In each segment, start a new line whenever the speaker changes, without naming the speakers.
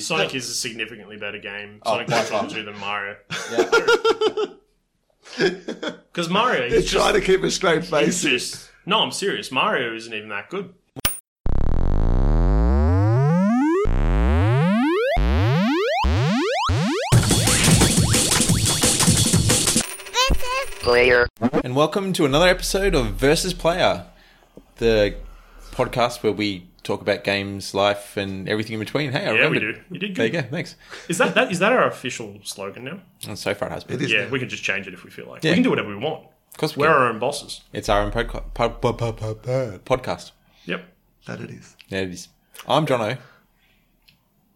Sonic is a significantly better game.
Oh,
Sonic
by
Control
far.
2 than Mario.
Yeah.
Because Mario,
They're
he's just,
trying to keep a straight
he's
face.
just- No, I'm serious. Mario isn't even that good.
player.
And welcome to another episode of Versus Player, the podcast where we talk about games, life, and everything in between. Hey, I
Yeah,
remembered.
we do. You did
There you
good.
go. Thanks.
Is that, that is that our official slogan now?
And so far it has been.
It is.
Yeah, we can just change it if we feel like.
Yeah.
We can do whatever we want.
Of course, we
We're
can.
our own bosses.
It's our own podca- pod- pod- pod- pod- pod- podcast.
Yep.
That it is.
Yeah, it is. I'm Jono.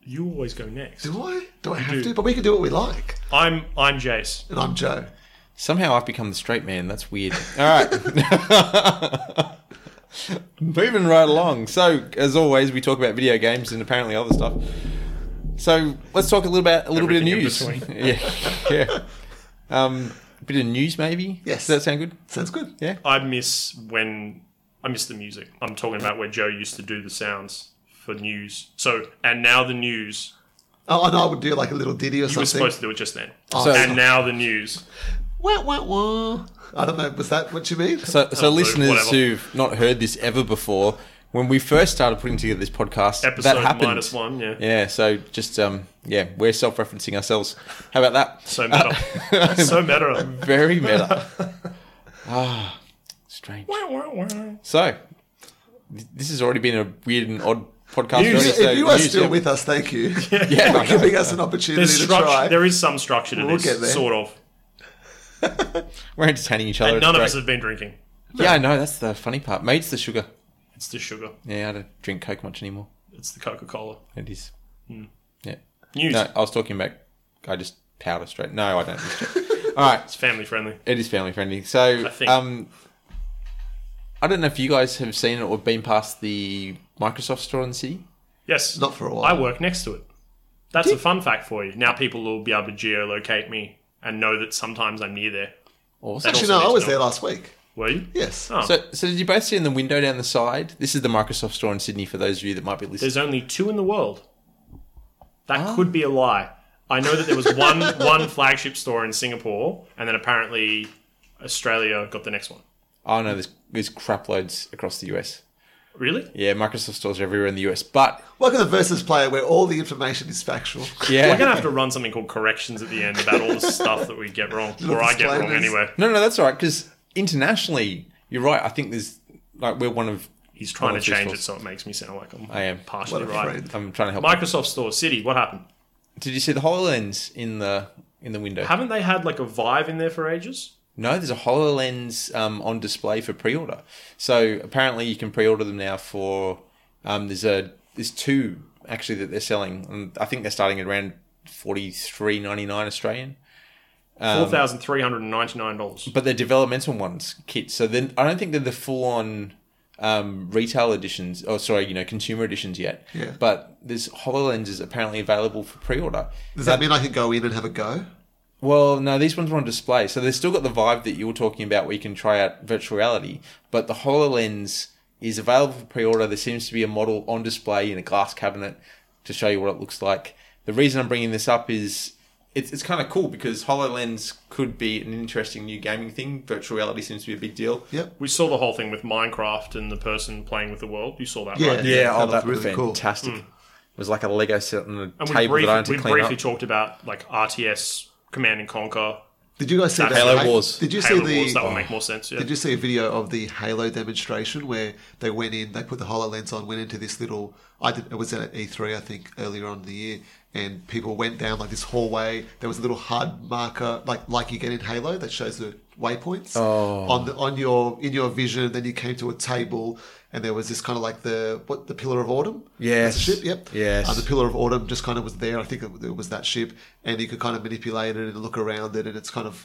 You always go next.
Do I? Do I have
do.
to? But we can do what we like.
I'm I'm Jace.
And I'm Joe.
Somehow I've become the straight man. That's weird. All right. Moving right along. So, as always, we talk about video games and apparently other stuff. So, let's talk a little about a little
Everything in
bit of
between.
news. yeah. Yeah. Um, a bit of news, maybe?
Yes.
Does that sound good?
Sounds good.
Yeah.
I miss when I miss the music. I'm talking about where Joe used to do the sounds for news. So and now the news.
Oh, and I would do like a little ditty or
You were
something.
supposed to do it just then.
Oh,
So-
and now the news.
Wah, wah, wah. I don't know. Was that what you mean?
So, so
Hello,
listeners
whatever.
who've not heard this ever before, when we first started putting together this podcast, that
Episode
happened.
minus one, yeah.
Yeah, so just, um, yeah, we're self referencing ourselves. How about that?
So meta. so meta.
Very meta. ah, strange. So, th- this has already been a weird and odd podcast.
News.
already, so
if you are
news,
still
yeah.
with us, thank you for
yeah, I know.
giving us an opportunity
There's
to
structure
try.
there is some structure to
We'll get there.
this, sort of.
we're entertaining each other.
And none of
it's
us have been drinking.
great. Yeah, I know. That's the funny part. Mate's the sugar.
It's the sugar.
Yeah, I don't drink Coke much anymore.
It's the Coca Cola.
It is.
Hmm.
Yeah.
News.
No, I was talking about. I just powder straight. No, I don't. All right,
It's family friendly.
it is family friendly. So,
I think-
um, I don't know if you guys have seen it or been past the Microsoft store in the city.
Yes.
Not for a while.
I work next to it. That's a fun fact for you. Now people will be able to geolocate me and know that sometimes I'm near there.
Awesome.
Actually,
also
no, I
needs
was
to
there
know.
last week.
Were you?
Yes.
Oh.
So, so did you both see in the window down the side? This is the Microsoft store in Sydney. For those of you that might be listening,
There's only two in the world. That
Ah.
could be a lie. I know that there was one one flagship store in Singapore, and then apparently Australia got the next one.
oh no, there's there's crap loads across the US.
Really?
Yeah, Microsoft stores are everywhere in the US, but
Welcome to Versus Player, where all the information is factual.
yeah,
We're gonna have to run something called corrections at the end about all the stuff that we get wrong, or I get wrong
disclaimers.
anyway.
no, no, that's all right because internationally, you're right. I think there's like we're one of
He's trying
Oh,
to
it's
change it
useful.
so it makes me sound like I'm
I am.
partially
What a
right.
friend.
I'm trying to help.
Microsoft Store City. What happened?
Did you see the Hololens in the in the window?
Haven't they had like a Vive in there for ages?
No, there's a Hololens um, on display for pre-order. So apparently, you can pre-order them now for. Um, there's a there's two actually that they're selling, and I think they're starting at around forty three ninety nine Australian.
Um,
Four thousand three hundred and ninety nine dollars.
But they're developmental ones kits. So then I don't think they're the full on um, retail editions. Oh, sorry, you know, consumer editions yet.
Yeah.
But there's Hololens is apparently available for pre-order.
Does that mean I can go in and have a go?
Well, no, these ones were on display. So they've still got the vibe that you were talking about where you can try out virtual reality, but the HoloLens is available for pre order. There seems to be a model on display in a glass cabinet to show you what it looks like. The reason I'm bringing this up is it's, it's kind of cool because HoloLens could be an interesting new gaming thing. Virtual reality seems to be a big deal.
Yep.
We saw the whole thing with Minecraft and the person playing with the world. You saw that,
Yeah.
right?
Yeah,
that
oh,
looked
that was
really cool.
fantastic. It was like a Lego set on a
And we
table that I
briefly,
had to
we
clean
briefly
up.
talked about like RTS, Command and Conquer,
Did you guys see
That
the
Halo Wars.
Did you
Halo
see the?
Wars. That
Oh.
would make more sense. Yeah.
Did you see a video of the Halo demonstration where they went in, they put the HoloLens on, went into this little. I did, it was at E3, I think, earlier on in the year, and people went down like this hallway. There was a little HUD marker, like like you get in Halo, that shows the waypoints
Oh.
on the, on your in your vision. Then you came to a table, and there was this kind of like the what the Pillar of Autumn.
Yes.
That's the ship. Yep.
Yes.
Uh, the Pillar of Autumn just kind of was there. I think it, it was that ship, and you could kind of manipulate it and look around it, and it's kind of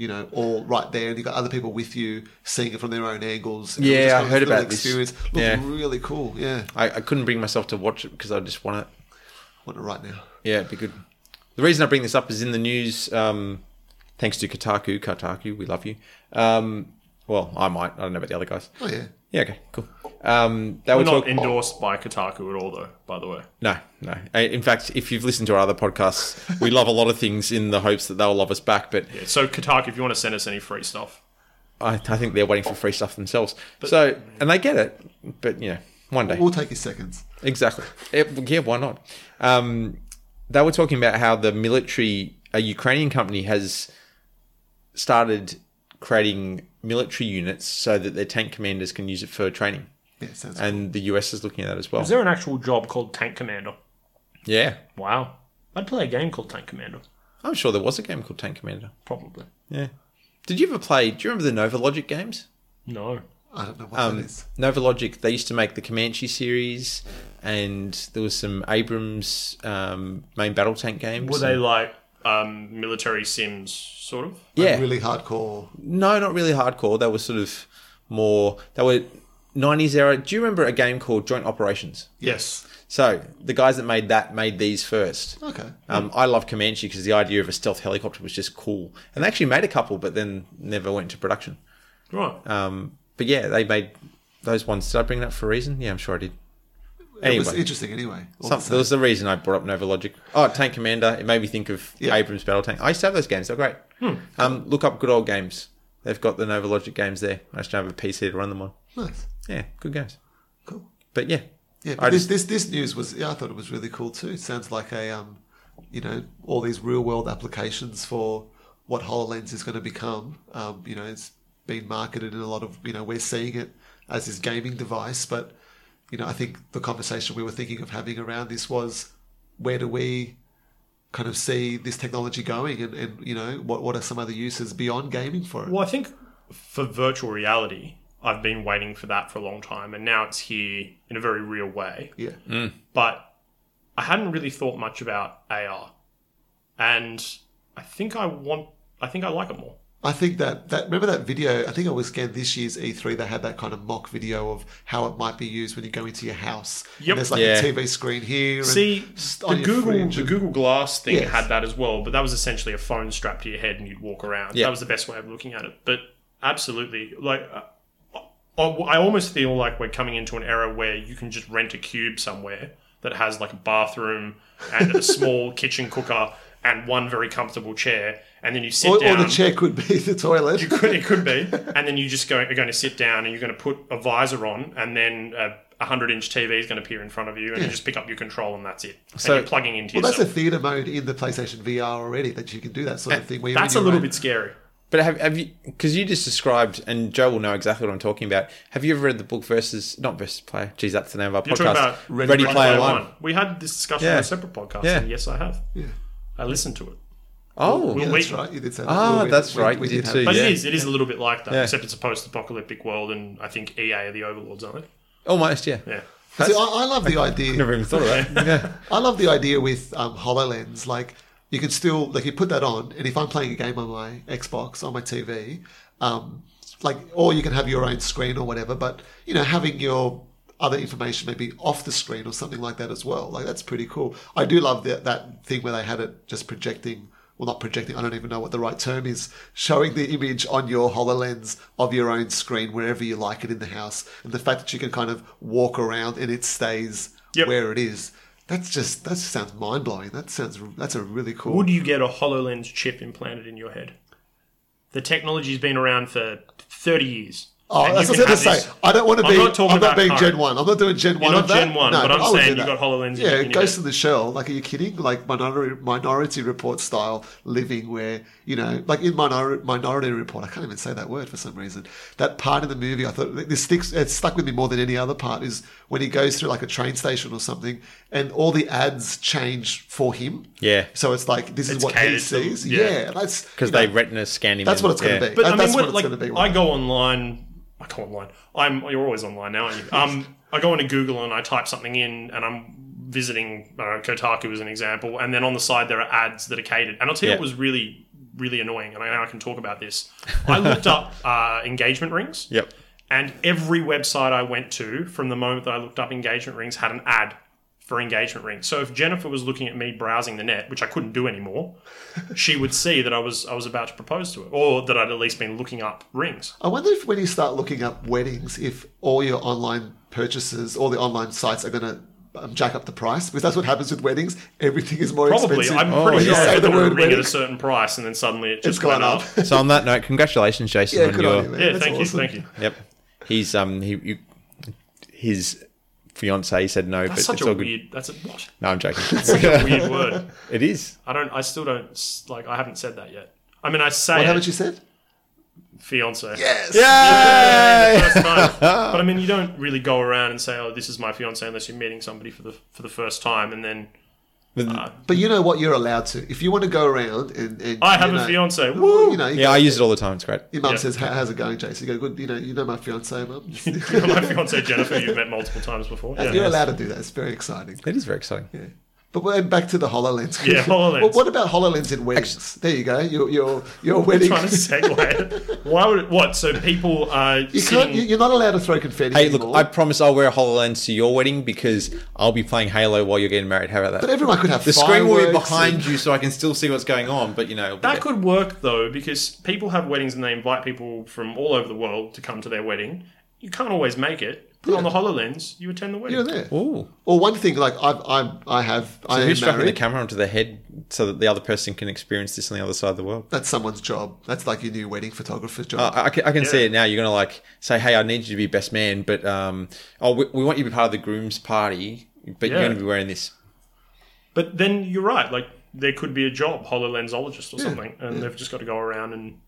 you know all right there, and you got other people with you seeing it from their own angles. and it was
Yeah,
just
I
kind of
heard
little
about this.
Looked
Yeah.
really cool. Yeah,
I, I couldn't bring myself to watch it because I just want it.
want it right now.
Yeah, it'd be good. The reason I bring this up is in the news, um, thanks to Kotaku. Kotaku, we love you. Um, well, I might. I don't know about the other guys.
Oh yeah,
Yeah, okay, cool. Um, they
We're
were
not
talk-
endorsed by Kotaku at all, though. By the way,
No, no. Uh, In fact, if you've listened to our other podcasts, we love a lot of things in the hopes that they'll love us back. But
yeah. So Kotaku, if you want to send us any free stuff,
I, I think they're waiting for free stuff themselves. so, and they get it. But you know, one day.
We'll take your seconds.
Exactly. Eh, yeah, why not? Um, they were talking about how the military, a Ukrainian company, has started creating military units so that their tank commanders can use it for training.
Yeah, sounds good.
And the US is looking at that as well.
is there an actual job called Tank Commander?
yeah.
Wow, I'd play a game called Tank Commander.
I'm sure there was a game called Tank Commander.
Probably.
Yeah. Did you ever play? Do you remember the Nova Logic games?
No.
I don't know what
um,
that is.
Nova Logic. They used to make the Comanche series, and there was some Abrams um, main battle tank games.
Were they like um, military sims, sort of?
Yeah.
Really hardcore.
No, not really hardcore. They were sort of more. They were nineties era. Do you remember a game called Joint Operations?
Yes.
So the guys that made that made these first.
Okay.
Um, I love Comanche because the idea of a stealth helicopter was just cool, and they actually made a couple, but then never went into production.
Right.
Um, but yeah, they made those ones. Did I bring it up for a reason? Yeah, I'm sure I did.
It was
Anyway,
interesting anyway. All
some, there
the same.
was the reason I brought up Nova Logic. Oh, Tank Commander. It made me think of
Yeah. Hmm.
Abrams Battle Tank. I used to have those games. They're great. Um, look up good old games. They've got the Nova Logic games there. I just don't have a PC to run them on.
Nice.
Yeah, good games.
Cool.
But yeah,
Yeah,
I
but this, this this news was yeah, I thought it was really cool too. It sounds like a um, you know, all these real world applications for what Hololens is going to become. Um, you know, it's been marketed in a lot of you know we're seeing it as this gaming device, but you know I think the conversation we were thinking of having around this was where do we kind of see this technology going, and, and you know what what are some other uses beyond gaming for it?
Well, I think for virtual reality, I've been waiting for that for a long time, and now it's here in a very real way.
Yeah,
But I hadn't really thought much about AR, and I think I want. I think I like it more.
I think that, that remember that video. I think it was again this year's E3. They had that kind of mock video of how it might be used when you go into your house. And
Yep.
there's like
Yeah.
a TV screen here. and
See,
st- on
the
your
Google
fridge
the
and-
Google Glass thing
Yes.
had that as well, but that was essentially a phone strapped to your head and you'd walk around.
Yeah.
That was the best way of looking at it. But absolutely, like. Uh, I I almost feel like we're coming into an era where you can just rent a cube somewhere that has like a bathroom and a small kitchen cooker and one very comfortable chair, and then you sit
or, or
down.
the chair could be the toilet.
You could, it could be, and then you just go, are going to sit down and you're going to put a visor on, and then a 100 inch TV is going to appear in front of you, and you just pick up your control, and that's it.
So-
and you're plugging into
well, that's a
yourself.
theater mode in the PlayStation VR already that you can do that sort of thing. Where you're
That's,
in
a
your
little
own-
bit scary.
But have, have you? Because you just described, and Joe will know exactly what I'm talking about. Have you ever read the book versus not versus player? Geez, that's the name of our
You're
podcast.
talking about
Ready, Player One.
We had this discussion
Yeah.
on a separate podcast,
Yeah.
and yes, I have.
Yeah.
I listened to it.
Oh,
Yeah,
We-
that's right. You did say that.
Ah,
Well, we-
that's
we-
right,
we
you did
have-
too.
But
Yeah.
it is, it is a little bit like that,
Yeah.
except it's a post apocalyptic world, and I think EA are the overlords, aren't
almost. Yeah.
they? Yeah.
See, I, I love the idea.
Never even thought of that. yeah.
I love the idea with um, Hololens. Like you can still like you put that on, and if I'm playing a game on my Xbox on my TV, um, like or you can have your own screen or whatever. But you know, having your other information maybe off the screen or something like that as well. Like that's pretty cool. I do love that that thing where they had it just projecting. Well, not projecting. I don't even know what the right term is. Showing the image on your Hololens of your own screen wherever you like it in the house, and the fact that you can kind of walk around and it stays
Yep.
where where it is. That's just that just sounds mind blowing. That sounds that's a really cool.
Would you get a HoloLens chip implanted in your head? The technology's been around for 30 years.
oh,
And
that's
you
what I
can
was going
have
to say.
this-
I don't want to
I'm
be.
not talking
I'm not
about
being Gen
current.
one. I'm not doing Gen one.
not
of that.
Gen 1, but I'm
I would
saying
do
you
that.
got HoloLens in
Yeah,
your- in
it
your
goes
head.
to the shell. Like, are you kidding? Like minority Minority Report style living, where you know, like in Minority Minority Report, I can't even say that word for some reason. That part in the movie, I thought this sticks. It stuck with me more than any other part is when he goes through like a train station or something, and all the ads change for him.
Yeah.
So it's like this is
It's
what he
catered to-
sees.
yeah.
yeah, that's
Because
you
they
know,
retina scan him.
That's
and-
what it's going to
yeah.
be.
But
That-
I mean,
that's
what,
what
like,
it's going to be.
I go online. I go online. I'm. You're always online now, aren't you? Um, I go into Google and I type something in, and I'm visiting I don't know, Kotaku as an example, and then on the side there are ads that are catered. And I'll tell you
Yeah.
what was really, really annoying, and I now I can talk about this. I looked up uh, engagement rings.
Yep.
And every website I went to, from the moment that I looked up engagement rings, had an ad for for engagement rings. So if Jennifer was looking at me browsing the net, which I couldn't do anymore, she would see that I was I was about to propose to her, or that I'd at least been looking up rings.
I wonder if when you start looking up weddings, if all your online purchases, all the online sites are going to um, jack up the price because that's what happens with weddings. Everything is more
Probably,
expensive.
I'm
Oh,
pretty
yeah.
sure I
Say the
bought a
word
ring at
wedding.
a certain price, and then suddenly it
it's
just
gone
went
up.
up.
So on that note, congratulations, Jason,
yeah,
on
good
your
on you, man.
Yeah,
That's
thank
awesome.
you, thank you.
Yep. He's um he you, his fiance said no,
That's
but
such
it's
a
all good.
weird. That's a what?
No, I'm joking.
Such a weird word.
it is.
I don't. I still don't s- like. I haven't said that yet. I mean, I say
What
it,
haven't you said?
fiance.
Yes.
Yeah,
Yay!
the first time. but I mean, you don't really go around and say, "Oh, this is my fiance," unless you're meeting somebody for the for the first time, and then
But you know what? You're allowed to. If you want to go around and, and
I have
you
a
know,
fiance.
well,
Woo!
You know, you
Yeah,
go-
I use it all the time. It's great.
your mum
Yeah.
says, "How- "How's it going, Jason?" You go, "Good." You know, you know my fiance, mum.
my fiance Jennifer, you've met multiple times before. Yeah.
You're allowed to do that. It's very exciting.
It is very exciting.
Yeah. But we're back to the Hololens.
Yeah, HoloLens.
Well, what about Hololens in weddings? there you go. Your your your wedding.
Trying to segue it. Why would it, what? So people are
You can't.
sitting-
You, you're not allowed to throw confetti.
Hey,
anymore.
look, I promise I'll wear a HoloLens to your wedding because I'll be playing Halo while you're getting married. How about that?
But everyone could have
the screen will be
fireworks
behind
and-
you so I can still see what's going on, but you know, it'll be
That
there.
could work though, because people have weddings and they invite people from all over the world to come to their wedding. You can't always make it. Put on the HoloLens, you attend the wedding.
You're there.
Ooh.
Or one thing, like I, I, I have. I
Oh. So
am
who's strapping the
married.
camera onto the head so that the other person can experience this on the other side of the world?
That's someone's job. That's like your new wedding photographer's job.
Uh, I, I can, I can see it now. You're gonna like say, "Hey, I need you to be best man," but um, oh, we, we want you to be part of the groom's party, but
Yeah.
you're gonna be wearing this.
But then you're right, like there could be a job, HoloLensologist or something, and
yeah.
they've just got to go around and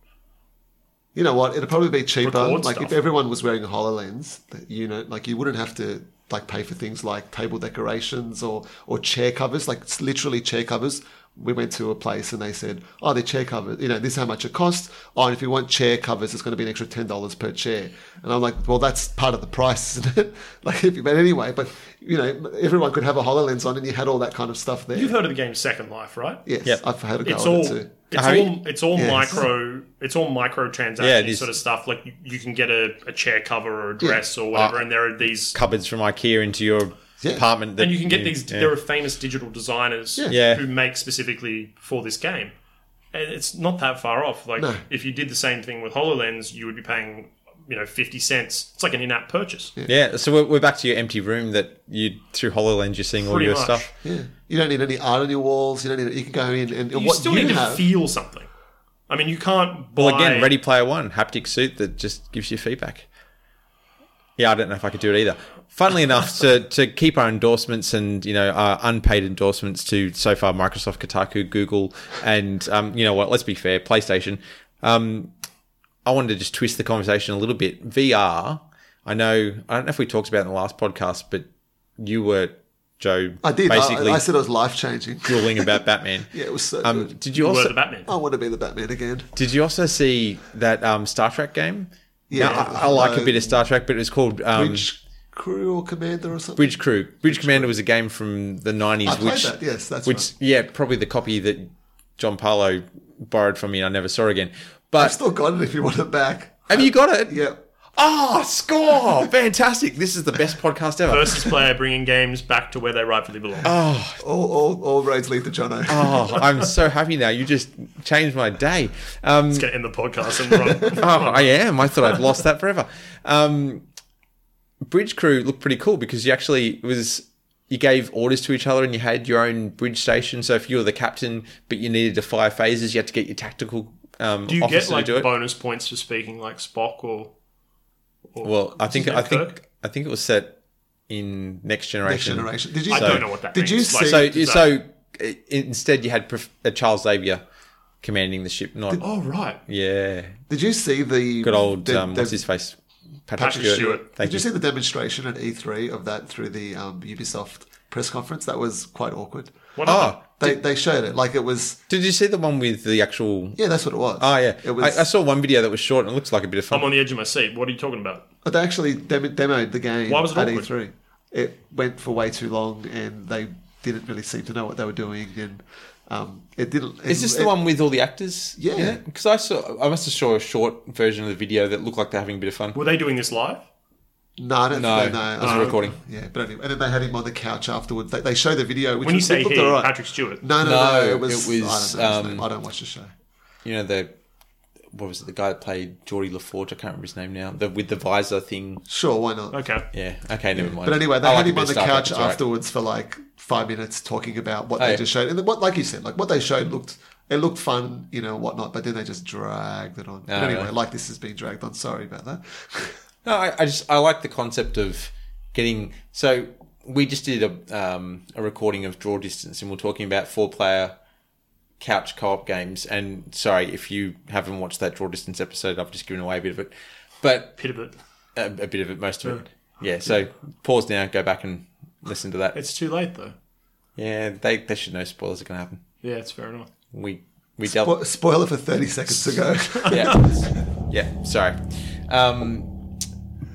you know what? It'd probably be cheaper.
Record
like if
stuff.
everyone was wearing a Hololens, that, you know, like you wouldn't have to like pay for things like table decorations or or chair covers. Like it's literally chair covers. We went to a place and they said, "Oh, they're chair covers. You know, this is how much it costs. Oh, and if you want chair covers, it's going to be an extra ten dollars per chair." And I'm like, "Well, that's part of the price, isn't it? like, if you, but anyway, but you know, everyone could have a Hololens on, and you had all that kind of stuff there.
You've heard of the game Second Life, right?
yes,
Yep.
I've had a go
It's
at
all
it too.
it's
Have
all it's all
Yes.
micro it's all micro
Yeah, it
transaction
is.
sort of stuff. Like you, you can get a, a chair cover or a dress or
Uh,
whatever, and there are these
Cupboards from IKEA into your
Yeah.
apartment, that,
and you can get these
yeah.
there are famous digital designers
Yeah.
Yeah.
who make specifically for this game. And it's not that far off. Like
No.
if you did the same thing with HoloLens, you would be paying, you know, fifty cents. It's like an in app purchase.
Yeah, so we're, we're back to your empty room that you through Hololens you're seeing all
Pretty
your
much.
stuff.
Yeah. You don't need any art on your walls. You don't need. You can go in and and
You
what
still
you
need
have.
to feel something. I mean you can't buy
Well, again, Ready Player One haptic suit that just gives you feedback. Yeah, I don't know if I could do it either. Funnily enough, to, to keep our endorsements and you know our unpaid endorsements to so far Microsoft, Kotaku, Google, and um, you know what? Let's be fair, PlayStation. Um, I wanted to just twist the conversation a little bit. VR. I know. I don't know if we talked about it in the last podcast, but you were Joe.
I did. I-
basically
I, I said it was life changing.
drooling about Batman.
Yeah, it was so
Um,
good.
did you
were
also
the Batman.
I want to be the Batman again.
did you also see that um, Star Trek game?
Yeah.
Now, I, I like a bit of Star Trek, but it was called um, Bridge,
Uh, Bridge crew or commander or something.
Crew. Bridge, Commander was a game from the nineties,
I played
which
that. Yes, that's
which
right.
yeah, probably the copy that John Parlo borrowed from me and I never saw again.
I've
But
still got it if you want it back.
have you got it?
Yeah.
Oh, score! Fantastic! This is the best podcast ever.
versus player bringing games back to where they rightfully belong.
All, all, all roads lead to Jono.
Oh, I'm so happy now. You just changed my day. Um,
It's going to end the podcast and run.
oh, I am. I thought I'd lost that forever. Um, bridge crew looked pretty cool because you actually it was you gave orders to each other and you had your own bridge station. So if you were the captain, but you needed to fire phases, you had to get your tactical um,
Do you
officer
get like
to do it.
bonus points for speaking like Spock or? or
well, I think
his
I
name
think
Kirk?
I think it was set in next
Next
generation.
generation. Did you?
I don't know what that
Did you
means.
see?
So
Does that-
so uh, instead you had Prof- uh, Charles Xavier commanding the ship, not
Oh right,
yeah,
did you see the
good old
the-
um,
the-
what's his face, Patrick,
Patrick Stewart.
Thank
did you see the demonstration at E3 of that through the um, Ubisoft press conference? That was quite awkward.
What
Oh,
They they showed it like it was.
did you see the one with the actual
Yeah, that's what it was.
Oh yeah,
it was.
I, I saw one video that was short and it looks like a bit of
I'm
fun.
on the edge of my seat. What are you talking about?
But they actually demo- demoed the game
Why was it
at
awkward?
E3. It went for way too long, and they didn't really seem to know what they were doing. And um, it didn't.
Is this the one with all the actors?
Yeah.
because I saw I must have saw a short version of the video that looked like they're having a bit of fun.
Were they doing this live?
No, I don't
No,
think they know.
it's a
Oh,
recording.
Yeah, but anyway, and then they had him on the couch afterwards. They, they show the video. Which
When you
was-
say
it looked
he,
all right.
Patrick Stewart.
No, no,
No,
no. It was.
it was,
I, don't know his
um,
name. I don't watch the show.
You know the what was it? The guy that played Geordie LaForge. I can't remember his name now. The with the visor thing.
Sure, why not?
Okay.
Yeah. Okay. Never mind.
But anyway, they
I
had
like a
him
bit
on
of
the
Star Trek,
couch
it's all right.
afterwards for like five minutes talking about what
Oh,
they
yeah.
just showed. And what, like you said, like what they showed looked, it looked fun, you know, whatnot, but then they just dragged it on. but
Oh,
anyway,
really?
like this has been dragged on. Sorry about that.
No, I, I just I like the concept of getting. So we just did a um, a recording of Draw Distance, and we're talking about four player couch co op games. And sorry if you haven't watched that Draw Distance episode, I've just given away a bit of it, but
Pit of it.
a, a bit of it, most of it. Yeah. So pause now, go back and listen to that.
It's too late though.
Yeah, they they should know spoilers are going to happen.
Yeah, it's fair enough.
We we dealt.
Well, spoiler for 30 seconds ago.
yeah, yeah. Sorry, um,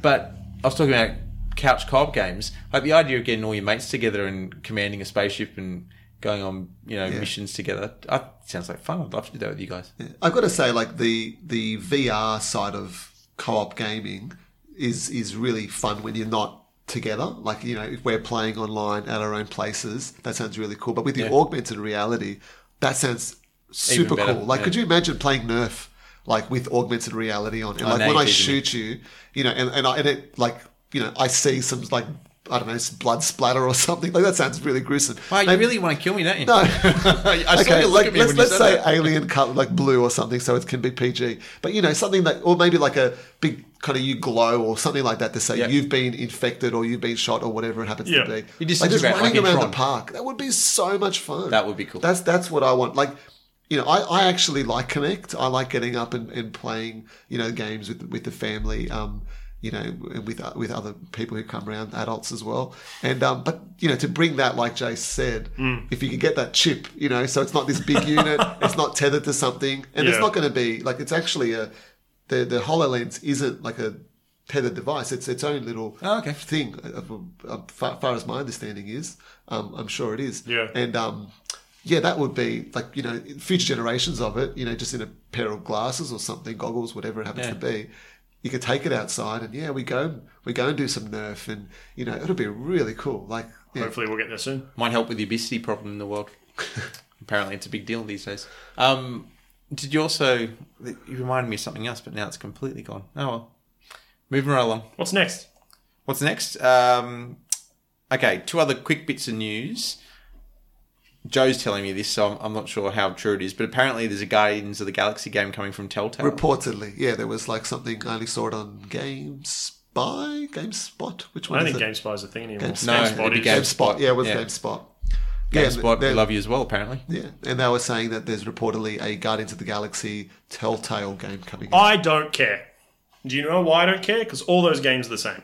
but I was talking about couch co-op games. Like the idea of getting all your mates together and commanding a spaceship and going on, you know, missions together. I, sounds like fun. I'd love to do that with you guys.
I've got to say, like the the VR side of co-op gaming is is really fun when you're not together. Like you know, if we're playing online at our own places, that sounds really cool. But with the augmented reality, that sounds super
better,
cool. Like,
yeah.
could you imagine playing Nerf? Like with augmented reality on, and like
now
when
you
I
did, didn't you?
shoot you, you know, and, and I and it like you know, I see some like I don't know, some blood splatter or something. Like that sounds really gruesome.
Wow, Oh, you
Maybe-
really want to kill me, don't you?
No.
I saw
Okay,
you look
like,
at me
let's,
when you
let's
said
say
that.
alien color, like blue or something, so it can be PG. But you know, something that, or maybe like a big kind of you glow or something like that to say
Yeah.
you've been infected or you've been shot or whatever it happens
Yeah.
to be.
You just
like just
disintegrate,
running
like in Tron.
around the park, that would be so much fun.
That would be cool.
That's that's what I want. Like, you know, I, I actually like Connect. I like getting up and, and playing, you know, games with with the family. Um, you know, and with with other people who come around, adults as well. And um, but you know, to bring that, like Jay said, if you can get that chip, you know, so it's not this big unit, it's not tethered to something, and it's
Yeah.
not going to be like it's actually a the the Hololens isn't like a tethered device. It's its own little
Oh, okay.
thing, uh, uh, far, far as my understanding is. Um, I'm sure it is.
Yeah.
And um, yeah, that would be like you know in future generations of it. You know, just in a pair of glasses or something, goggles, whatever it happens to be. You could take it outside, and yeah, we go we go and do some Nerf, and you know it'll be really cool. Like yeah,
Hopefully we'll get there soon.
Might help with the obesity problem in the world. Apparently, it's a big deal these days. Um, did you also? You reminded me of something else, but now it's completely gone. Oh well. Moving right along.
What's next?
What's next? Um, okay, two other quick bits of news. Joe's telling me this, so I'm, I'm not sure how true it is, but apparently there's a Guardians of the Galaxy game coming from Telltale.
reportedly, yeah, there was like something I only saw it on GameSpy, GameSpot, which
I
one
don't
is
think
it?
GameSpy is a thing anymore.
GameSpy.
No,
GameSpot
it'd be
is.
Game-
GameSpot, yeah, it was
Yeah.
GameSpot.
GameSpot,
yeah,
we love you as well, apparently.
Yeah, and they were saying that there's reportedly a Guardians of the Galaxy Telltale game coming, out.
I don't care. Do you know why I don't care? Because all those games are the same.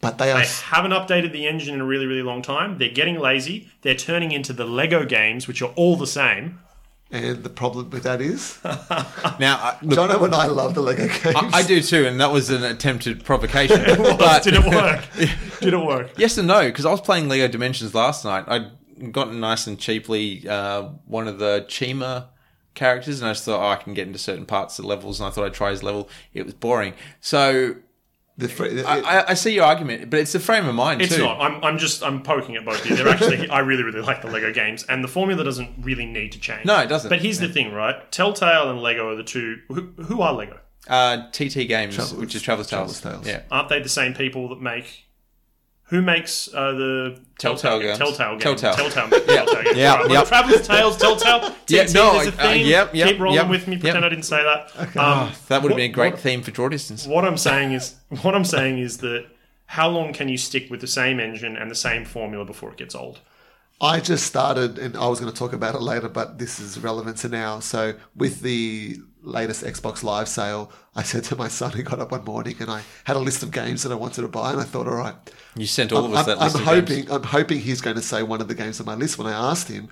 but they are
They haven't updated the engine in a really, really long time. They're getting lazy. They're turning into the Lego games, which are all the same.
And the problem with that is,
Now, I, look,
Jono and I love the Lego games.
I, I do too, and that was an attempted provocation. but
Did it work? Did it work?
yes and no, because I was playing Lego Dimensions last night. I'd gotten nice and cheaply uh, one of the Chima characters, and I just thought, oh, I can get into certain parts of levels, and I thought I'd try his level. It was boring. So
The fr-
I, I see your argument, but it's the frame of mind
It's
too.
not. I'm, I'm just I'm poking at both of you. They're actually I really really like the Lego games, and the formula doesn't really need to change.
No, it doesn't.
But here's the thing, right? Telltale and Lego are the two. Who, who are Lego?
Uh, TT Games,
Travelers-
which is Traveller's Tales.
Traveller's Tales.
Yeah.
Aren't they the same people that make? Who makes uh, the
Telltale games.
Telltale game.
Telltale.
Telltale. make Telltale games.
Yeah,
Right,
yeah.
well, Traveller's Tales. Telltale.
Yeah,
TT,
no,
there's a
I- uh,
theme.
yep, yep,
Keep rolling
yep, Oh,
with me. Pretend
yep.
I didn't say that. Um,
That would have
what-
been a great
what-
theme for Draw Distance.
What I'm saying is, what I'm saying is that how long can you stick with the same engine and the same formula before it gets old?
I just started, and I was going to talk about it later, but this is relevant to now. So, with the latest Xbox Live sale, I said to my son, who got up one morning, and I had a list of games that I wanted to buy, and I thought, all right,
You sent all of us
I'm,
that list
I'm
of
hoping,
games.
I'm hoping he's going to say one of the games on my list. When I asked him,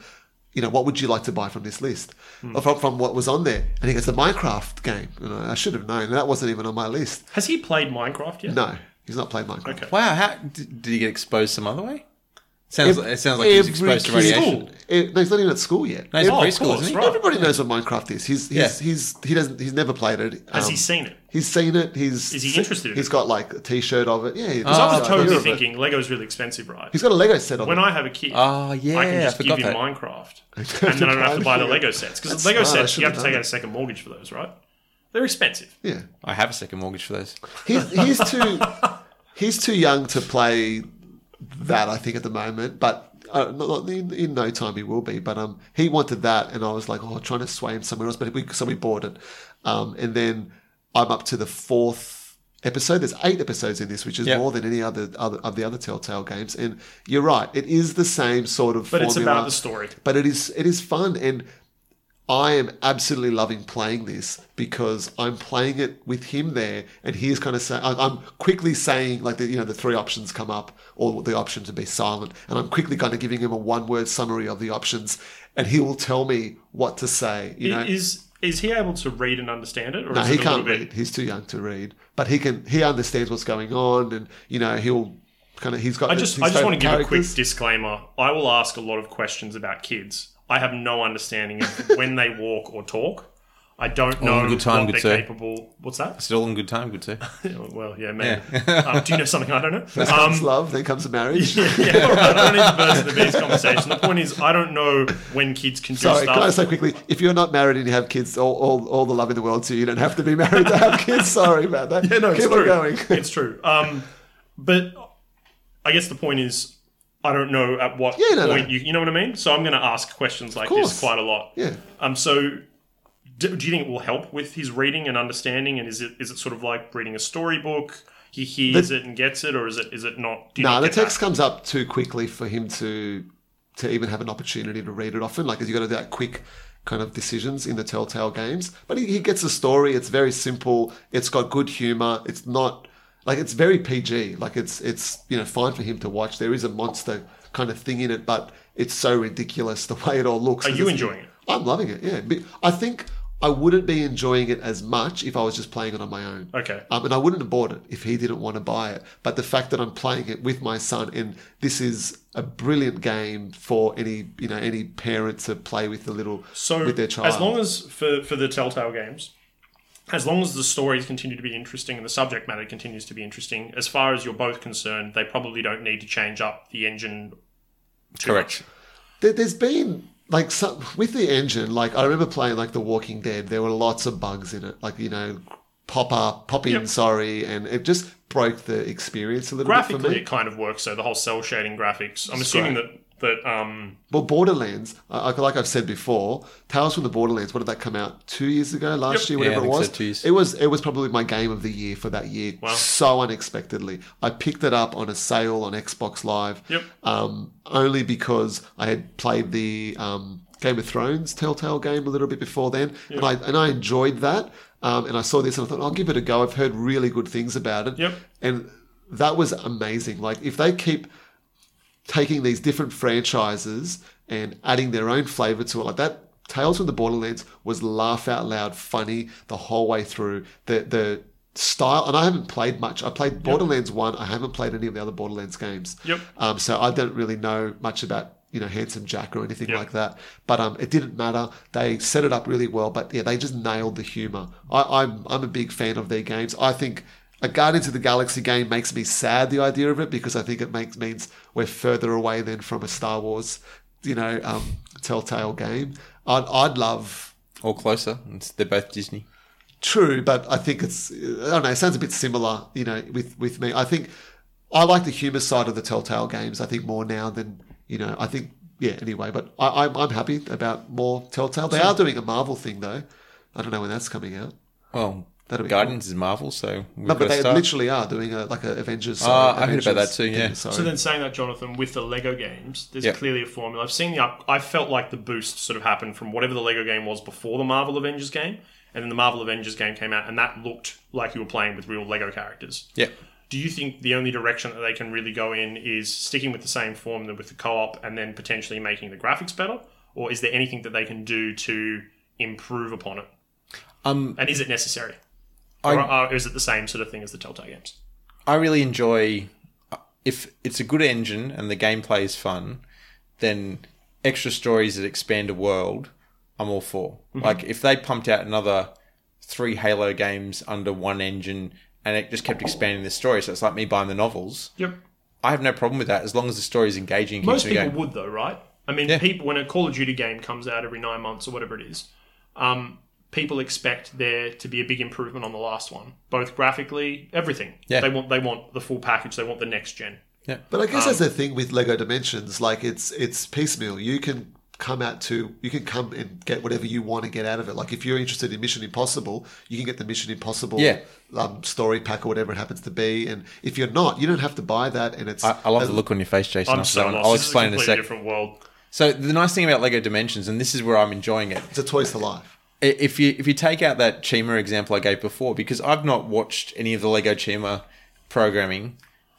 you know, what would you like to buy from this list,
Hmm.
Or from, from what was on there, and he goes, the Minecraft game. And I, I should have known that wasn't even on my list.
Has he played Minecraft yet?
No, he's not played Minecraft.
Okay.
Wow, how, did, did you get exposed some other way? Sounds like, it sounds like he's exposed to
kid-
radiation.
school.
Eh, no, he's not even at school yet.
No, he's
Oh, of
preschool,
course,
isn't he?
right.
Everybody knows what Minecraft is. He's, he's,
Yeah.
he's he doesn't he's never played it.
Has
Um,
he seen it?
He's seen it. He's
Is he
se-
interested in
He's
it?
got like a T-shirt of it. Yeah,
So I
Oh,
was
you're
totally
a-
thinking Lego's really expensive, right?
He's got a Lego set of
When
it.
I have a kid,
Ah, yeah,
I can
I
just give
forgot
him
that.
Minecraft,
don't
and then I don't have to buy the
know.
Lego sets because
That's
Lego
smart, I
sets you have
should've
to
done
take
that.
out a second mortgage for those, right? They're expensive.
yeah,
I have a second mortgage for those.
he's, he's too he's too young to play that. I think at the moment, but uh, not, not- in, in no time he will be. But um, he wanted that, and I was like, oh, trying to sway him somewhere else. But we so we bought it, um, and then I'm up to the fourth episode. There's eight episodes in this, which is
Yep.
more than any other, other of the other Telltale games. And you're right, it is the same sort of.
But it's
formula.
about the story.
But it is it is fun and I am absolutely loving playing this because I'm playing it with him there, and he's kind of saying, I'm quickly saying, like, the, you know, the three options come up, or the option to be silent, and I'm quickly kind of giving him a one word summary of the options, and he will tell me what to say, you know.
Is is he able to read and understand it, or
No,
is
he
it a little
can't
bit?
read. He's too young to read, but he can. He understands what's going on, and you know he'll kind of. He's got.
I just I just want to give a quick disclaimer. I will ask a lot of questions about kids. I have no understanding of when they walk or talk. I don't know
Oh, good time,
what
good
they're
sir.
capable. What's that?
Still in good time, good too.
Well, yeah, maybe. um, do you know something I don't know? Um,
Comes love, then comes marriage.
yeah, all right, I don't need to burst into these conversation. The point is, I don't know when kids can do
Sorry,
stuff.
can I say quickly? If you're not married and you have kids, all, all, all the love in the world to you. You don't have to be married to have kids. Sorry about that.
Yeah, no,
Keep
it's
on
true.
going.
It's true. Um, but I guess the point is, I don't know at what
Yeah, no, no.
point you you know what I mean. So I'm going to ask questions like this
course.
quite a lot.
Yeah.
Um. So, do, do you think it will help with his reading and understanding? And is it is it sort of like reading a storybook? He hears it and gets it, or is it is it not? Do you
No,
not
the
get that?
text comes up too quickly for him to to even have an opportunity to read it often. Like, you've got to do that quick kind of decisions in the Telltale games. But he, he gets the story. It's very simple. It's got good humor. It's not like it's very PG. Like it's it's you know fine for him to watch. There is a monster kind of thing in it, but it's so ridiculous the way it all looks.
Are you enjoying it?
I'm loving it. Yeah, Be- I think I wouldn't be enjoying it as much if I was just playing it on my own.
Okay.
Um, and I wouldn't have bought it if he didn't want to buy it. But the fact that I'm playing it with my son, and this is a brilliant game for any you know any parent to play with the little
So
with their child.
as long as for for the Telltale games, as long as the stories continue to be interesting and the subject matter continues to be interesting, as far as you're both concerned, they probably don't need to change up the engine.
Correct.
there, there's been like some with the engine like i remember playing like the walking dead there were lots of bugs in it like you know pop up pop in
Yep.
sorry and it just broke the experience a little bit for
Graphically,
me
it kind of works. So the whole cell shading graphics. I'm assuming that that um
well borderlands I, I- like i've said before tales from the borderlands what did that come out two years ago last year
Yeah, I
whatever it
think so,
was
two years.
it was it was probably my game of the year for that year so unexpectedly i picked it up on a sale on xbox live
Yep.
um, only because I had played the um, Game of Thrones Telltale game a little bit before then, and I and I enjoyed that. Um, and I saw this and I thought, I'll give it a go. I've heard really good things about it,
Yep.
and that was amazing. Like if they keep taking these different franchises and adding their own flavor to it like that tales from the borderlands was laugh out loud funny the whole way through the the style and i haven't played much i played borderlands 1 i haven't played any of the other borderlands games
Yep.
um, so i don't really know much about you know handsome jack or anything
Yep.
like that but um, it didn't matter they set it up really well but yeah they just nailed the humor I, I'm, I'm a big fan of their games i think a Guardians of the Galaxy game makes me sad the idea of it because I think it makes means we're further away than from a Star Wars, you know, um, Telltale game. I'd, I'd love
Or closer. It's, they're both Disney.
True, but I think it's I don't know. It sounds a bit similar, you know, with with me. I think I like the humor side of the Telltale games. I think more now than you know. I think yeah. Anyway, but I, I'm I'm happy about more Telltale. They are doing a Marvel thing though. I don't know when that's coming out.
Well,
That'll be
Guardians is Marvel, so we've
No,
got
but
to
they
start.
literally are doing a like a Avengers.
Ah, I heard
Avengers
about that too,
thing,
yeah.
sorry.
So then, saying that, Jonathan, with the Lego games, there's
Yep.
clearly a formula. I've seen the up. I felt like the boost sort of happened from whatever the Lego game was before the Marvel Avengers game, and then the Marvel Avengers game came out, and that looked like you were playing with real Lego characters.
yeah.
Do you think the only direction that they can really go in is sticking with the same formula with the co-op, and then potentially making the graphics better, or is there anything that they can do to improve upon it?
Um,
And is it necessary, uh,
I-
or, or is it the same sort of thing as the Telltale games?
I really enjoy. if it's a good engine and the gameplay is fun, then extra stories that expand a world, I'm all for.
Mm-hmm.
Like if they pumped out another three Halo games under one engine and it just kept expanding the story, so it's like me buying the novels.
Yep.
I have no problem with that as long as the story is engaging.
Most
keeps me
people
going.
would though, right? I mean, people when a Call of Duty game comes out every nine months or whatever it is, um, people expect there to be a big improvement on the last one, both graphically, everything.
Yeah.
They want they want the full package. They want the next gen.
But I guess
Um,
that's the thing with Lego Dimensions. Like it's it's piecemeal. You can come out to you can come and get whatever you want to get out of it. Like if you're interested in Mission Impossible, you can get the Mission Impossible
Yeah.
um, story pack or whatever it happens to be. And if you're not, you don't have to buy that. And it's
I, I love the look on your face, Jason.
I'm
after
so
that one.
lost.
I'll
This is a
explain in a
completely
sec.
different world.
So the nice thing about Lego Dimensions, and this is where I'm enjoying it,
it's a toys to life.
i- if you if you take out that Chima example I gave before, because I've not watched any of the Lego Chima programming,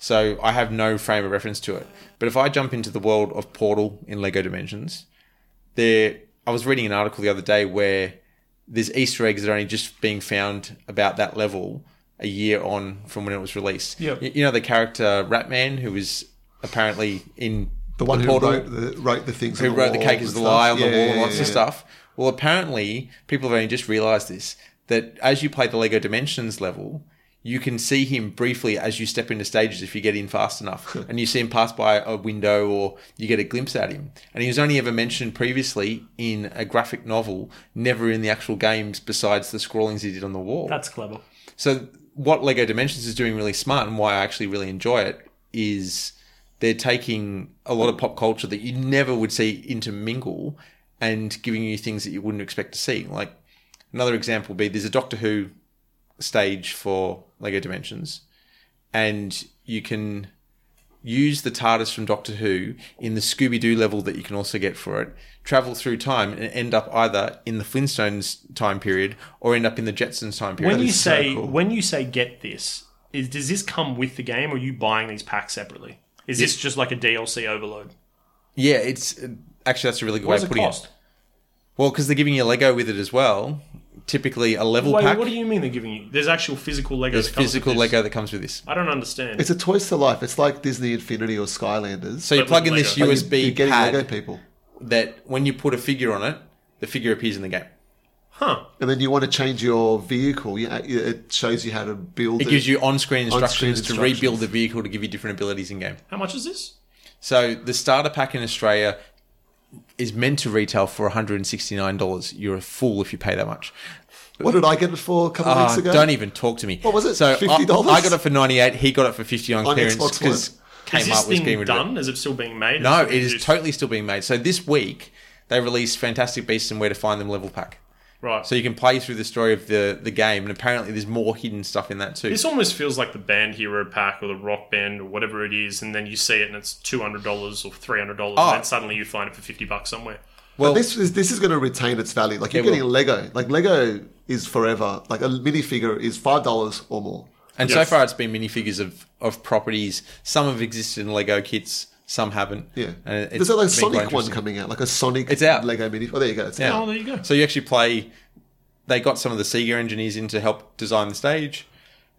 so I have no frame of reference to it. But if I jump into the world of Portal in Lego Dimensions, there I was reading an article the other day where there's Easter eggs that are only just being found about that level a year on from when it was released.
Yep.
Y- You know the character Ratman who was apparently in
The one who
Portal-
wrote the, wrote the things.
who
on
wrote the
wall
cake
and
is the
stuff.
lie on the
Yeah,
wall
yeah,
and lots
yeah.
of stuff. Well, apparently, people have only just realised this that as you play the Lego Dimensions level, you can see him briefly as you step into stages if you get in fast enough, and you see him pass by a window or you get a glimpse at him. And he was only ever mentioned previously in a graphic novel, never in the actual games, besides the scrawlings he did on the wall.
That's clever.
So what Lego Dimensions is doing really smart and why I actually really enjoy it is they're taking a lot of pop culture that you never would see intermingle and giving you things that you wouldn't expect to see. Like another example would be there's a Doctor Who stage for Lego Dimensions and you can use the TARDIS from Doctor Who in the Scooby Doo level that you can also get for it, travel through time and end up either in the Flintstones time period or end up in the Jetsons time period.
When you
It's so
say
cool.
when you say get this, is does this come with the game, or are you buying these packs separately? Is this just like a DLC overload?
Yeah, it's actually that's a really good
What
way
does
of
it
putting
cost?
it. Well, because they're giving you Lego with it as well. Typically, a level
Wait,
pack.
what do you mean they're giving you? There's actual physical Lego.
There's
that comes with
physical
this.
Lego that comes with this.
I don't understand.
It's a toys to life. It's like Disney Infinity or Skylanders.
So you
But
plug
with
in this
Lego.
But
USB
you're getting
pad
Lego people.
that when you put a figure on it, the figure appears in the game.
huh?
And then you want to change your vehicle. Yeah, it shows you how to build.
It gives you on-screen instructions, to
instructions.
rebuild the vehicle to give you different abilities in game.
How much is this?
So the starter pack in Australia is meant to retail for $169. You're a fool if you pay that much.
What did I get it for a couple of weeks
Ah,
ago?
don't even talk to me. What
was it,
So I-
$50?
I, got it for 98. He got it for 50 on,
On
clearance
Xbox
because
Is this
Kmart was getting
thing
rid of it.
done? Is it still being made?
No,
Is
it is
produced?
totally still being made. So this week they released Fantastic Beasts and Where to Find Them level pack.
right.
So you can play through the story of the the game, and apparently there's more hidden stuff in that too.
This almost feels like the band hero pack or the rock band or whatever it is, and then you see it and it's two hundred dollars or three hundred dollars,
Oh.
and then suddenly you find it for fifty bucks somewhere.
well,
But this is this is going to retain its value. Like you're
It will.
getting Lego. Like Lego is forever. Like a minifigure is five dollars or more.
and so
Yes.
far it's been minifigures of of properties. Some have existed in Lego kits, some haven't.
Yeah.
and it's
There's like a
been
Sonic
quite
one
interesting.
coming out. Like a Sonic.
It's out.
Lego mini. Oh, there you go. It's
Yeah.
out.
Oh, there you go.
So you actually play. They got some of the Sega engineers in to help design the stage,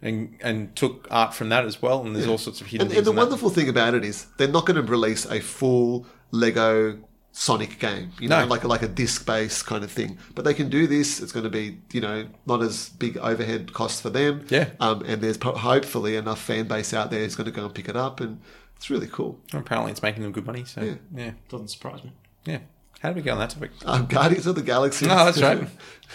and and took art from that as well. And there's all sorts of hidden
And,
things.
and the
in that.
wonderful thing about it is they're not going to release a full Lego Sonic game, you know,
No.
like like a disc-based kind of thing. But they can do this. It's going to be, you know, not as big overhead costs for them.
Yeah.
Um, and there's po- hopefully enough fan base out there who's going to go and pick it up, and it's really cool.
Apparently it's making them good money. So yeah,
Doesn't surprise me.
yeah. How do we get on that topic?
Um, Guardians of the Galaxy.
No, Oh, that's right.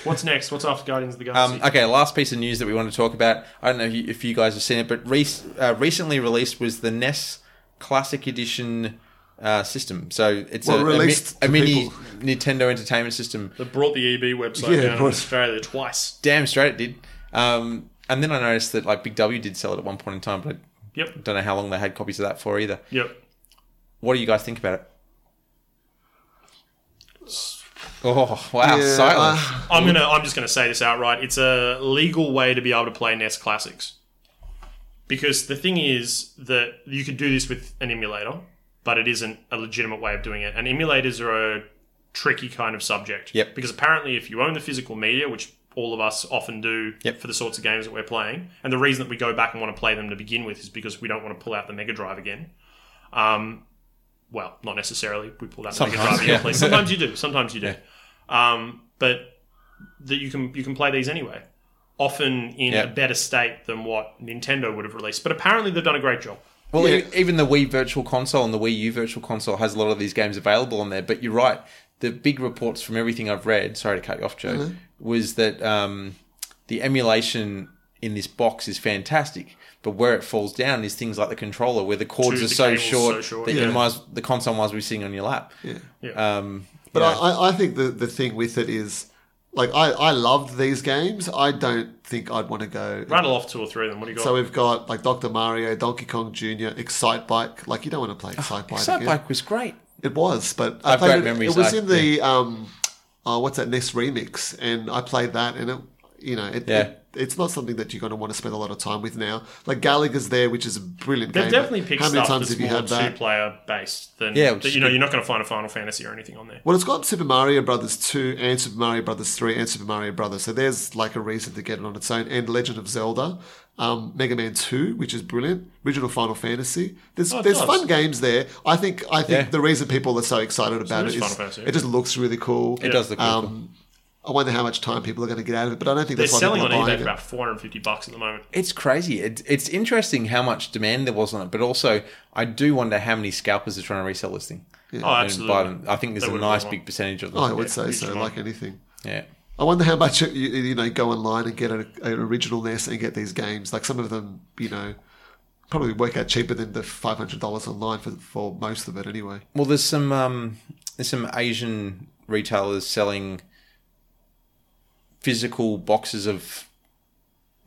What's next? What's after Guardians of the Galaxy?
Um, okay, last piece of news that we want to talk about. I don't know if you, if you guys have seen it, but re- uh, recently released was the NES Classic Edition uh, system. So it's
Well,
a- a, mi-
released
a,
to
mini
people.
Nintendo Entertainment System.
They brought the EB website
Yeah,
down in
right.
Australia twice.
Damn straight it did. Um, and then I noticed that like Big W did sell it at one point in time, but I
Yep.
don't know how long they had copies of that for either.
Yep.
What do you guys think about it? Oh wow,
Yeah,
silence.
uh,
I'm gonna. I'm just gonna say this outright. It's a legal way to be able to play NES classics. Because the thing is that you could do this with an emulator, but it isn't a legitimate way of doing it. And emulators are a tricky kind of subject.
Yep.
Because apparently, if you own the physical media, which all of us often do
Yep.
for the sorts of games that we're playing. And the reason that we go back and want to play them to begin with is because we don't want to pull out the Mega Drive again. Um, well, not necessarily. We pull out the Mega
Sometimes,
Drive
yeah.
again. Sometimes you do. Sometimes you do. Um, but that you can you can play these anyway. Often in
Yeah.
a better state than what Nintendo would have released. But apparently they've done a great job.
Well,
Yeah.
e- even the Wii Virtual Console and the Wii U Virtual Console has a lot of these games available on there. But you're right. The big reports from everything I've read, sorry to cut you off, Joe,
Mm-hmm.
was that um, the emulation in this box is fantastic. But where it falls down is things like the controller, where the cords
Dude,
are
the
so
cable's so
short,
short.
that
Yeah.
you might as, the console might as well be sitting on your lap.
Yeah.
Um,
But
yeah.
I, I, I think the, the thing with it is, like, I, I loved these games. I don't think I'd want to go.
Rattle off two or three of them. What do you got?
So we've got, like, Dr. Mario, Donkey Kong Jr., Excite Bike. Like, you don't want to play Excite Bike.
Excite
again.
Bike was great.
It was, but
Oh, I've great
played it,
memories,
It was
I-
in the um, oh, what's that Nest remix, and I played that, and it, you know, it,
Yeah.
it- it's not something that you're going to want to spend a lot of time with now. Like Gallagher's there, which is a brilliant
They've
game. but
definitely picked
How many
stuff
times
that's
have you
more
had that?
two-player based than
Yeah,
yeah,
which
you know
is-
you're not going to find a Final Fantasy or anything on there.
Well, it's got Super Mario Brothers 2 and Super Mario Brothers 3 and Super Mario Brothers. So there's like a reason to get it on its own. And Legend of Zelda, um, Mega Man 2, which is brilliant, original Final Fantasy. There's
Oh, it
there's
does.
fun games there. I think I think
Yeah.
the reason people are so excited about
it is
it
Final
is
Fantasy.
it just looks really cool.
It does look really
um, I wonder how much time people are going to get out of it, but I don't think
They're
that's why
selling
people
on eBay
are buying
for
it.
about 450 bucks at the moment.
It's crazy. It, it's interesting how much demand there was on it, but also I do wonder how many scalpers are trying to resell this thing.
Oh,
and buy
absolutely.
them. I think there's
They
a
would've
nice
bought
big
one.
percentage of them.
Oh, I would say
huge
so,
amount.
like anything.
yeah.
I wonder how much you, you know go online and get an, an original NES and get these games. Like some of them, you know, probably work out cheaper than the five hundred dollars online for for most of it anyway.
Well, there's some um, there's some Asian retailers selling physical boxes of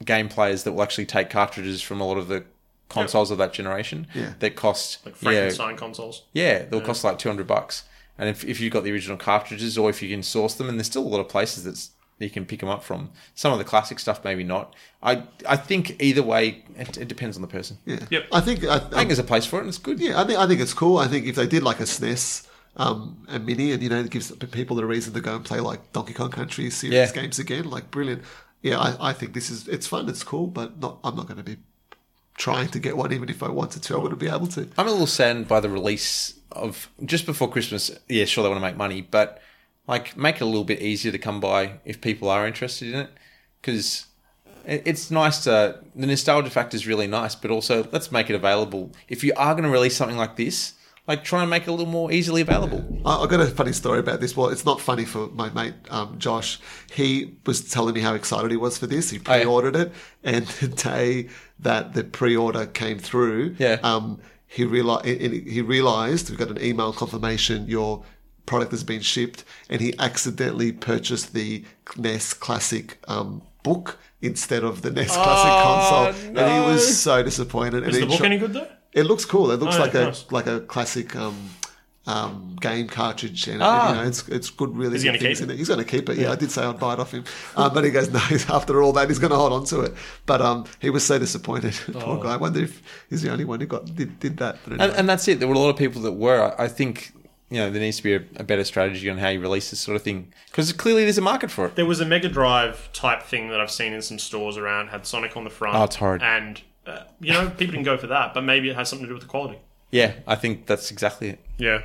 game players that will actually take cartridges from a lot of the consoles of that generation.
Yeah.
That cost
Like
yeah,
Frankenstein consoles.
yeah, they'll cost like two hundred bucks. And if, if you've got the original cartridges, or if you can source them, and there's still a lot of places that's you can pick them up from. Some of the classic stuff, maybe not. I I think either way, it, it depends on the person.
Yeah,
Yep.
I think I,
I think there's a place for it, and it's good.
yeah, I think I think it's cool. I think if they did like a SNES. Um, a mini, and you know, it gives people a reason to go and play like Donkey Kong Country series
Yeah.
games again. Like, brilliant. Yeah, I, I think this is it's fun, it's cool, but not. I'm not going to be trying to get one, even if I wanted to. I wouldn't be able to.
I'm a little saddened by the release of just before Christmas. Yeah, sure they want to make money, but like make it a little bit easier to come by if people are interested in it, because it's nice to the nostalgia factor is really nice, but also let's make it available. If you are going to release something like this, like try and make it a little more easily available.
I, I got a funny story about this. Well, it's not funny for my mate um, Josh. He was telling me how excited he was for this. He
Oh,
pre-ordered it, and the day that the pre-order came through,
Yeah.
um, he realized he realized we got an email confirmation your product has been shipped, and he accidentally purchased the NES Classic um, book. Instead of the NES Classic console, and he was so disappointed. and
Oh, Is
he
the book
tr-
any good though?
it looks cool. It looks
Oh,
like a
nice.
like a classic um, um, game cartridge, and
Ah.
you know, it's it's good. Really,
he gonna
good things
keep
in He's going to keep it. Yeah, I did say I'd buy it off him, um, but he goes, no. he's- After all that, he's going to hold on to it. But um, he was so disappointed. Poor guy. I wonder if he's the only one who got did, did that. But anyway.
And, and that's it. There were a lot of people that were. I- I think you know there needs to be a, a better strategy on how you release this sort of thing because clearly there's a market for it.
There was a Mega Drive type thing that I've seen in some stores around. Had Sonic on the front.
Oh, it's horrid.
And uh, you know people can go for that, but maybe it has something to do with the quality.
Yeah, I think that's exactly it.
Yeah.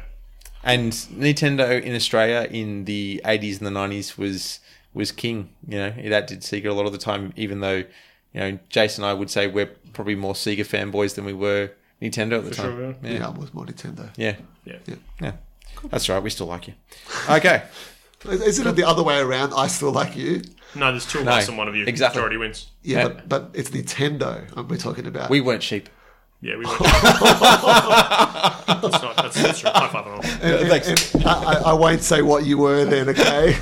And Nintendo in Australia in the eighties and the nineties was was king. You know, it outdid Sega a lot of the time, even though, you know, Jason and I would say we're probably more Sega fanboys than we were Nintendo at the time.
sure,
yeah.
yeah,
Yeah.
I was more Nintendo.
Yeah.
Yeah.
Yeah. That's right, we still like you. Okay.
Isn't it the other way around? I still like you.
No, there's two of
No,
us and one of you.
exactly.
Majority wins.
Yeah,
Yeah.
But, but it's Nintendo um, we're talking about.
we weren't sheep.
Yeah, we win. that's not. That's not true. High five on all.
And- and-
Thanks.
and I, I- I won't say what you were then, okay?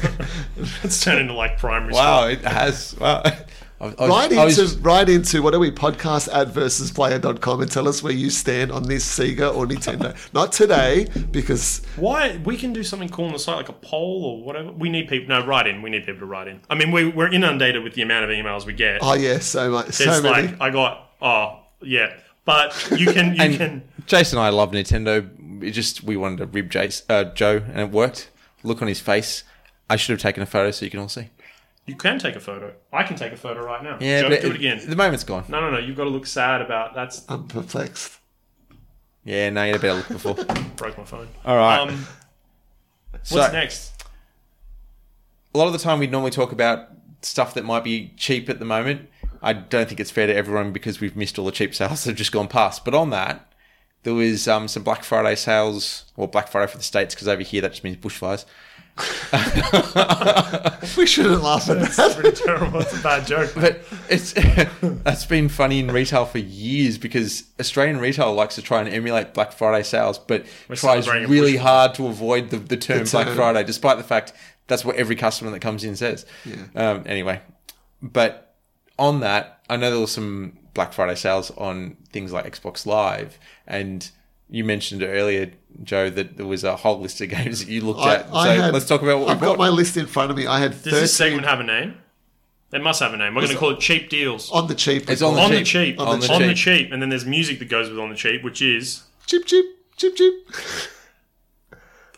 It's turned into like primary. school.
Wow, Oh, it has wow. I, I was-
right
I was-
into right into what are we podcast at versusplayer.com and tell us where you stand on this Sega or Nintendo. Not today because
Why we can do something cool on the site like a poll or whatever. We need people. No, write in. We need people to write in. I mean, we, we're inundated with the amount of emails we get.
oh yeah, so much, so
it's
many.
like I got oh yeah, but you can you
and
can
Jason and I love Nintendo. It just we wanted to rib Jace, uh, Joe and it worked. Look on his face. I should have taken a photo so you can all see.
You can take a photo. I can take a photo right now.
Yeah,
Joe,
but
do it again.
The moment's gone.
No, no, no. You've got to look sad about that's
I'm perplexed.
Yeah, no, you had a better look before.
broke my phone.
All right.
Um, what's
So-
next?
a lot of the time we normally talk about stuff that might be cheap at the moment. I don't think it's fair to everyone because we've missed all the cheap sales that have just gone past. But on that, there was um, some Black Friday sales, or Black Friday for the States, because over here that just means bushfires.
We shouldn't laugh at that.
That's pretty terrible. It's a bad joke.
But it's that's been funny in retail for years because Australian retail likes to try and emulate Black Friday sales, but tries
celebrating a
really
bushfire.
hard to avoid the, the term
The
Black
term.
Friday, despite the fact that's what every customer that comes in says.
Yeah.
Um, anyway, but on that, I know there were some Black Friday sales on things like Xbox Live, and you mentioned earlier, Joe, that there was a whole list of games that you looked at. So let's talk about what
I've
we
got
bought.
my list in front of me. I had
Does this
13
segment have a name? It must have a name. We're going to call it cheap deals.
on the cheap.
It's on
on
the
the cheap,
On the
on the
cheap.
cheap, and then there's music that goes with on the cheap, which is
cheap, cheap, cheap, cheap.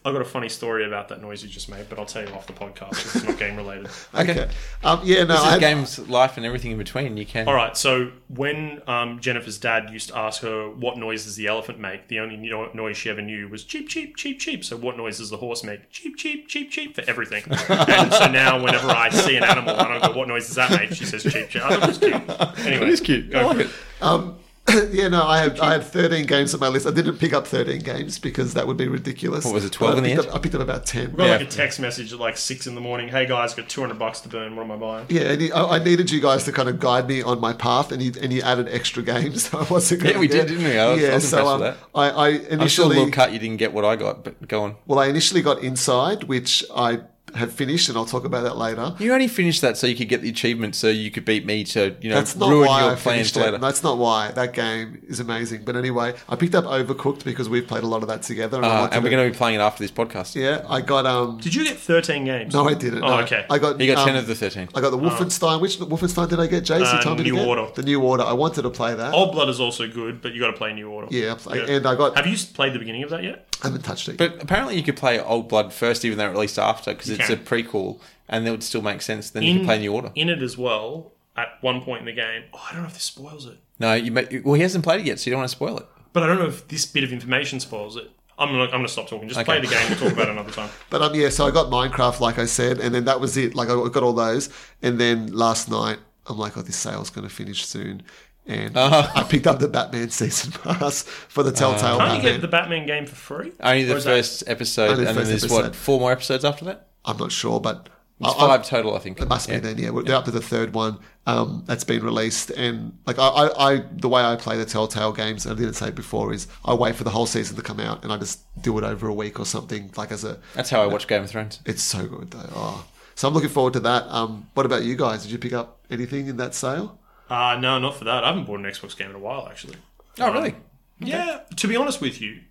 I've got a funny story about that noise you just made, but I'll tell you off the podcast. 'cause It's not game related.
Okay. Um, yeah, no, I
This is
had,
games, life, and everything in between. You can.
All right, so when um, Jennifer's dad used to ask her what noise does the elephant make, the only no- noise she ever knew was cheep cheep cheep cheep. So what noise does the horse make? Cheep cheep cheep cheep for everything. and so now whenever I see an animal and I go, what noise does that make? She says cheep cheep. I thought it was cute. Anyway,
It is cute. I
Go
like
for
it.
it.
um, yeah, no, I had I had 13 games on my list. I didn't pick up 13 games because that would be ridiculous. What
was it, 12 in the end?
I picked up about 10.
Got like
Yeah.
a text message at like six in the morning. Hey guys, got two hundred bucks to burn. What am I buying?
Yeah, and he, I, I needed you guys to kind of guide me on my path, and you and you added extra games. I wasn't.
Yeah,
gonna
we
get-
did, didn't we? I was- I
yeah,
was
so
impressed
um,
with
I, I
I'm sure
initially
Lil Cut, you didn't get what I got, but go on.
well, I initially got Inside, which I have finished, and I'll talk about that later.
You only finished that so you could get the achievement, so you could beat me to, you know,
That's not
ruin
why
your
I
plans
finished
later.
it. That's not why. That game is amazing. But anyway, I picked up Overcooked because we've played a lot of that together. And, I
Uh,
wanted
and we're
to-
going to be playing it after this podcast.
Yeah, I got um.
Did you get thirteen games?
No, I didn't.
Oh,
no.
okay. Oh.
I got
You got
um,
10 of the 13.
I got the Wolfenstein. Which Wolfenstein did I get, Jason?
Uh,
you told me to
New
get?
Order.
The New Order. I wanted to play that.
Old Blood is also good, but you got to play New Order.
Yeah, I play- and I got.
Have you s- played the beginning of that yet?
I haven't touched it.
But apparently, you could play Old Blood first, even though it released after, because it's
can.
a prequel, and it would still make sense. Then you could play New Order.
In it as well. At one point in the game, oh, I don't know if this spoils it,
No, you may, well, he hasn't played it yet, so you don't want to spoil it.
but I don't know if this bit of information spoils it. I'm gonna, I'm gonna stop talking. Just play the game. We'll talk about it another time.
But um, yeah, so I got Minecraft, like I said, and then that was it. Like I got all those, and then last night I'm like, oh, this sale's going to finish soon, and I picked up the Batman season pass for the Telltale
Can't you
Batman.
get the Batman game for free?
Only the
Or is that-
first episode,
Only the
and then
first
there's what
episode.
four more episodes after that.
I'm not sure, but
It's
I- I-
five total, I think.
It must be then, yeah. We're They're up to the third one um, that's been released, and like I, I, I, the way I play the Telltale games, and I didn't say it before, is I wait for the whole season to come out, and I just do it over a week or something. Like as a,
That's how I watch Game of Thrones.
it's so good though. Oh. So I'm looking forward to that. Um, what about you guys? Did you pick up anything in that sale?
Uh, no, not for that. I haven't bought an Xbox game in a while, actually.
Oh, really?
Yeah, to be honest with you,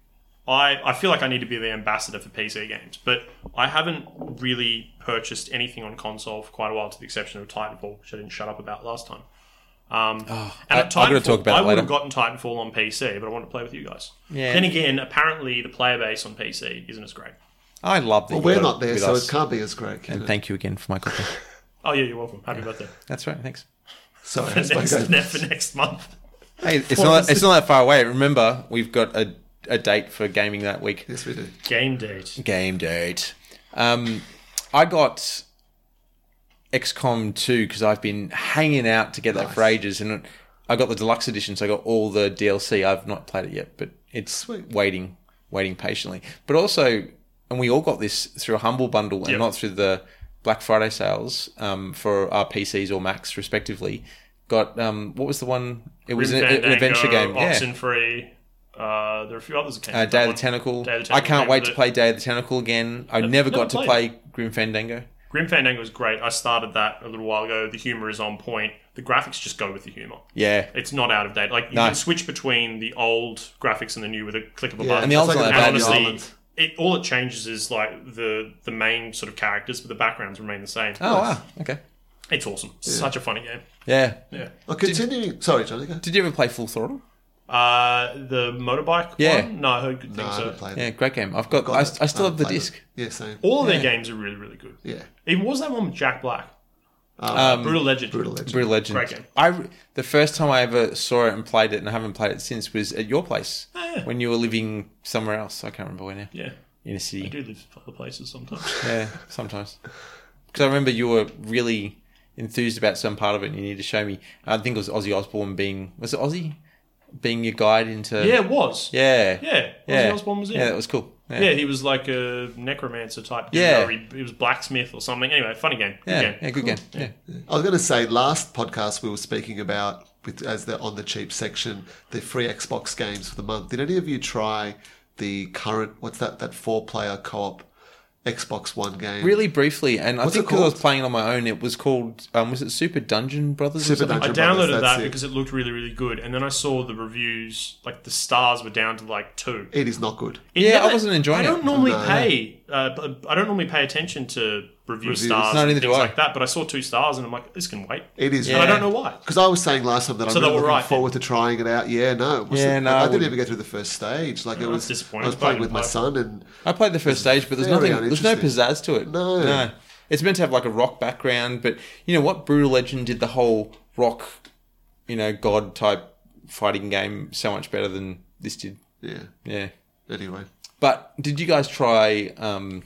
I, I feel like I need to be the ambassador for PC games, but I haven't really purchased anything on console for quite a while, to the exception of Titanfall, which I didn't shut up about last time. Um, and
Oh, I-
at
I've got to
Titanfall,
talk about it
I would have
later.
gotten Titanfall on PC, but I want to play with you guys.
Yeah.
Then again, apparently the player base on PC isn't as great.
I love that. you
We're
got
not there,
with
so
us.
it can't be as great. Can
And
it?
thank you again for my coffee.
Oh yeah, you're welcome. Happy birthday.
That's right. Thanks.
Sorry, I spoke
Next,
over-
for next month.
Hey, it's not it's not that far away. Remember, we've got a a date for gaming that week.
yes, we do.
Game date.
Game date. Um, I got XCOM 2 because I've been hanging out to get that for ages, and I got the deluxe edition, so I got all the DLC. I've not played it yet, but it's
Sweet.
waiting, waiting patiently. But also, and we all got this through a humble bundle and
Yep.
not through the Black Friday sales um, for our PCs or Macs respectively. Got um, what was the one? It was an, an adventure game. Yeah.
Oxenfree. Uh, there are a few others that came.
Uh,
with
Day
that
of the
one.
Tentacle.
Day of the Tentacle
I can't
came
wait
with
to
it.
play Day of the Tentacle again. I never got to
never
play
played
Grim Fandango.
Grim Fandango was great. I started that a little while ago. The humor is on point. The graphics just go with the humor.
Yeah.
It's not out of date. Like you can switch between the old graphics and the new with a click of a button.
And the
it's
ultimate
like
And
bad
Batman
honestly,
Island.
it all it changes is like the the main sort of characters, but the backgrounds remain the same.
Oh, wow. Okay.
It's awesome. Such a funny game.
Yeah.
Yeah.
Well, Oh, continuing. Sorry, Johnny. Go.
Did you ever play Full Throttle?
Uh, the motorbike
Yeah.
one? No, I heard good
No,
things.
I
so.
haven't played
Yeah,
it.
great game. I've got,
Got
I,
it.
I still have
haven't
the
played it.
Oh.
disc.
Yeah, same.
All of their games are really, really good.
Yeah.
Even what was that one with Jack Black? Uh,
Um,
Brutal Legend.
Uh, Brutal Legend.
Brutal Legend.
Great game.
I the first time I ever saw it and played it, and I haven't played it since, was at your place
Oh, yeah.
when you were living somewhere else. I can't remember where now.
Yeah.
In a
I
city.
do live other places sometimes.
Yeah, sometimes. Because I remember you were really enthused about some part of it, and you need to show me. I think it was Ozzy Osbourne being was it Ozzy being your guide into
yeah, it was.
yeah
Yeah.
yeah
Ozzy Osbourne was in.
yeah
Yeah,
that was cool
he was like a necromancer type. dude,
Yeah.
or He, he was blacksmith or something. Anyway, funny game. Good
yeah
game.
yeah, good game yeah.
I was going to say last podcast we were speaking about with as the on the cheap section the free Xbox games for the month. Did any of you try the current what's that that four player co op Xbox One game?
Really briefly, and I
What's
think
it
because I was
called?
playing it on my own, it was called um, was it Super Dungeon Brothers? or
Super
something?
I
Dungeon Brothers,
downloaded
that's
that
it.
because it looked really, really good. And then I saw the reviews, like the stars were down to like two.
It is not good.
It
Yeah, I
never-
wasn't enjoying
I don't
it.
normally
No.
pay. Uh, I don't normally pay attention to review
Reviews.
stars
No,
and
neither
things
do I.
like that. But I saw two stars and I'm like, this can wait.
It is.
And I don't know why.
Because I was saying last time that
So
I'm
they
really
were
looking
right
forward to trying it out. Yeah, no, it was-
Yeah, no, I
I, didn't
wouldn't.
even get through the first stage. Like it was
that's disappointing.
I was
It's
playing
fine.
with my
Like-
son, and
I played the first stage, but there's
Very
nothing. There's no
uninteresting.
pizzazz to it.
No.
it's meant to have like a rock background, but you know what? Brutal Legend did the whole rock, you know, god type fighting game so much better than this did.
yeah.
Yeah.
Anyway,
But did you guys try um,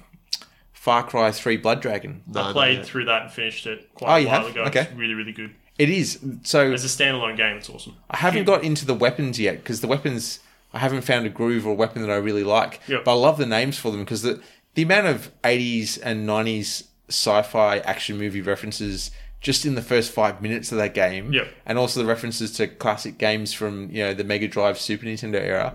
Far Cry Three Blood Dragon?
no, no,
Played
yeah.
through that and finished it
Oh,
quite
you
a while
have?
ago.
Okay.
It's really, really good.
It is so.
As a standalone game, it's awesome.
I haven't got into the weapons yet because the weapons I haven't found a groove or a weapon that I really like.
Yep.
But I love the names for them because the the amount of eighties and nineties sci-fi action movie references just in the first five minutes of that game,
Yep.
and also the references to classic games from you know the Mega Drive, Super Nintendo era.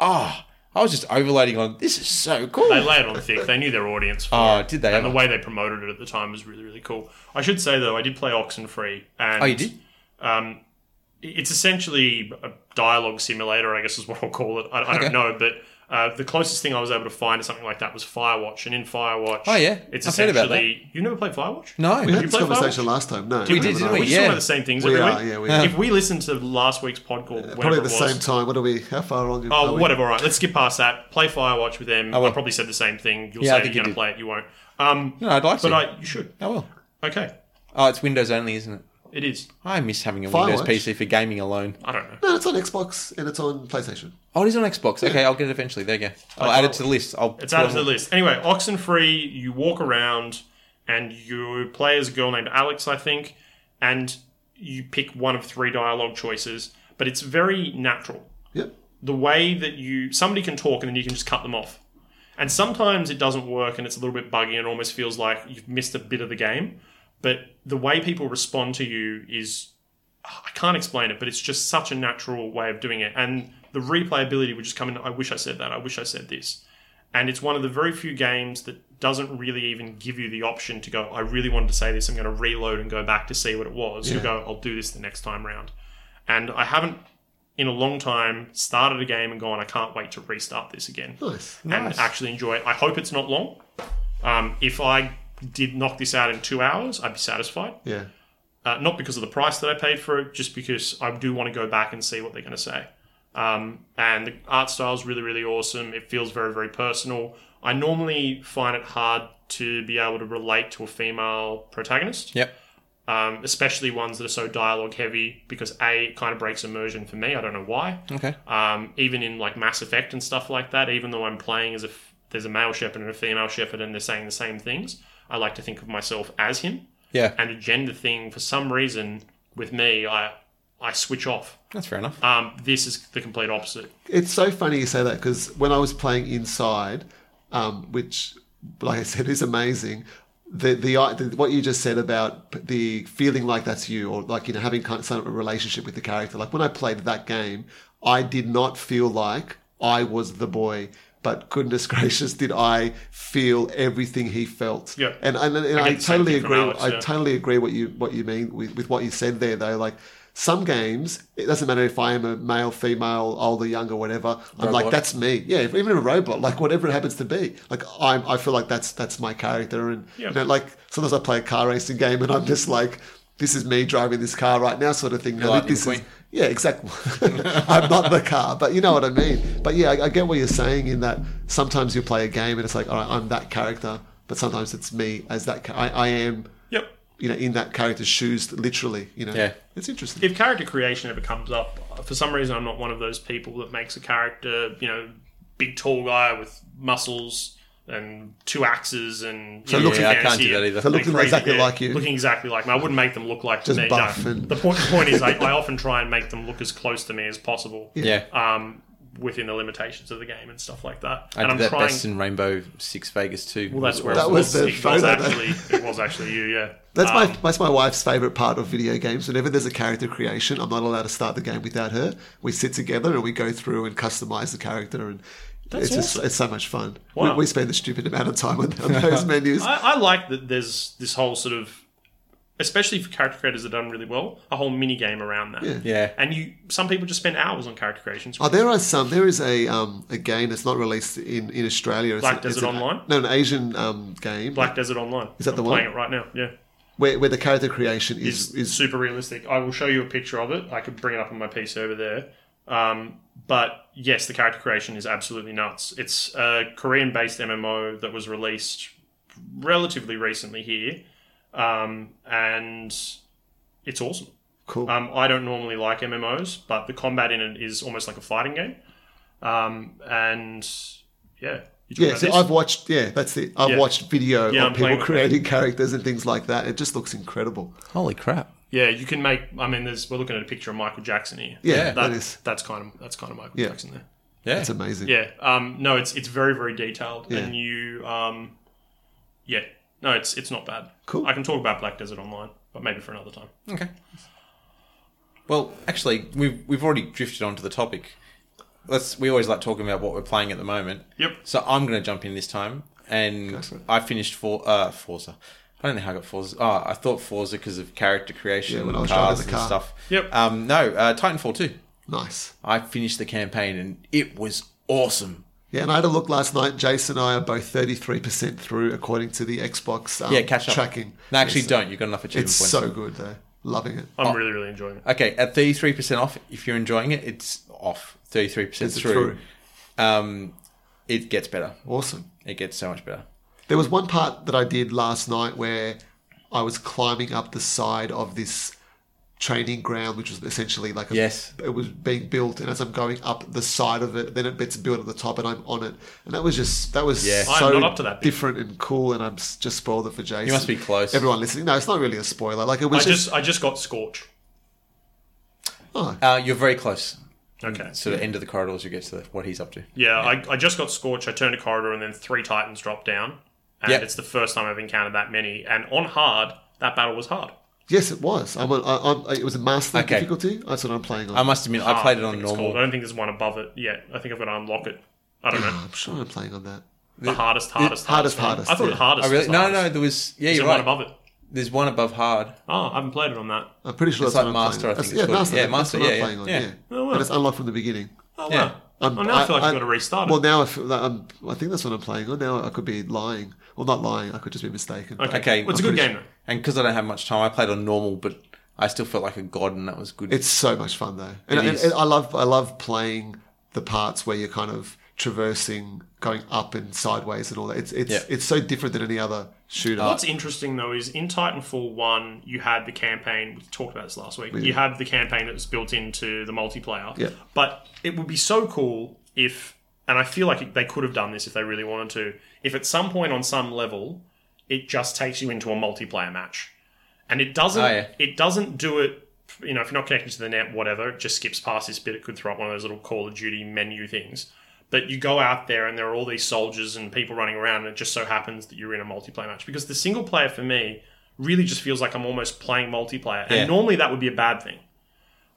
Ah, I was just overloading on. This is so cool.
They lay it on thick. They knew their audience. For
Oh,
it.
did they
And
ever?
the way they promoted it at the time was really, really cool. I should say though, I did play Oxenfree, and um,
oh, you did.
it's essentially a dialogue simulator, I guess is what I'll call it. I, I
Okay.
don't know, but uh, the closest thing I was able to find to something like that was Firewatch, and in Firewatch,
Oh, yeah.
it's
I've heard about
essentially you never played Firewatch.
No,
we had this
play
conversation
Firewatch?
last time. No,
we did,
haven't
didn't
I?
we
we?
just
Yeah.
about the same things.
We
every
are,
week.
yeah, we are.
if we listen to last week's podcast, uh,
Probably
it
the
was,
same time. What are we? How far on?
Oh,
are we?
whatever. All right, let's skip past that. Play Firewatch with them.
will.
I probably said the same thing. You'll
Yeah, I
say
think
you're going to
you did.
play it. You won't. Um,
No, I'd like
but
to.
I, you should.
I will.
Okay,
Oh, it's Windows only, isn't it?
it is.
I miss having a
Firewatch.
Windows PC for gaming alone.
I don't know.
No, it's on Xbox and it's on PlayStation.
Oh, it is on Xbox. Okay, I'll get it eventually. There you go. I'll add it to the list. I'll
It's out of the list. Anyway, Oxenfree, you walk around and you play as a girl named Alex, I think, and you pick one of three dialogue choices, but it's very natural.
Yep.
The way that you somebody can talk and then you can just cut them off. And sometimes it doesn't work and it's a little bit buggy and almost feels like you've missed a bit of the game. But the way people respond to you is I can't explain it, but it's just such a natural way of doing it. And the replayability would just come in. I wish I said that. I wish I said this. And it's one of the very few games that doesn't really even give you the option to go, I really wanted to say this. I'm going to reload and go back to see what it was. You'll go, I'll do this the next time round. And I haven't, in a long time, started a game and gone, I can't wait to restart this again
Nice.
and actually enjoy it. I hope it's not long. Um, if I did knock this out in two hours, I'd be satisfied.
Yeah.
Uh, not because of the price that I paid for it, just because I do want to go back and see what they're going to say. Um, and the art style is really, really awesome. It feels very, very personal. I normally find it hard to be able to relate to a female protagonist,
Yep.
um, especially ones that are so dialogue heavy, because A, it kind of breaks immersion for me. I don't know why
Okay.
um, even in like Mass Effect and stuff like that. Even though I'm playing as if there's a male shepherd and a female shepherd and they're saying the same things, I like to think of myself as him.
Yeah.
And the gender thing, for some reason, with me, I I switch off.
That's fair enough.
Um, this is the complete opposite.
It's so funny you say that because when I was playing Inside, um, which, like I said, is amazing. The, the i- the what you just said about the feeling like that's you or like you know having kind of some relationship with the character. Like when I played that game, I did not feel like I was the boy, but goodness gracious, did I feel everything he felt.
Yeah.
and and, and
I
I,
get the same
totally
thing from
agree.
Alex,
I
yeah.
totally agree what you what you mean with, with what you said there though. Like some games, it doesn't matter if I am a male, female, older, younger, whatever. I'm like
Robot.
that's me. Yeah, if- even a robot, like whatever it happens to be. Like I'm, I feel like that's that's my character. And
Yeah.
you know, like sometimes I play a car racing game and I'm just like, this is me driving this car right now, sort of thing. Now,
Lightning
this is-
McQueen.
yeah, exactly. I'm not the car, but you know what I mean. But yeah, I, I get what you're saying in that sometimes you play a game and it's like, all right, I'm that character, but sometimes it's me as that. Ca- I, I am
Yep.
you know, in that character's shoes, literally. You know,
Yeah.
it's interesting.
if character creation ever comes up, for some reason I'm not one of those people that makes a character, you know, big tall guy with muscles and two axes and so
looking- Yeah, I can't do that either. So
looking exactly like you.
looking exactly like me. I wouldn't make them look like
Just
me.
buff
no.
and-
The point the point is, I, I often try and make them look as close to me as possible.
Yeah.
Um, within the limitations of the game and stuff like that.
I
and
did
I'm
that
trying.
best in Rainbow Six Vegas too.
well, that's where
That
it
was
was.
the
it was
photo that-
actually. it was actually you. Yeah.
That's
Um,
my that's my wife's favorite part of video games. Whenever there's a character creation, I'm not allowed to start the game without her. We sit together and we go through and customize the character, and
That's
it's just
awesome.
it's so much fun.
Wow.
We, we spend a stupid amount of time on, on those menus.
I, I like that there's this whole sort of, especially for character creators that are done really well, a whole mini game around that. Yeah.
Yeah.
And you, some people just spend hours on character creations.
Oh, there are some. There is a um, a game that's not released in, in Australia. It's
Black
a-
Desert
it's an-
Online?
No, an Asian um, game
Black Desert Online. Is
that
I'm
the
playing
one?
it right now? Yeah.
where, where the character creation is,
It's
is
super realistic. I will show you a picture of it. I could bring it up on my PC over there. Um, but yes, the character creation is absolutely nuts. It's a Korean based MMO that was released relatively recently here. Um, and it's awesome.
cool.
Um, I don't normally like MMOs, but the combat in it is almost like a fighting game. Um, and yeah, you talk
yeah,
about
so
this?
I've watched. Yeah, that's it. I've
Yeah.
watched video
Yeah, I'm
of people
playing with that.
creating characters and things like that. It just looks incredible.
Holy crap!
yeah, you can make. I mean, there's we're looking at a picture of Michael Jackson here.
Yeah,
that
that is.
that's kind of that's kind of Michael
Yeah.
Jackson there.
Yeah,
It's amazing.
Yeah. Um, no, it's it's very very detailed,
Yeah.
and you um, yeah, no, it's it's not bad.
Cool.
I can talk about Black Desert Online, but maybe for another time.
okay. Well, actually, we've we've already drifted onto the topic. Let's. We always like talking about what we're playing at the moment.
Yep.
So I'm going to jump in this time,
Go
and
for it.
I finished for uh, Forza. I don't know how I got Forza. Oh, I thought Forza because of character creation
Yeah, when
and
I was driving
cars
the
and
car.
stuff.
Yep.
Um, no, uh, Titanfall 2.
Nice.
I finished the campaign and it was awesome.
Yeah, and I had a look last night. Jason and I are both 33% through according to the Xbox um,
Yeah, catch up.
tracking.
No, actually,
Yes.
don't. You've got enough achievement
It's
points.
so good, though. Loving it.
I'm really really enjoying it.
uh,
okay, at 33% off, if you're enjoying it, it's off. 33%
It's
through.
through.
Um, it gets better.
Awesome.
It gets so much better.
There was one part that I did last night where I was climbing up the side of this training ground, which was essentially like a,
Yes.
it was being built, and as I'm going up the side of it, then it gets built at the top, and I'm on it, and that was just that was
Yeah.
I'm
so
not up to that bit.
different and cool, and I'm s- just spoiled it for Jason. You
must be close.
Everyone listening, no, it's not really a spoiler. Like it
I
was just,
just I just got Scorch.
oh,
Uh, you're very close.
Okay.
Mm,
Sort of end of the corridors, you get to the, what he's up to.
Yeah, I, I just got Scorch. I turned a corridor, and then three Titans dropped down. And
Yep.
it's the first time I've encountered that many. And on hard, that battle was hard.
yes, it was. I'm on, I, I'm, it was a master
Okay.
difficulty. That's what I'm playing on.
I must admit, I played it on
It's
normal.
called. I don't think there's one above it yet. I think I've got to unlock it. I don't know.
I'm sure I'm playing on that.
The hardest, hardest, hardest,
hardest,
one.
hardest,
I thought
yeah.
the hardest.
Oh, really?
was
No,
hardest.
no, there was. Yeah,
Is
you're
there
right.
one above it?
There's one above hard.
Oh, I haven't played it on that.
I'm pretty sure
It's
that's
like
what I'm
Master,
playing.
I think
That's-
it's called. Yeah,
yeah, master. that's
Master,
what I'm
yeah, yeah,
playing on.
yeah.
Yeah,
Oh, wow.
and it's unlocked from the beginning.
Oh,
Yeah.
wow. Oh, now I, feel like you've got to restart it.
Um, Well, now I feel that I'm, I think that's what I'm playing on. Now I could be lying. Well, not lying. I could just be mistaken.
okay.
okay,
Well, it's a
I'm
good
pretty
game, though.
And because I don't have much time, I played on normal, but I still felt like a god, and that was good.
It's so much fun though,
It
and, and-
is.
and I love I love playing the parts where you're kind of traversing, going up and sideways and all that. It's it's
Yeah.
it's so different than any other shooter.
What's interesting though is in Titanfall One, you had the campaign. We talked about this last week. You had the campaign that was built into the multiplayer.
Yeah.
But it would be so cool if, and I feel like it- they could have done this if they really wanted to. If at some point on some level, it just takes you into a multiplayer match, and it doesn't.
Oh, yeah.
It doesn't do it. You know, if you're not connected to the net, whatever, it just skips past this bit. It could throw up one of those little Call of Duty menu things. But you go out there and there are all these soldiers and people running around, and it just so happens that you're in a multiplayer match. Because the single player for me really just feels like I'm almost playing multiplayer, and
Yeah.
normally that would be a bad thing.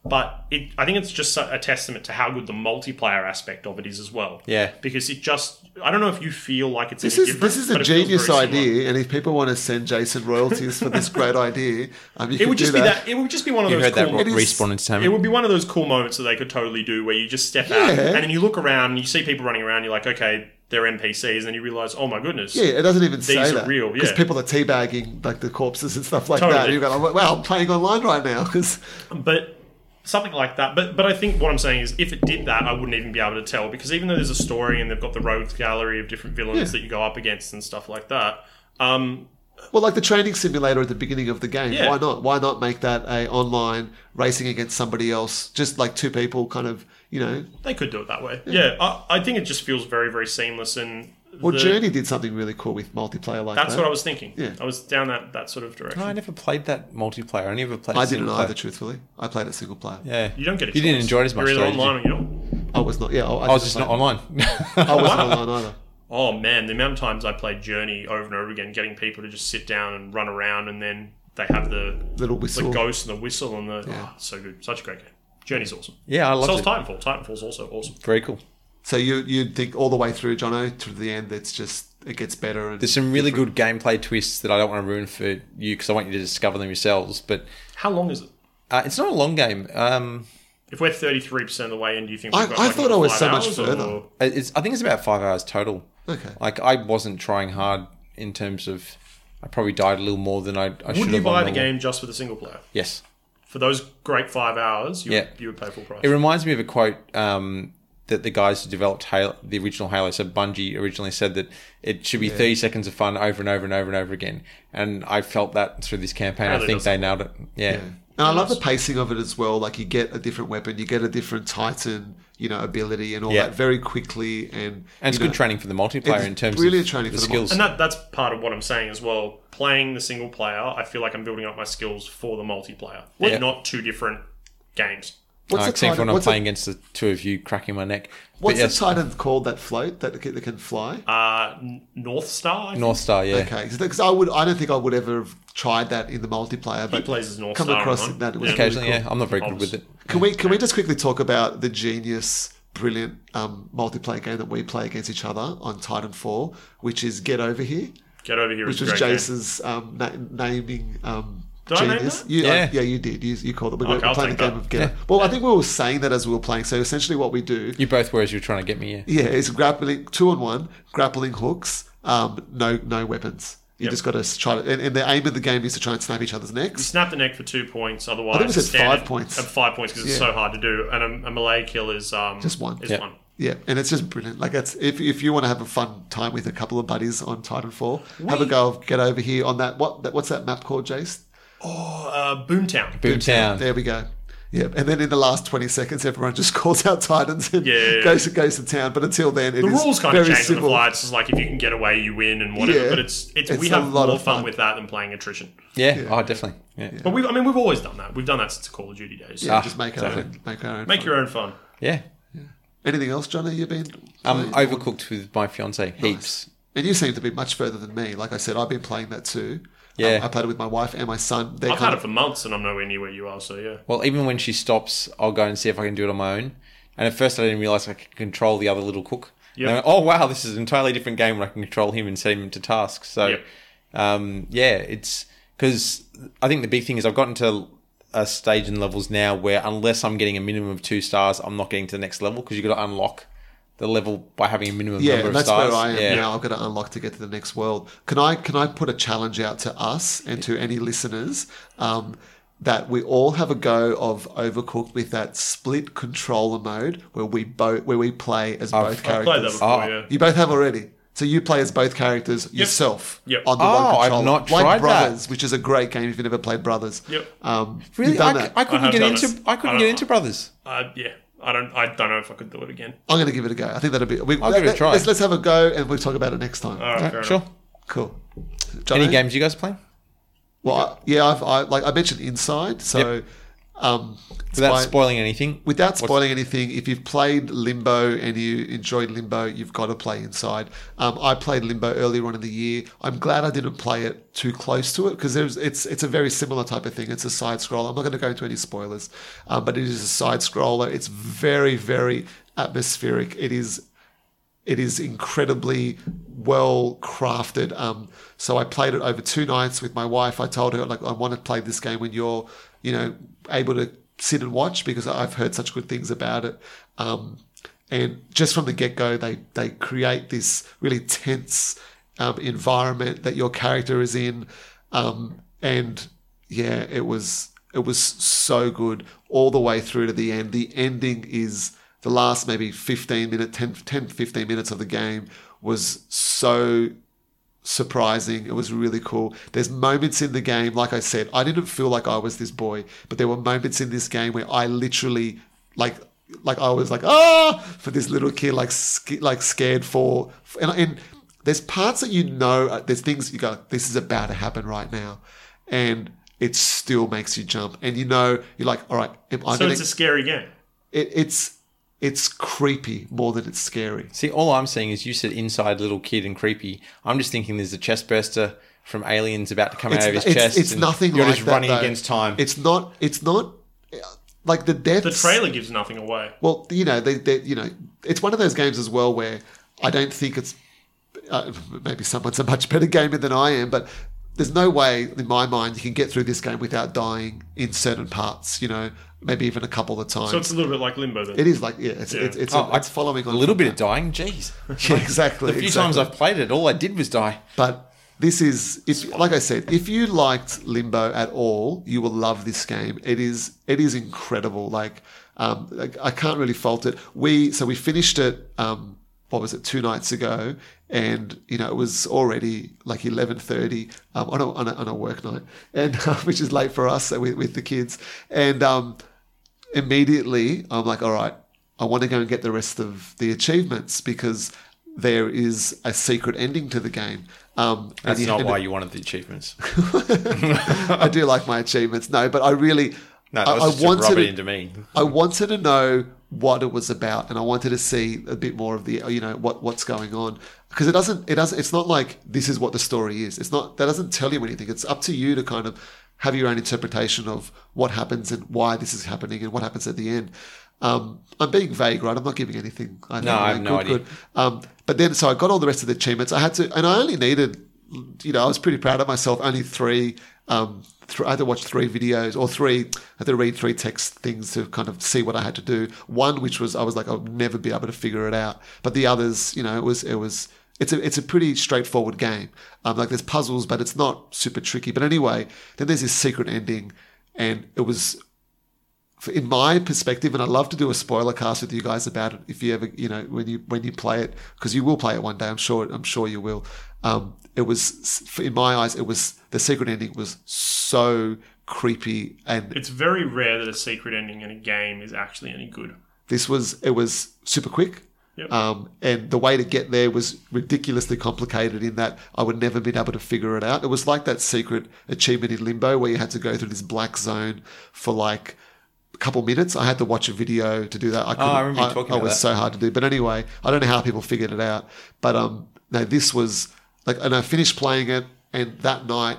But it, I think it's just a a testament to how good the multiplayer aspect of it is as well.
Yeah.
because it just—I don't know if you feel like it's
this
any
is
different,
this is a
but it feels
genius
very similar.
idea, and if people want to send Jason royalties for this great idea, um, you
It
can
would
do
just be that. It would just be one of
you
those
heard
cool
that
moments.
is-
respawn
It
entertainment.
would be one of those cool moments that they could totally do where you just step out
Yeah.
and then you look around and you see people running around. You're like, okay, they're NPCs, and then you realize, oh my goodness,
Yeah, it doesn't even say
are
that
real,
because
yeah.
people are teabagging like the corpses and stuff like that.
Totally.
And you go, like, wow, I'm playing online right now because
but something like that. But but I think what I'm saying is, if it did that, I wouldn't even be able to tell because even though there's a story and they've got the rogues gallery of different villains that
Yeah.
you go up against and stuff like that, um,
Well, like the training simulator at the beginning of the game.
Yeah.
Why not? Why not make that a online racing against somebody else? Just like two people, kind of, you know.
They could do it that way. Yeah, I, I think it just feels very, very seamless. And
Well,
the-
Journey did something really cool with multiplayer like
That's
that.
what I was thinking.
Yeah.
I was down that, that sort of direction.
No, I never played that multiplayer. I only ever played.
I didn't
single player.
either, truthfully. I played it single player.
Yeah,
You don't get a
You didn't
choice.
enjoy it as much.
You're either
though, did
online
you?
or you're not.
I was not. Yeah, I,
I was just not online.
I wasn't online either.
Oh man, the amount of times I played Journey over and over again, getting people to just sit down and run around, and then they have the
Little
the
whistle.
ghost and the whistle and the
Yeah.
oh, it's so good, such a great game. Journey's awesome.
yeah, I
So
loved
is
it.
Titanfall. Titanfall's also awesome.
Very cool.
So you you'd think all the way through, Jono, to the end. It's just it gets better. And
There's some really good gameplay twists that I don't want to ruin for you because I want you to discover them yourselves. But
How long is it?
uh, it's not a long game. Um,
If we're thirty three percent of the way in, do you think
I-
we've got
I
like
thought I was
five
so much
hours,
further.
or-
It's, I think it's about five hours total.
Okay.
Like I wasn't trying hard in terms of. I probably died a little more than I, I should
Would
have.
you
on
buy the
normal.
game just for the single player?
Yes.
For those great five hours, you,
Yeah.
you would pay full price.
It reminds me of a quote um, that the guys who developed Halo, the original Halo, so Bungie originally said that it should be 30 seconds of fun over and over and over and over again. And I felt that through this campaign.
Halo
I think
does
they nailed it. Yeah.
And I love the pacing of it as well. Like you get a different weapon, you get a different Titan, you know, ability and all
Yeah.
that very quickly. And,
And it's
you know,
good training for the multiplayer
it's
in terms
really
of
training
the
for the
skills.
And that that's part of what I'm saying as well. Playing the single player, I feel like I'm building up my skills for the multiplayer. They're
Yeah.
not two different games.
What's
uh,
the
except for
Titan?
when I'm
What's, the-
playing against the two of you, cracking my neck.
what's
but yes,
the Titan called that float that can, that can fly?
Uh, N- North Star. I think?
North Star, yeah.
Okay, because I would, I don't think I would ever have tried that in the multiplayer, but
plays as North
come
Star
across
online.
that. It was
Yeah.
really
Occasionally,
cool.
yeah. I'm not very good
Obvious.
with it.
Can we can we just quickly talk about the genius, brilliant um, multiplayer game that we play against each other on Titanfall, which is Get Over Here,
Get over here. It's
which was
a great game.
Jason's um, na- naming um,
Did I name
genius.
that?
You, yeah,
Yeah.
yeah, you did. You, you called it. We were
Okay, I'll
playing the
take
game
that.
of Get. Over. Well, I think we were saying that as we were playing. So essentially, what we do,
You both were as you were trying to get me, yeah.
yeah, is grappling two on one, grappling hooks, um, no no weapons. You
Yep.
just got to try to, and, and the aim of the game is to try and snap each other's necks.
Snap the neck for two points. Otherwise,
I think we said
standard-
five points.
uh, five points because it's
Yeah.
so hard to do. And a, a Malay kill is um
Just one.
Is
Yeah.
one.
Yeah, and it's just brilliant. Like it's if, if you want to have a fun time with a couple of buddies on Titanfall, have a go of get over here on that what that, what's that map called, Jace?
Oh, uh, Boomtown.
Boomtown.
There we go. Yeah, and then in the last twenty seconds, everyone just calls out Titans and
Yeah.
goes goes to town. But until then, it
The
is
rules kind
very
of change on
simple.
the fly. It's just like if you can get away, you win and whatever.
Yeah.
But it's, it's we
It's a
have
lot
more
of
fun.
fun.
with that than playing attrition.
Yeah. Oh, definitely. Yeah.
But we, I mean, we've always done that. We've done that since Call of Duty days.
Yeah,
Ah,
just make our own, make our own.
Make
fun.
your own fun.
yeah.
anything else, Johnny? You've been
I'm overcooked with my fiance heaps.
and you seem to be much further than me. Like I said, I've been playing that too.
Yeah.
Um, I played it with my wife and my son. They're
I've
kind
had
of
it for months, and I'm nowhere near where you are. So yeah.
Well, even when she stops, I'll go and see if I can do it on my own. And at first, I didn't realize I could control the other little cook. And I went, oh wow, this is an entirely different game where I can control him and set him to tasks. So,
Yep.
um, yeah, it's because I think the big thing is I've gotten to a stage in levels now where unless I'm getting a minimum of two stars, I'm not getting to the next level because you got to unlock the level by having a minimum
Yeah,
number
and
of
that's
stars.
where I am
yeah.
now. I've got to unlock to get to the next world. Can I can I put a challenge out to us and to any listeners um, that we all have a go of Overcooked with that split controller mode where we both where we play as both
Played that
characters.
before,
Ah.
yeah.
You both have already. So you play as both characters yourself
Yep.
on the
Oh,
one
I've
controller,
not
like
tried that.
Brothers, which is a great game if you've never played Brothers.
Yep.
Um,
Really,
you've done
I, c-
that.
I
I
couldn't
have
get
done
into
it.
I couldn't
I
get
don't-
into brothers.
Uh, yeah, I don't. I don't know if I could do it again.
I'm going to give it a go. I think that'll be. We,
I'll give it a try.
Let's, let's have a go and we'll talk about it next time.
All right, fair
Sure.
enough.
Cool.
Any
Johnny?
games you guys play?
Well, I, yeah, I've, I like I mentioned Inside, so um, it's
Without
my-
spoiling anything.
without spoiling anything, if you've played Limbo and you enjoyed Limbo, you've got to play Inside. Um, I played Limbo earlier on in the year. I'm glad I didn't play it too close to it because it's it's a very similar type of thing. It's a side scroller. I'm not going to go into any spoilers, um, but it is a side scroller. It's very very atmospheric. It is it is incredibly well crafted. Um, so I played it over two nights with my wife. I told her like I want to play this game when you're, you know, able to sit and watch because I've heard such good things about it. Um, and just from the get go, they they create this really tense um, environment that your character is in, um, and yeah, it was it was so good all the way through to the end. The ending is the last maybe 15 minute 10, 10 15 minutes of the game was so surprising. It was really cool. There's moments in the game, like I said, I didn't feel like I was this boy, but there were moments in this game where I literally like. Like I was like ah for this little kid like sc- like scared for and, and there's parts that you know uh, there's things you go this is about to happen right now and it still makes you jump and you know you're like all right am I
So
gonna,
it's a scary game.
it, it's it's creepy more than it's scary
See, all I'm seeing is you said inside little kid and creepy. I'm just thinking there's a chest burster from aliens about to come out of his chest.
it's
and
nothing
You're
like
just
that,
running
though.
against time.
It's not. It's not uh, like the deaths.
The trailer gives nothing away.
Well, you know, they, they, you know, it's one of those games as well where I don't think it's uh, maybe someone's a much better gamer than I am, but there's no way in my mind you can get through this game without dying in certain parts. You know, maybe even a couple of times.
So it's a little bit like Limbo then.
it is like yeah, it's
Yeah.
it's it's,
Oh,
a, it's following
a
on
little
from
bit
that.
of dying. Jeez,
Yeah, exactly.
a few
exactly.
times I've played it, all I did was die.
But this is, if, like I said, if you liked Limbo at all, you will love this game. It is, it is incredible. Like, um, like, I can't really fault it. We so we finished it. Um, what was it? Two nights ago, and you know it was already like eleven thirty um, on, a, on a on a work night, and which is late for us so with, with the kids. And um, immediately I'm like, all right, I want to go and get the rest of the achievements because there is a secret ending to the game. Um, and
That's
you-
not
and
why you wanted the achievements.
I do like my achievements, no, but I really,
No,
I,
that was
I
just to rub
wanted
it
to-
into me.
I wanted to know what it was about, and I wanted to see a bit more of the, you know, what what's going on because it doesn't, it doesn't, it's not like this is what the story is. It's not that doesn't tell you anything. It's up to you to kind of have your own interpretation of what happens and why this is happening and what happens at the end. Um, I'm being vague, right? I'm not giving anything. I
No, I have
Good,
no idea.
good. Um, but then, so I got all the rest of the achievements. I had to, and I only needed, you know, I was pretty proud of myself. Only three. Um, th- I had to watch three videos or three. I had to read three text things to kind of see what I had to do. One, which was I was like, I'll never be able to figure it out. But the others, you know, it was it was. It's a, it's a pretty straightforward game. Um, like there's puzzles, but it's not super tricky. But anyway, then there's this secret ending, and it was for- in my perspective, and I'd love to do a spoiler cast with you guys about it if you ever, you know, when you when you play it, because you will play it one day. I'm sure. I'm sure you will. Um, it was, in my eyes, it was the secret ending was so creepy, and
It's very rare that a secret ending in a game is actually any good.
this was it was super quick.
Yep.
Um, and the way to get there was ridiculously complicated in that I would never been able to figure it out. It was like that secret achievement in Limbo where you had to go through this black zone for like a couple minutes. I had to watch a video to do that. I couldn't,
Ah, remember you talking about
was
that.
so hard to do. But anyway, I don't know how people figured it out. But um, no, this was like, and I finished playing it, and that night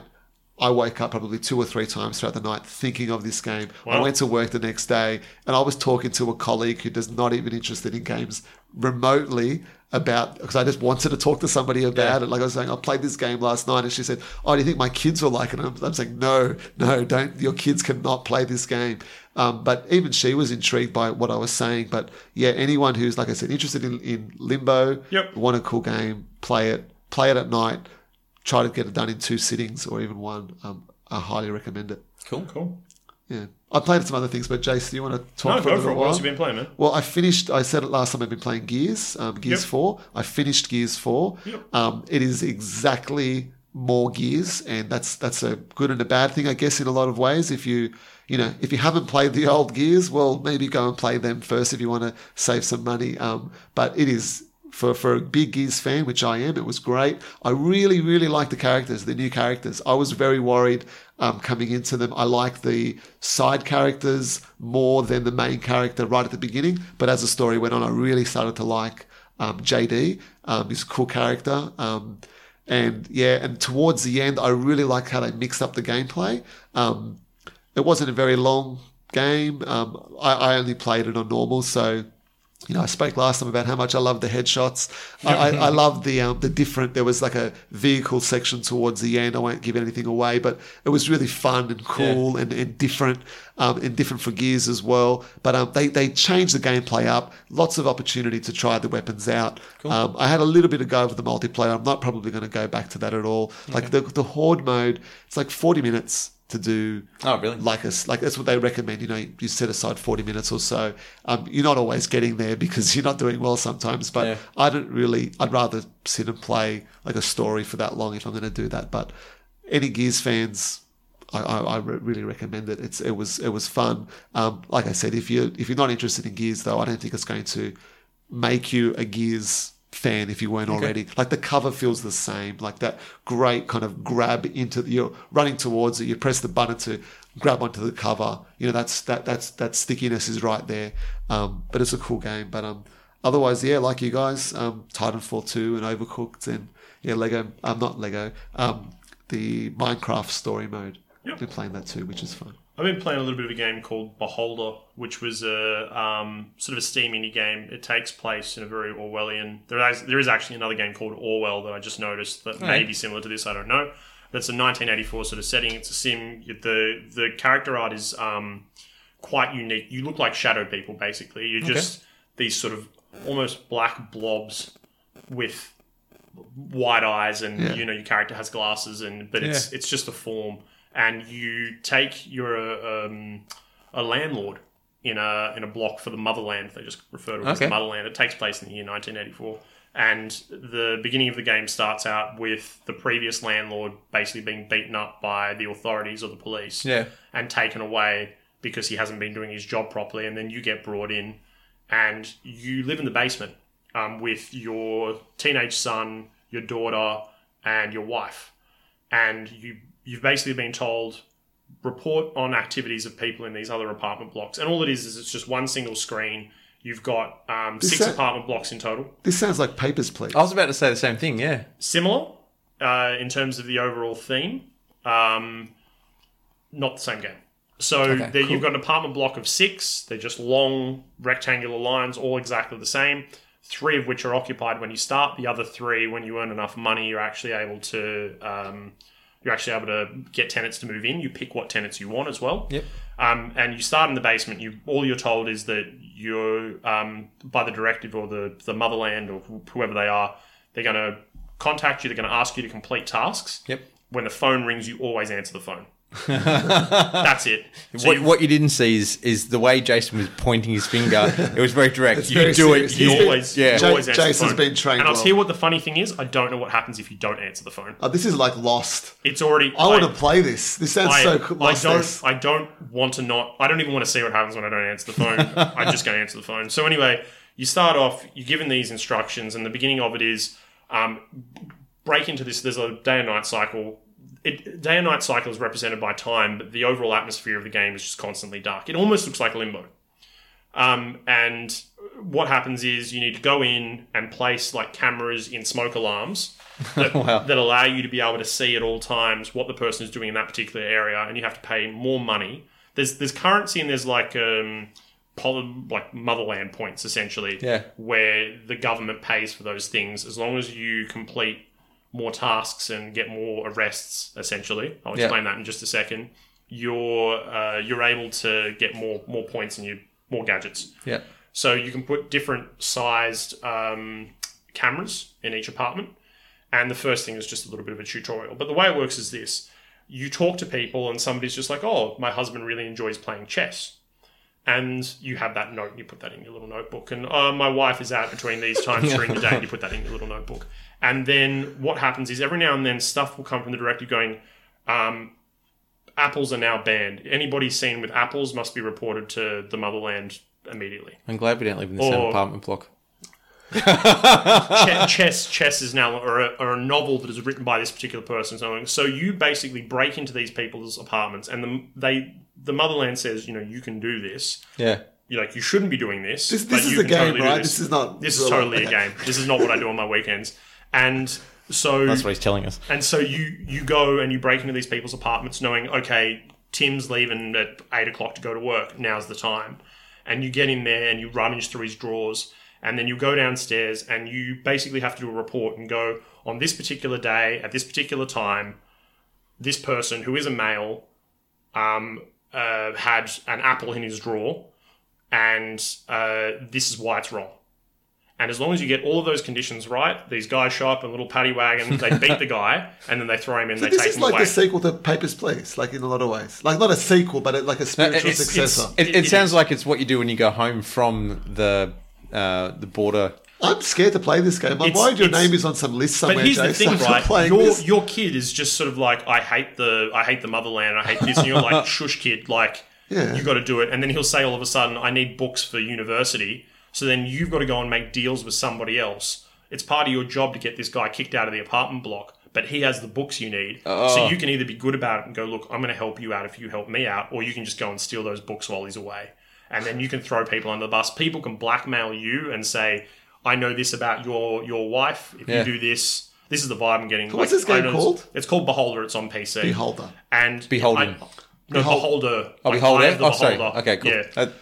I woke up probably two or three times throughout the night thinking of this game. I
Wow.
went to work the next day, and I was talking to a colleague who does not even interested in games remotely about because I just wanted to talk to somebody about it. Like I was saying, I played this game last night, and she said, "Oh, do you think my kids will like it?" And I'm, I'm saying, "No, no, don't. Your kids cannot play this game." Um, but even she was intrigued by what I was saying. But yeah, anyone who's like I said interested in, in Limbo,
Yep.
want a cool game, play it, play it at night, try to get it done in two sittings or even one. Um, I highly recommend it.
Cool.
Cool.
Yeah, I played some other things, but Jace, do you want to talk
No,
for a
go for
little
it. What
while?
else you been playing, man?
Well, I finished. I said it last time. I've been playing Gears, um, Gears
Yep.
Four. I finished Gears Four.
Yep.
Um, it is exactly more Gears, and that's that's a good and a bad thing, I guess, in a lot of ways. If you you know if you haven't played the old Gears, well, maybe go and play them first if you want to save some money. Um, but it is. For, for a big Gears fan, which I am, it was great. I really, really like the characters, the new characters. I was very worried um, coming into them. I like the side characters more than the main character right at the beginning. But as the story went on, I really started to like um, JD. Um, he's a cool character. Um, and yeah, and towards the end, I really like how they mixed up the gameplay. Um, it wasn't a very long game. Um, I, I only played it on normal, so you know, I spoke last time about how much I love the headshots. I, I, I love the um, the different. There was like a vehicle section towards the end. I won't give anything away, but it was really fun and cool and, and different um, and different for Gears as well. But um, they they changed the gameplay up. Lots of opportunity to try the weapons out. Um, I had a little bit of go over the multiplayer. I'm not probably going to go back to that at all. Like the the horde mode, it's like 40 minutes to do
Oh, really?
like us like that's what they recommend you know you set aside 40 minutes or so um, you're not always getting there because you're not doing well sometimes but
Yeah.
i don't really i'd rather sit and play like a story for that long if i'm going to do that but any gears fans I, I, I re- really recommend it. It's it was it was fun. Um, like I said, if you if you're not interested in Gears though, I don't think it's going to make you a Gears fan if you weren't already. Like the cover feels the same. Like that great kind of grab into the, you're running towards it. You press the button to grab onto the cover. You know that's that that's that stickiness is right there. Um, but it's a cool game. But um, otherwise, yeah, like you guys, um, Titanfall two and Overcooked and yeah, Lego. I'm not Lego. Um, the Minecraft story mode.
Yep.
Been playing that too, which is fun.
I've been playing a little bit of a game called Beholder, which was a um, sort of a Steam indie game. It takes place in a very Orwellian. There is, there is actually another game called Orwell that I just noticed that may
Right.
be similar to this. I don't know. But it's a 1984 sort of setting. It's a sim. The the character art is um, quite unique. You look like shadow people basically. You're just these sort of almost black blobs with wide eyes and
Yeah.
you know your character has glasses and but it's it's just a form and you take your uh, um, a landlord in a in a block for the motherland they just refer to it as the
Okay.
motherland it takes place in the year 1984 and the beginning of the game starts out with the previous landlord basically being beaten up by the authorities or the police
Yeah.
and taken away because he hasn't been doing his job properly. And then you get brought in and you live in the basement um, with your teenage son, your daughter, and your wife. And you, you've basically been told report on activities of people in these other apartment blocks. And all it is is it's just one single screen. You've got um, six
that-
apartment blocks in total.
This sounds like Papers, Please.
I was about to say the same thing. Yeah.
similar uh, in terms of the overall theme. Um, not the same game. So there, you've got an apartment block of six. They're just long rectangular lines, all exactly the same. Three of which are occupied when you start. The other three, when you earn enough money, you're actually able to um, you're actually able to get tenants to move in. You pick what tenants you want as well.
Yep.
Um, and you start in the basement. You all you're told is that you're um, by the directive or the the motherland or wh- whoever they are, they're going to contact you. They're going to ask you to complete tasks.
Yep.
When the phone rings, you always answer the phone. That's it. So
what,
you-
what you didn't see is is the way Jason was pointing his finger. it was very direct. you
very
do
serious.
it. You
you
He's been-
always,
yeah.
you always answer
Jason's
the phone.
been trained
And I'll
well.
tell you what the funny thing is: I don't know what happens if you don't answer the phone.
Oh, this is like Lost.
It's already.
I want to play this. This sounds
I,
so cool.
I
Lost
don't. I don't want to not. I don't even want to see what happens when I don't answer the phone. I'm just going to answer the phone. So anyway, you start off. You're given these instructions, and the beginning of it is um, break into this. There's a day and night cycle. It, day and night cycle is represented by time, but the overall atmosphere of the game is just constantly dark. It almost looks like Limbo. Um, and what happens is you need to go in and place like cameras in smoke alarms that,
Wow.
that allow you to be able to see at all times what the person is doing in that particular area, and you have to pay more money. There's there's currency and there's like um, pol- like motherland points essentially,
Yeah.
where the government pays for those things as long as you complete more tasks and get more arrests. Essentially, I'll
Yeah.
explain that in just a second. You're uh, you're able to get more more points and you more gadgets.
Yeah.
So you can put different sized um, cameras in each apartment. And the first thing is just a little bit of a tutorial. But the way it works is this you talk to people, and somebody's just like, oh, my husband really enjoys playing chess. And you have that note, and you put that in your little notebook. And oh, my wife is out between these times during the day, and you put that in your little notebook. And then what happens is every now and then stuff will come from the director going, um, apples are now banned. Anybody seen with apples must be reported to the motherland immediately.
I'm glad we don't live in the same Oh.
Or-
apartment block.
Che- chess chess is now or a, or a novel that is written by this particular person so, so you basically break into these people's apartments and the, they the motherland says you know you can do this
Yeah.
you're like you shouldn't be doing this
This,
but
this is
you
a
can
game,
totally do
right?
this.
This. is not.
This is
real life.
totally a game this is not what i do on my weekends and so
That's what he's telling us.
and so you you go and you break into these people's apartments, knowing okay, Tim's leaving at eight o'clock to go to work. Now's the time, and you get in there and you rummage through his drawers, and then you go downstairs and you basically have to do a report and go on this particular day at this particular time, this person who is a male, um, uh, had an apple in his drawer, and uh, this is why it's wrong And as long as you get all of those conditions right, these guys show up in little paddy wagons, they beat the guy, and then they throw him in, they
This
take
is
him
like
away.
the sequel to Papers, Please, like in a lot of ways. Like not a sequel, but a, like a spiritual
it's- it's-
successor.
It,
It-
it,
it
sounds
is.
like it's what you do when you go home from the uh, the border.
I'm scared to play this game. I'm
It's-
worried your
it's-
name is on some list somewhere.
But here's the
Jason.
thing,
I'm not
right?
playing
Your
this.
your kid is just sort of like, I hate the I hate the motherland, I hate this, and you're like, shush, kid, like
Yeah.
you got to do it. And then he'll say all of a sudden, I need books for university. So then you've got to go and make deals with somebody else. It's part of your job to get this guy kicked out of the apartment block, but he has the books you need. So you can either be good about it and go, look, I'm going to help you out if you help me out, or you can just go and steal those books while he's away. And then you can throw people under the bus. People can blackmail you and say, I know this about your your wife. If
Yeah.
you do this, this is the vibe I'm getting.
What's
Like,
this game
I know it's-
called?
It's called Beholder. It's on PC.
Beholder.
And
Beholden.
I- no, Beholder.
Oh,
Like,
behold
Eye
it.
of the
Oh, sorry.
Beholder.
Okay, cool.
Yeah.
That-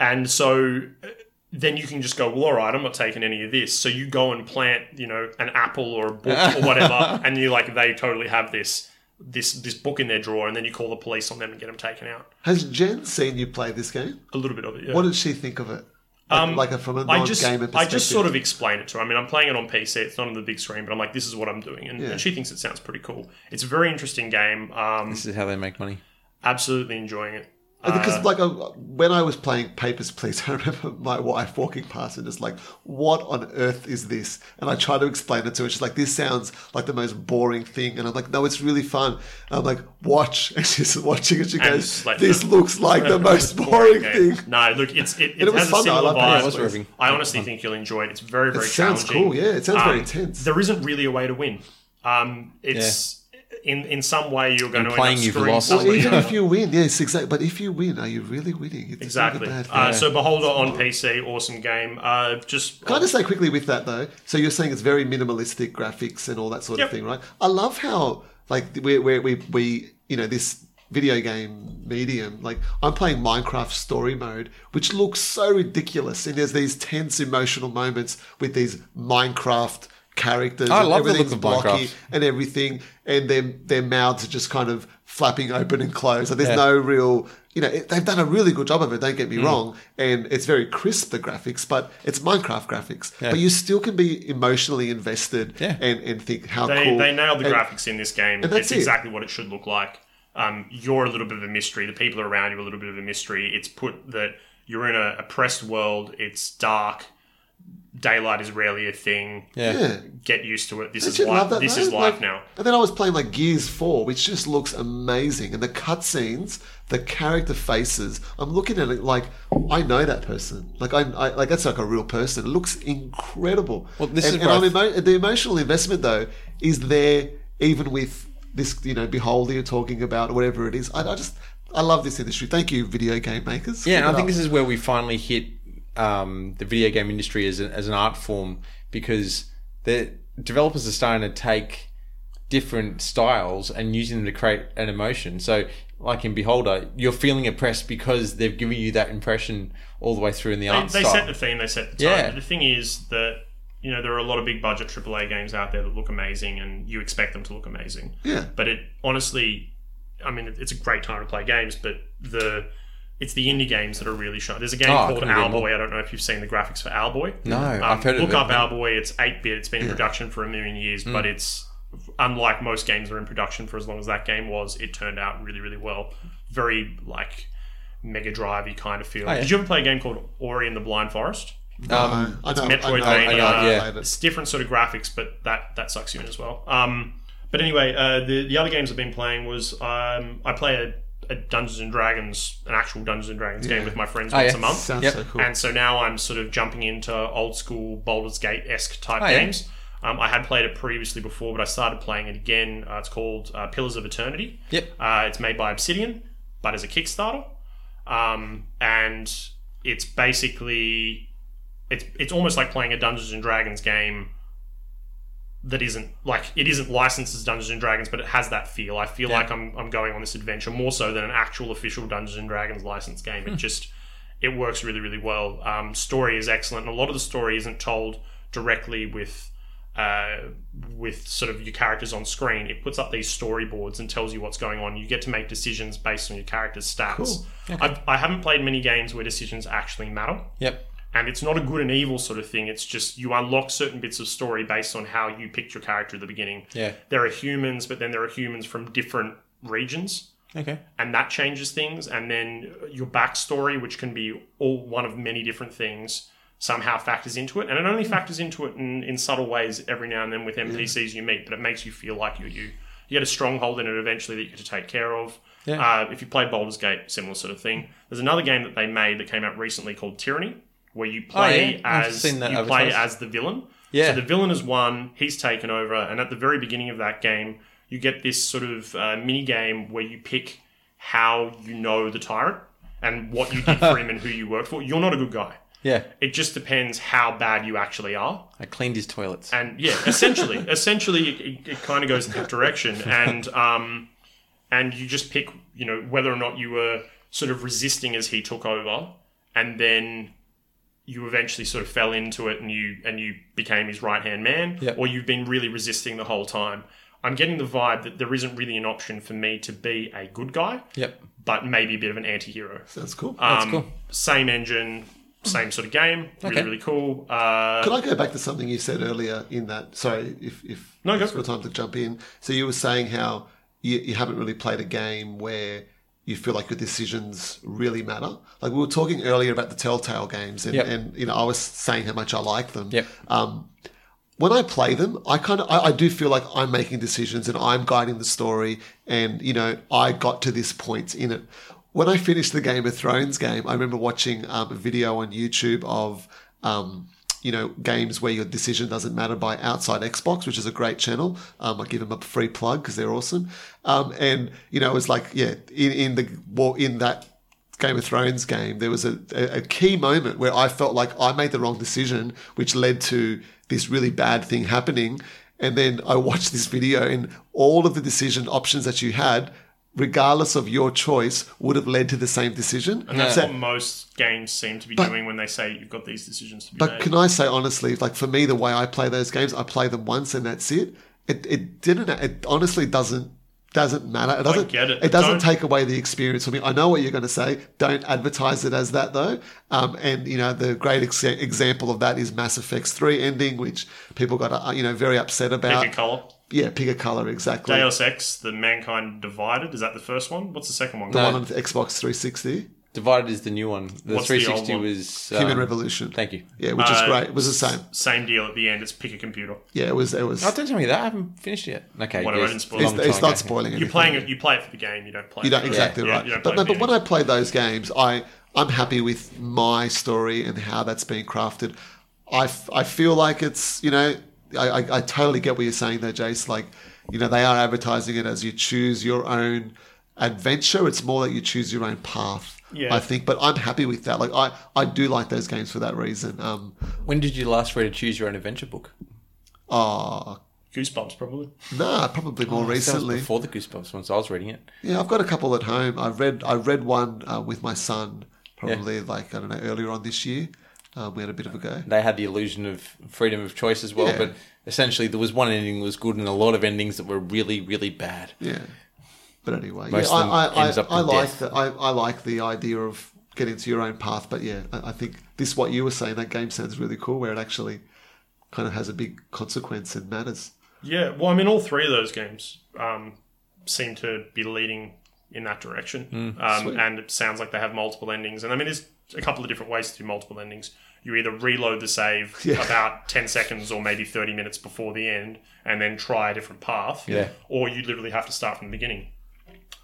And so uh, then you can just go, well, all right, I'm not taking any of this. So you go and plant, you know, an apple or a book or whatever, and you like they totally have this this this book in their drawer, and then you call the police on them and get them taken out.
Has Jen seen you play this game?
A little bit of it. Yeah.
What did she think of it? Like, like a, from a
Um, I
non-gamer
just
perspective.
I just sort of explain it to her. I mean, I'm playing it on PC. It's not on the big screen, but I'm like, this is what I'm doing, and, and she thinks it sounds pretty cool. It's a very interesting game. Um,
this is how they make money.
absolutely enjoying it. Uh.
because like I, when I was playing Papers, Please, I remember my wife walking past and just like, "What on earth is this?" And I tried to explain it to her. She's like, "This sounds like the most boring thing," and I'm like, "No, it's really fun." And I'm like, "Watch," and she's watching, and she goes,
it's like
"This
the-
looks like the most boring
game.
thing."
No, look, it's it, it,
it was
has a
fun, though. I
similar
like that. Yeah, it
vibe.
was
riveting.
I honestly think you'll enjoy it. It's very very
Sounds
challenging.
cool, yeah. It sounds very
Um,
intense.
There isn't really a way to win. Um, it's in in some way you're going to
playing,
end
you've
up screwing
lost.
somebody
Well,
Even
over.
if you win, yes, exactly. But if you win, are you really winning? It's
Exactly.
Not a bad thing.
Uh, so Beholder on PC, awesome game. Uh, just
Can I just say quickly with that though? So you're saying it's very minimalistic graphics and all that sort
Yep.
of thing, right? I love how like we we we we you know this video game medium. Like I'm playing Minecraft story mode, which looks so ridiculous, and there's these tense emotional moments with these Minecraft characters.
I love the
and
look
everything's
of
blocky
Minecraft.
and everything, and their their mouths are just kind of flapping open and closed. Like there's no real, you know, it, they've done a really good job of it. Don't get me wrong, and it's very crisp the graphics, but it's Minecraft graphics. But you still can be emotionally invested
Yeah.
and and think how
They,
cool
they nailed the
and-
graphics in this game.
and that's
It's
it.
exactly what it should look like. Um, you're a little bit of a mystery. The people around you are a little bit of a mystery. It's put that you're in a oppressed world. It's dark. Daylight is rarely a thing.
Yeah.
Yeah.
Get used to it. This
Don't
is
you
life.
love that,
this
though?
is life
Like-
now.
And then I was playing like Gears 4, which just looks amazing. And the cutscenes, the character faces, I'm looking at it like I know that person. Like I, I like that's like a real person. It looks incredible.
Well, this
and,
is
and
where
I'm
I
emo- the emotional investment though is there even with this, you know, beholder you're talking about, or whatever it is. I, I just I love this industry. Thank you, video game makers.
Yeah, and
Keep
I
it
think
up.
this is where we finally hit um, the video game industry as, a, as an art form because the developers are starting to take different styles and using them to create an emotion. So, like in Beholder, you're feeling oppressed because they've given you that impression all the way through in the art
They, they
style.
set the theme. They set the tone.
Yeah.
But The thing is that you know there are a lot of big budget AAA games out there that look amazing, and you expect them to look amazing.
Yeah.
But it honestly, I mean, it- it's a great time to play games, but the it's the indie games that are really shot. There's a game
Oh, I
called
couldn't agree more.
Owlboy. I don't know if you've seen the graphics for Owlboy.
no,
Um,
I've heard
look
of it. Hmm.
up Owlboy. It's eight bit. It's been in production for a million years, but it's unlike most games that are in production for as long as that game was. It turned out really, really well. Very like Mega Drivey kind of feel.
Oh, yeah.
Did you ever play a game called Ori and the Blind Forest?
um,
I know,
Metroidvania. uh,
I know, I know,
Yeah.
I know.
It's different sort of graphics, but that that sucks you in as well. Um, but anyway, uh, the the other games I've been playing was um, I play a, a Dungeons and Dragons, an actual Dungeons and Dragons game with my friends once
yeah.
a month.
Sounds
Yep.
so cool.
And so now I'm sort of jumping into old school Baldur's Gate esque type
Oh, yeah.
games. Um, I had played it previously before, but I started playing it again. Uh, it's called uh, Pillars of Eternity.
Yep.
Uh, it's made by Obsidian, but as a Kickstarter, um, and it's basically it's it's almost like playing a Dungeons and Dragons game that isn't like it isn't licensed as Dungeons and Dragons, but it has that feel. I feel like I'm I'm going on this adventure more so than an actual official Dungeons and Dragons licensed game. It just it works really really well. Um, story is excellent, and a lot of the story isn't told directly with. Uh, with sort of your characters on screen, it puts up these storyboards and tells you what's going on. You get to make decisions based on your character's stats. I've, I haven't played many games where decisions actually matter
Yep.
And it's not a good and evil sort of thing. It's just you unlock certain bits of story based on how you picked your character at the beginning.
Yeah.
There are humans, but then there are humans from different regions
Okay.
and that changes things. And then your backstory, which can be all one of many different things, somehow factors into it. And it only factors into it in, in subtle ways every now and then with NPCs you meet, but it makes you feel like you're you. You get a stronghold in it eventually that you get to take care of.
Yeah.
Uh, if you play Baldur's Gate, similar sort of thing. There's another game that they made that came out recently called Tyranny, where you play
Oh, yeah. I've
as
seen that
you play
advertised.
as the villain.
Yeah.
So the villain has won. He's taken over, and at the very beginning of that game, you get this sort of uh, mini game where you pick how you know the tyrant and what you did for him and who you worked for. You're not a good guy.
Yeah.
It just depends how bad you actually are.
I cleaned his toilets.
And yeah, essentially, essentially, it, it, it kind of goes in that direction, and um, and you just pick, you know, whether or not you were sort of resisting as he took over, and then you eventually sort of fell into it, and you and you became his right hand man,
Yep.
or you've been really resisting the whole time. I'm getting the vibe that there isn't really an option for me to be a good guy,
Yep.
but maybe a bit of an anti-hero.
That's cool.
um,
cool.
Same engine, same sort of game. Really,
Okay.
really cool. Uh,
Could I go back to something you said earlier in that? Sorry, if, if
No, go
it's
for
got time to jump in. So you were saying how you, you haven't really played a game where you feel like your decisions really matter. Like we were talking earlier about the Telltale games, and,
Yep.
and you know I was saying how much I like them.
Yep.
Um, when I play them, I kind of I, I do feel like I'm making decisions and I'm guiding the story, and you know I got to this point in it. When I finished the Game of Thrones game, I remember watching um, a video on YouTube of um, you know games where your decision doesn't matter by Outside Xbox, which is a great channel. Um, I give them a free plug because they're awesome. Um, and you know it was like yeah, in, in the war in that Game of Thrones game, there was a, a, a key moment where I felt like I made the wrong decision, which led to this really bad thing happening. And then I watched this video, and all of the decision options that you had, regardless of your choice, would have led to the same decision.
And that's
So-
Uh, what most games seem to be doing when they say you've got these decisions to be
But
made.
can I say honestly, like for me, the way I play those games, I play them once and that's it. It it didn't. It honestly doesn't doesn't matter. It doesn't
get it.
doesn't
Don't-
take away the experience for me. I know what you're going to say. Don't advertise it as that though. Um, and you know the great ex- example of that is Mass Effect's three ending, which people got uh, you know very upset about.
Pick a color.
yeah, pick a color exactly.
Deus Ex, the mankind divided. Is that the first one? What's the second one?
the one on the Xbox 360,
Divided is the new one. The
What's the old
360
one?
was um,
Human Revolution.
Thank you.
Yeah, which is
Uh,
great. It was the same.
Same deal at the end. It's pick a computer.
Yeah, it was. It was.
Oh, don't tell me that. I haven't finished it. yet. Okay.
Whatever,
yes,
I didn't spoil
long
it.
It's, it's
time
not
ago.
spoiling.
You
anything.
playing it. You play it for the game. You don't play.
You
it
don't
for the-
exactly
yeah,
right.
you don't
but
play
no,
for the
but when I play those games, I I'm happy with my story and how that's being crafted. I, f- I feel like it's you know I, I I totally get what you're saying though, Jace. Like you know they are advertising it as you choose your own adventure. It's more that you choose your own path.
Yeah.
I think, but I'm happy with that. Like I, I do like those games for that reason. Um,
When did you last read a Choose Your Own Adventure book?
oh,
Goosebumps probably.
nah,
Oh,
probably more
That was
recently.
before the Goosebumps ones. I was reading it.
Yeah, I've got a couple at home. I read I read one uh, with my son probably like I don't know earlier on this year. Um, we had a bit of a go.
They had the illusion of freedom of choice as well,
Yeah.
but essentially there was one ending that was good and a lot of endings that were really, really bad.
Yeah, but anyway,
Most
yeah,
of them
I I,
ends
I,
up
I
with
like
death.
the, I, I like the idea of getting to your own path. But yeah, I, I think this what you were saying that game sounds really cool, where it actually kind of has a big consequence and matters.
Yeah. Well, I mean, all three of those games um, seem to be leading in that direction,
Hmm.
um, and it sounds like they have multiple endings. And I mean, there's a couple of different ways to do multiple endings. You either reload the save
Yeah.
about ten seconds or maybe thirty minutes before the end, and then try a different path.
Yeah.
Or you literally have to start from the beginning.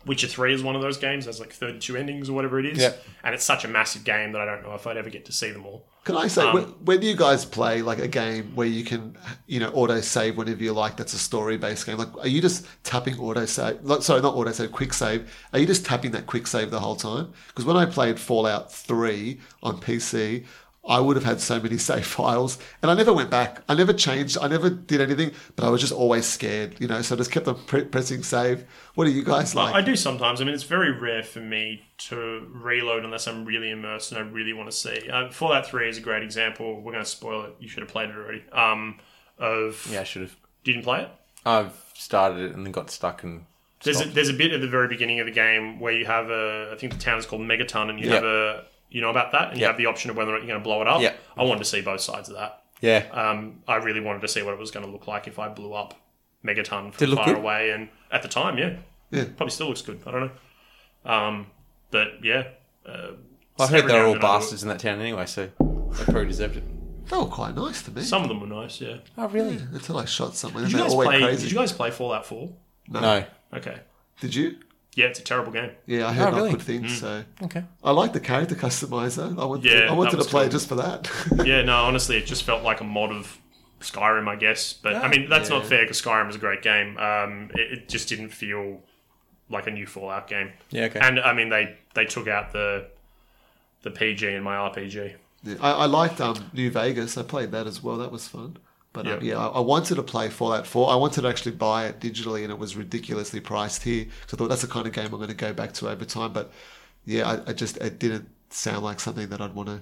Witcher Three is one of those games. Has like thirty-two endings or whatever it is,
Yeah.
and it's such a massive game that I don't know if I'd ever get to see them all.
Can I say
Um,
when, when you guys play like a game where you can you know auto save whenever you like? That's a story based game. Like, are you just tapping auto save? Like, sorry, not auto save, quick save. Are you just tapping that quick save the whole time? Because when I played Fallout Three on PC. I would have had so many save files, and I never went back. I never changed. I never did anything, but I was just always scared, you know. So I just kept on pre- pressing save. What are you guys like?
I do sometimes. I mean, it's very rare for me to reload unless I'm really immersed and I really want to see. Uh, Fallout 3 is a great example. We're going to spoil it. You should have played it already. Um, of
Yeah, I should have.
didn't play it.
I've started it and then got stuck and
There's a, there's a bit at the very beginning of the game where you have a I think the town is called Megaton and you
Yeah.
have a you know about that, and you
Yeah.
have the option of whether or not you're going to blow it up.
Yeah.
I wanted to see both sides of that.
Yeah.
Um, I really wanted to see what it was going to look like if I blew up Megaton from
Did it look
far
good?
away. And at the time, yeah,
Yeah.
probably still looks good. I don't know. Um, but yeah, uh,
I heard
every now
they were all
and then I would-
bastards in that town anyway, so they probably deserved it.
They were quite nice to me.
Some of them were nice. Yeah.
Oh, really?
Until I shot someone and
Did you
they
guys
all went
play?
crazy.
Did you guys play Fallout Four?
No.
Okay.
Did you?
Yeah, it's a terrible game.
Yeah, I heard
Oh,
not
really?
good things. So
Okay.
I like the character customizer. I wanted,
Mm. Yeah,
I wanted
that
to
was
play
cool.
just for that.
Yeah, no, honestly, it just felt like a mod of Skyrim, I guess. But
Ah,
I mean, that's not
Yeah.
fair because Skyrim is a great game. Um, it, it just didn't feel like a new Fallout game.
Yeah, okay.
And I mean, they they took out the the PG in my RPG.
Yeah, I, I liked um, New Vegas. I played that as well. That was fun. But uh,
Yeah.
yeah, I, I wanted to play Fallout 4. I wanted to actually buy it digitally, and it was ridiculously priced here. So I thought that's the kind of game I'm going to go back to over time. But yeah, I, I just it didn't sound like something that I'd want to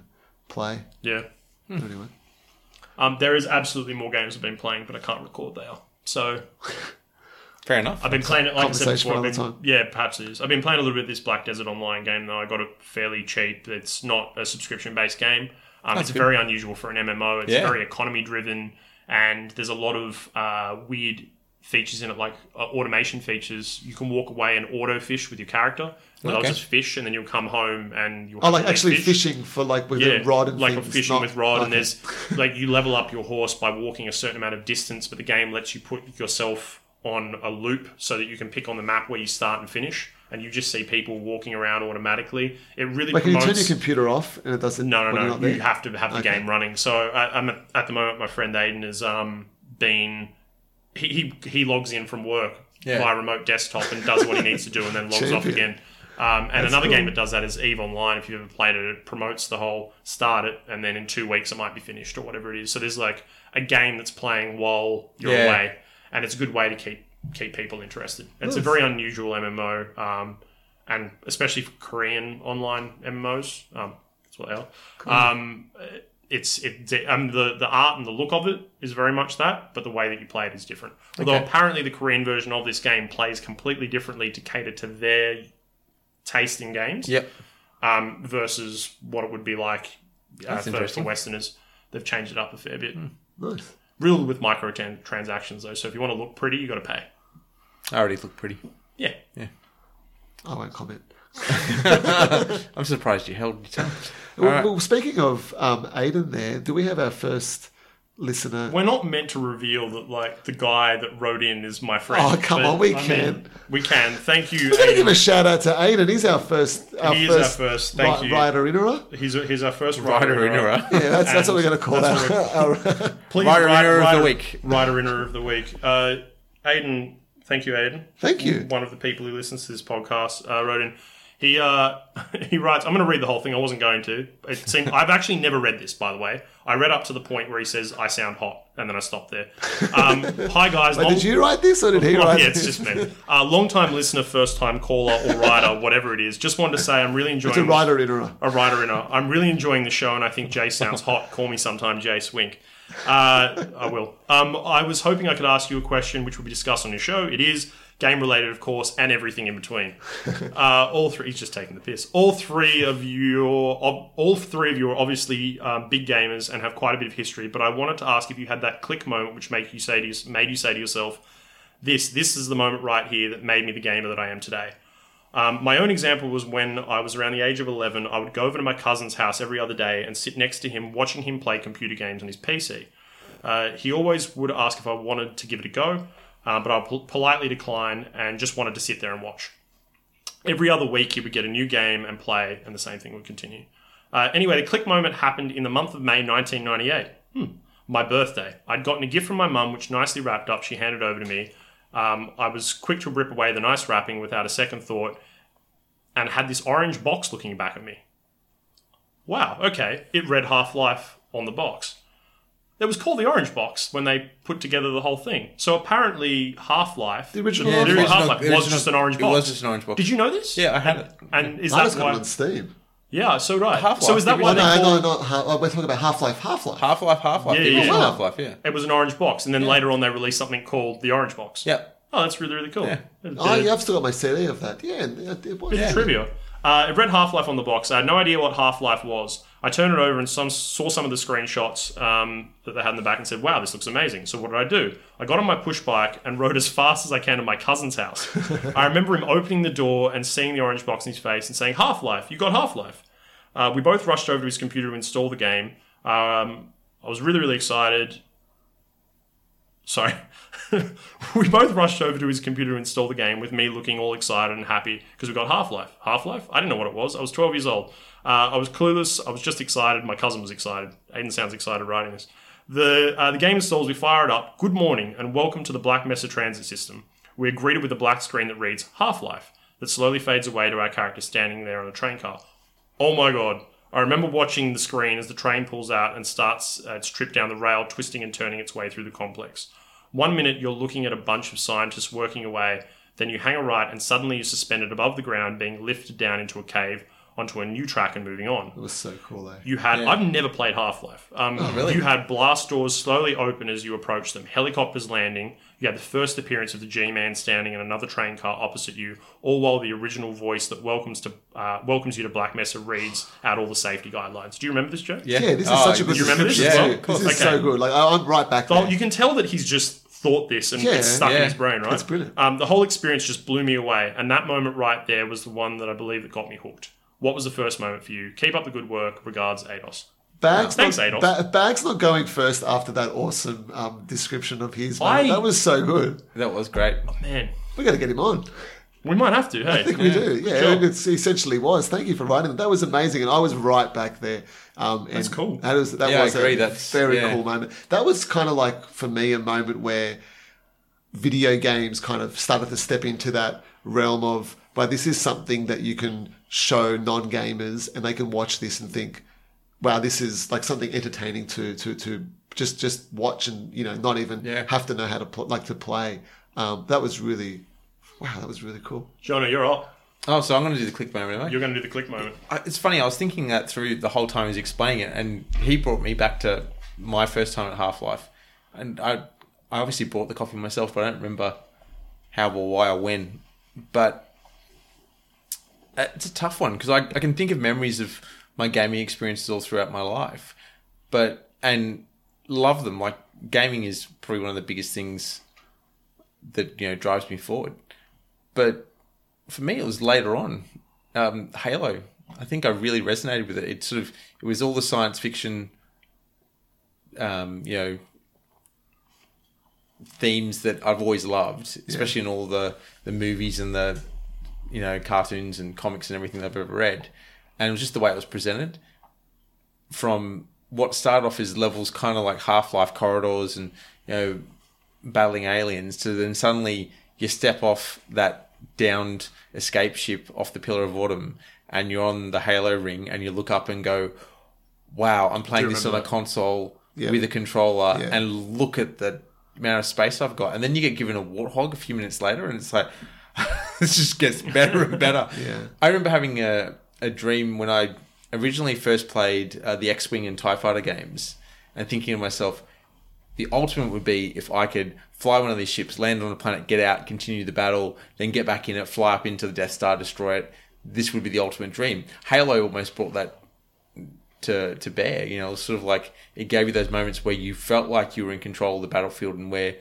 play
Yeah.
Hmm.
anyway.
Um, there is absolutely more games I've been playing, but I can't record they are. So
Fair enough.
I've been playing it like I said
Conversation
before. I've
for another
been, yeah, perhaps it is. I've been playing a little bit of this Black Desert Online game though. I got it fairly cheap. It's not a subscription based game. Um, it's
good.
very unusual for an MMO. It's
Yeah.
very economy driven, and there's a lot of uh, weird features in it, like uh, automation features. You can walk away and auto fish with your character. And
Okay.
They'll just fish, and then you'll come home and you'll
I Oh, like
have to
actually
fish
fishing for like with a rod and
like
things.
fishing
not-
with rod, and
okay.
there's like you level up your horse by walking a certain amount of distance, but the game lets you put yourself on a loop so that you can pick on the map where you start and finish, and you just see people walking around automatically. It really
Like, can you turn your
promotes.
computer off and it doesn't?
no,
when you're
no,
not
no.
there?
You have to have the
Okay.
game running. So I, I'm at the moment. My friend Aiden has um, been. He, he he logs in from work
Yeah.
via remote desktop and does what he needs to do, and then logs off
Champion.
again. Um, and another
cool.
game that does that is Eve Online. If you've ever played it, it promotes the whole start it, and then in two weeks it might be finished or whatever it is. So there's like a game that's playing while you're
Yeah.
away, and it's a good way to keep keep people interested. It's a very unusual MMO, um, and especially for Korean online MMOs, um, that's what they are. Um, it's it. Um, the the art and the look of it is very much that, but the way that you play it is different. Although
Okay.
apparently the Korean version of this game plays completely differently to cater to their taste in games
Yep.
um, versus what it would be like uh, for, for
interesting.
Westerners. They've changed it up a fair bit.
Nice.
Real with microtransactions though, so if you want to look pretty, you got to pay.
I already look pretty.
Yeah,
I won't comment.
I'm surprised you held your tongue.
Well, well, speaking of um, Aiden, there, do we have our first listener?
we're not meant to reveal that like the guy that wrote in is my friend.
Oh, come on, we
mean,
can.
we can. Thank you.
We're going to give
Aiden.
a shout out to Aiden. He's our first. Our
He is
first
our first, thank you.
Rider Innerer.
He's, he's our first writer.
Rider
in a row.
Inura.
Yeah, that's, that's
And
what we're going to call
that's
our, our
Please,
Rider
write-
Inner of the
writer-
week.
Writer Inner of the Week. Uh, Aiden, thank you, Aiden.
Thank you.
One of the people who listens to this podcast uh, wrote in. He uh, he writes. I'm going to read the whole thing. I wasn't going to. It seemed, I've actually never read this, by the way. I read up to the point where he says, "I sound hot," and then I stopped there. Um, hi guys. long-
Did you write this or did he
well,
write
yeah,
this?
it's just me. Uh, long time listener, first time caller or writer, whatever it is. Just wanted to say I'm really enjoying
It's a Rider Innerer.
a writer in a. I'm really enjoying the show, and I think Jay sounds hot. Call me sometime, Jay Swink. Uh, I will. Um, I was hoping I could ask you a question, which will be discussed on your show. It is game related, of course, and everything in between. Uh, all three. He's just taking the piss. All three of you, all three of you, are obviously um, big gamers and have quite a bit of history. But I wanted to ask if you had that click moment, which make you say to your, made you say to yourself, "This, this is the moment right here that made me the gamer that I am today." Um, my own example was when I was around the age of 11, I would go over to my cousin's house every other day and sit next to him watching him play computer games on his PC. Uh, he always would ask if I wanted to give it a go, uh, but I pol- politely declined and just wanted to sit there and watch. Every other week, he would get a new game and play, and the same thing would continue. Uh, anyway, the click moment happened in the month of May 1998. Hmm. My birthday. I'd gotten a gift from my mum, which nicely wrapped up, she handed over to me. Um, I was quick to rip away the nice wrapping without a second thought and had this orange box looking back at me. Wow, okay. It read Half Life on the box. It was called the Orange Box when they put together the whole thing. So apparently, Half Life,
The original
the
Half-Life.
Half Life,
Original-
was just an orange
it
box.
was just an orange box.
Did you know this?
Yeah, I had it.
And is
I
that
just got it
why?
on Steam.
Yeah, so right.
Half-Life,
so is that
the
why
original-
they
No, hang
called
on. Not, Half- oh, we're talking about Half Life. Half Life.
Half Life, Half Life.
Yeah,
the
yeah,
original
yeah.
Half Life, yeah.
it was an orange box, and then later on they released something called the Orange Box?
Yep.
Oh, that's really really cool.
Yeah.
The-
Oh, yeah, I've still got my CD of that. Yeah, and it, it was.
Bit of trivia. Uh, it read Half Life on the box. I had no idea what Half Life was. I turned it over and some, saw some of the screenshots um, that they had in the back and said, wow, this looks amazing. So what did I do? I got on my push bike and rode as fast as I can to my cousin's house. I remember him opening the door and seeing the orange box in his face and saying, Half Life, you got Half Life. Uh, we both rushed over to his computer to install the game. Um, I was really, really excited. Sorry. we both rushed over to his computer to install the game, with me looking all excited and happy because we got Half Life. Half Life? I didn't know what it was. I was 12 years old. Uh, I was clueless. I was just excited. My cousin was excited. Aiden sounds excited writing this. The, uh, the game installs, we fire it up. Good morning and welcome to the Black Mesa Transit System. We're greeted with a black screen that reads Half Life, that slowly fades away to our character standing there on a train car. Oh my god. I remember watching the screen as the train pulls out and starts uh, its trip down the rail, twisting and turning its way through the complex. One minute you're looking at a bunch of scientists working away, then you hang a right and suddenly you're suspended above the ground, being lifted down into a cave onto a new track and moving on.
It was so cool, eh?
You had I've never played Half Life. Um,
Oh,
really?
You had blast doors slowly open as you approached them, helicopters landing. You had the first appearance of the G-Man standing in another train car opposite you, all while the original voice that welcomes to uh, welcomes you to Black Mesa reads out all the safety guidelines. Do you remember this, Joe?
yeah. this is
Oh,
such a good
you remember this
description
as
too.
well? Of course.
This is
Okay.
so good. Like, I- I'm right back
Oh,
there.
you can tell that he's just thought this and
Yeah,
it's stuck in
yeah.
his brain, right?
That's brilliant.
Um, the whole experience just blew me away, and that moment right there was the one that I believe that got me hooked. What was the first moment for you? Keep up the good work. Regards, Ados.
Bags,
Thanks,
not,
Adolf.
ba- Bags not going first after that awesome um, description of his. man.
I-
that was so good.
That was great.
Man,
We got to get him on.
we might have to. Hey,
I think we do. Yeah,
Sure.
and it's it essentially was. Thank you for writing. it. That was amazing, and I was right back there. Um, and
That's cool.
That was that
Yeah, I
was
agree.
a
That's-
very
yeah.
cool moment. That was kind of like for me a moment where video games kind of started to step into that realm of, well, this is something that you can show non gamers, and they can watch this and think, wow, this is like something entertaining to to to just just watch and you know not even
Yeah.
have to know how to pl- like to play. Um, that was really. Wow, that was really cool.
Jonah, you're up.
Oh, so I'm going to do the click moment, am I?
You're going to do the click moment.
I- It's funny. I was thinking that through the whole time he was explaining it, and he brought me back to my first time at Half Life, and I, I obviously bought the coffee myself, but I don't remember how or why or when. But uh, it's a tough one because I, I can think of memories of my gaming experiences all throughout my life, but and love them. Like gaming is probably one of the biggest things that you know drives me forward, but for me, it was later on. Um, Halo. I think I really resonated with it. It sort of it was all the science fiction, um, you know, themes that I've always loved, especially in all the the movies and the you know cartoons and comics and everything I've ever read. And it was just the way it was presented from what started off as levels kind of like Half Life corridors and you know battling aliens to then suddenly you step off that downed escape ship off the Pillar of Autumn and you're on the Halo ring and you look up and go, wow, I'm playing this on a
remember
console
Yeah.
with a controller
Yeah.
and look at the amount of space I've got. And then you get given a warthog a few minutes later and it's like, this just gets better and better.
Yeah.
I remember having a, a dream when I originally first played uh, the X Wing and TIE Fighter games and thinking to myself, the ultimate would be if I could fly one of these ships, land on a planet, get out, continue the battle, then get back in it, fly up into the Death Star, destroy it. This would be the ultimate dream. Halo almost brought that to to bear. You know, it was sort of like it gave you those moments where you felt like you were in control of the battlefield and where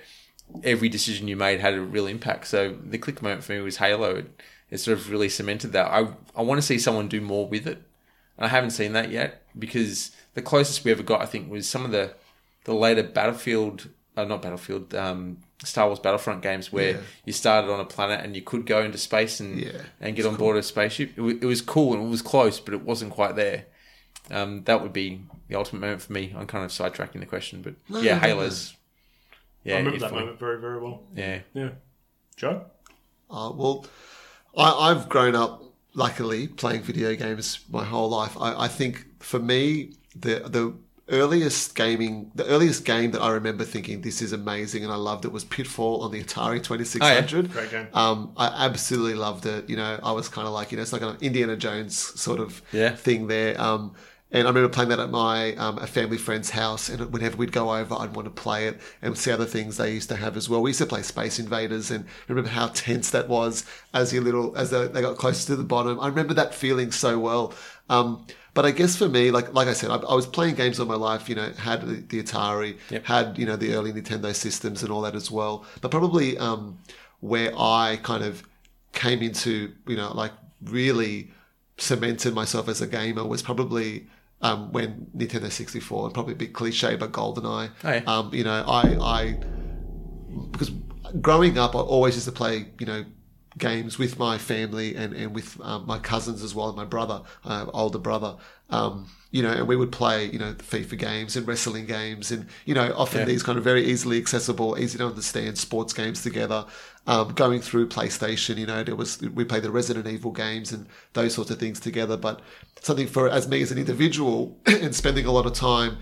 every decision you made had a real impact. So the click moment for me was Halo. It, it sort of really cemented that. I I want to see someone do more with it, and I haven't seen that yet because the closest we ever got, I think, was some of the the later Battlefield, uh, not Battlefield, um, Star Wars Battlefront games where
Yeah.
you started on a planet and you could go into space and
Yeah.
and get on board a spaceship. It, w- it was cool and it was close, but it wasn't quite there. Um, that would be the ultimate moment for me. I'm kind of sidetracking the question, but
No,
yeah,
no, no,
Halo's. Yeah,
I remember
if
that
we-
moment very, very well.
Yeah,
Yeah. Joe?
Uh, well, I, I've grown up luckily playing video games my whole life. I, I think for me, the the earliest gaming, the earliest game that I remember thinking this is amazing and I loved it was Pitfall on the Atari Twenty Six Hundred.
Oh, Great game.
Um, I absolutely loved it. You know, I was kind of like you know, it's like an Indiana Jones sort of
Yeah.
thing there. Um, And I remember playing that at my um, a family friend's house, and whenever we'd go over, I'd want to play it and see other things they used to have as well. We used to play Space Invaders, and remember how tense that was as your little as they they got closer to the bottom. I remember that feeling so well. Um, but I guess for me, like like I said, I, I was playing games all my life. You know, had the, the Atari, had you know the early Nintendo systems and all that as well. But probably um, where I kind of came into, you know, like really cemented myself as a gamer was probably um, when Nintendo 64, and probably a bit cliche, but GoldenEye.
Oh, yeah.
Um, you know, I, I, because growing up, I always used to play, you know, games with my family and, and with um, my cousins as well, and my brother, uh, older brother. Um, you know, and we would play, you know, FIFA games and wrestling games and, you know, often these kind of very easily accessible, easy to understand sports games together. Um, going through PlayStation, you know, there was, we played the Resident Evil games and those sorts of things together. But something for, as me as an individual and spending a lot of time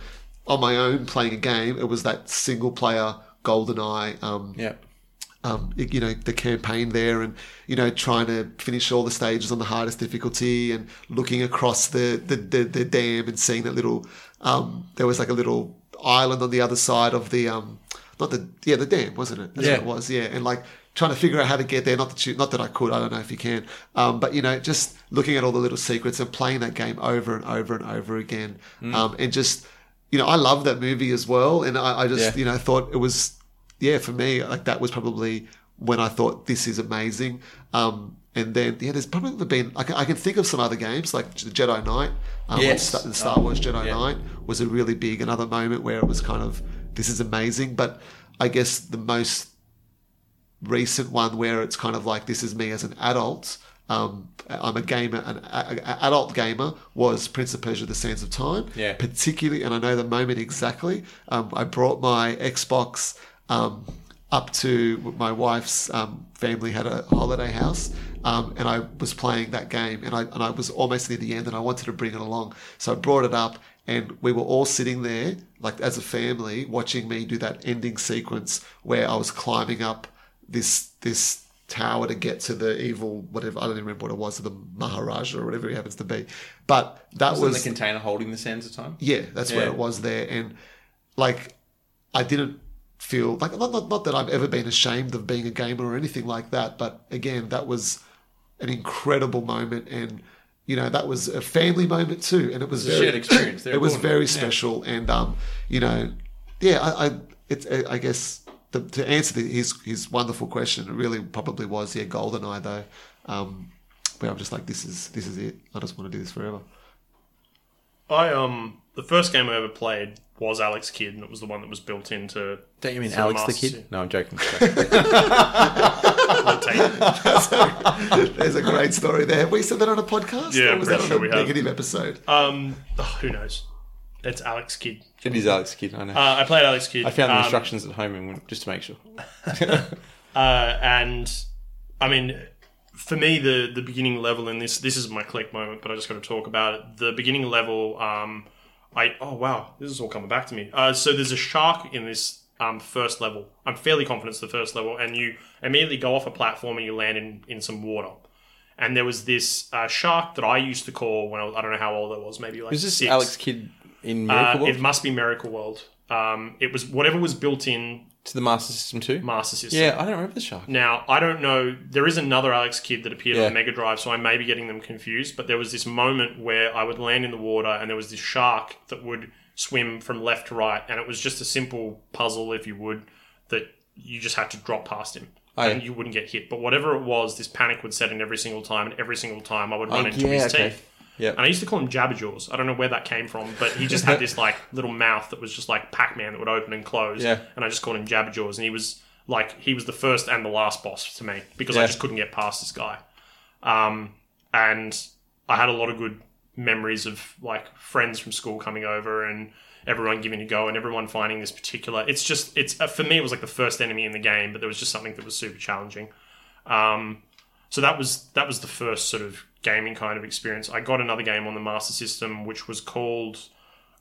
on my own playing a game, it was that single player GoldenEye, um,
Yeah.
um, you know the campaign there and you know trying to finish all the stages on the hardest difficulty and looking across the the, the, the dam and seeing that little um, there was like a little island on the other side of the um, not the yeah the dam wasn't it That's
Yeah.
what it was yeah and like trying to figure out how to get there not that you, not that I could I don't know if you can um, but you know just looking at all the little secrets and playing that game over and over and over again
Mm.
um, and just you know I love that movie as well and I, I just
Yeah.
you know thought it was yeah, for me, like that was probably when I thought this is amazing. Um, and then yeah, there's probably been I can, I can think of some other games like the Jedi Knight, um,
Yes.
Star, the Star Wars Jedi
yeah.
Knight was a really big another moment where it was kind of this is amazing. But I guess the most recent one where it's kind of like this is me as an adult. Um, I'm a gamer, an a, a- adult gamer was Prince of Persia: The Sands of Time.
Yeah.
Particularly, and I know the moment exactly. Um, I brought my Xbox um, up to my wife's um, family had a holiday house, um, and I was playing that game, and I and I was almost near the end, and I wanted to bring it along, so I brought it up, and we were all sitting there, like as a family, watching me do that ending sequence where I was climbing up this this tower to get to the evil whatever I don't even remember what it was the Maharaja or whatever he happens to be, but that
Was,
was
in the container holding the sands of time?
yeah, that's where
Yeah.
it was there, and like I didn't feel like not, not not that I've ever been ashamed of being a gamer or anything like that, but again, that was an incredible moment, and you know that was a family moment too, and it was,
a
very,
shared experience. They're
it was
important.
very
Yeah.
special, and um, you know, yeah, I, I it's uh, I I guess the, to answer the, his his wonderful question, it really probably was yeah, Goldeneye though. Um, where I'm just like this is this is it. I just want to do this forever.
I um the first game I ever played was Alex Kidd, and it was the one that was built into.
Don't you mean
the Alex the Masters, Kid? yeah.
No, I'm joking.
There's a great story there. Have we said that on a podcast?
Yeah,
or was that
pretty
on
sure
a
we have.
negative episode?
Um, oh, who knows? It's Alex Kidd.
it is Alex Kidd. I know.
Uh, I played Alex Kidd.
I found the
um,
instructions at home and went, just to make sure.
uh, and I mean, for me, the the beginning level in this this is my click moment, but I just got to talk about it. The beginning level, um, I oh wow, this is all coming back to me. Uh, so there's a shark in this um, first level. I'm fairly confident it's the first level, and you immediately go off a platform and you land in in some water. And there was this uh, shark that I used to call when I, was, I don't know how old I was, maybe like
Is this
six.
Alex Kidd in
Uh,
Miracle World?
it must be Miracle World. Um, it was whatever was built in
to the Master System too?
Master System.
yeah, I don't remember the shark.
Now, I don't know. There is another Alex Kidd that appeared
Yeah.
on Mega Drive, so I may be getting them confused. But there was this moment where I would land in the water, and there was this shark that would swim from left to right, and it was just a simple puzzle, if you would, that you just had to drop past him.
Aye.
And you wouldn't get hit. But whatever it was, this panic would set in every single time, and every single time I would run into his teeth.
Yeah.
And I used to call him Jabberjaws. I don't know where that came from, but he just had this like little mouth that was just like Pac-Man that would open and close.
Yeah.
And I just called him Jabberjaws, and he was like he was the first and the last boss to me because
Yeah.
I just couldn't get past this guy. Um, and I had a lot of good memories of like friends from school coming over and everyone giving a go and everyone finding this particular. It's just it's uh, for me it was like the first enemy in the game, but there was just something that was super challenging. Um, so that was that was the first sort of gaming kind of experience. I got another game on the Master System which was called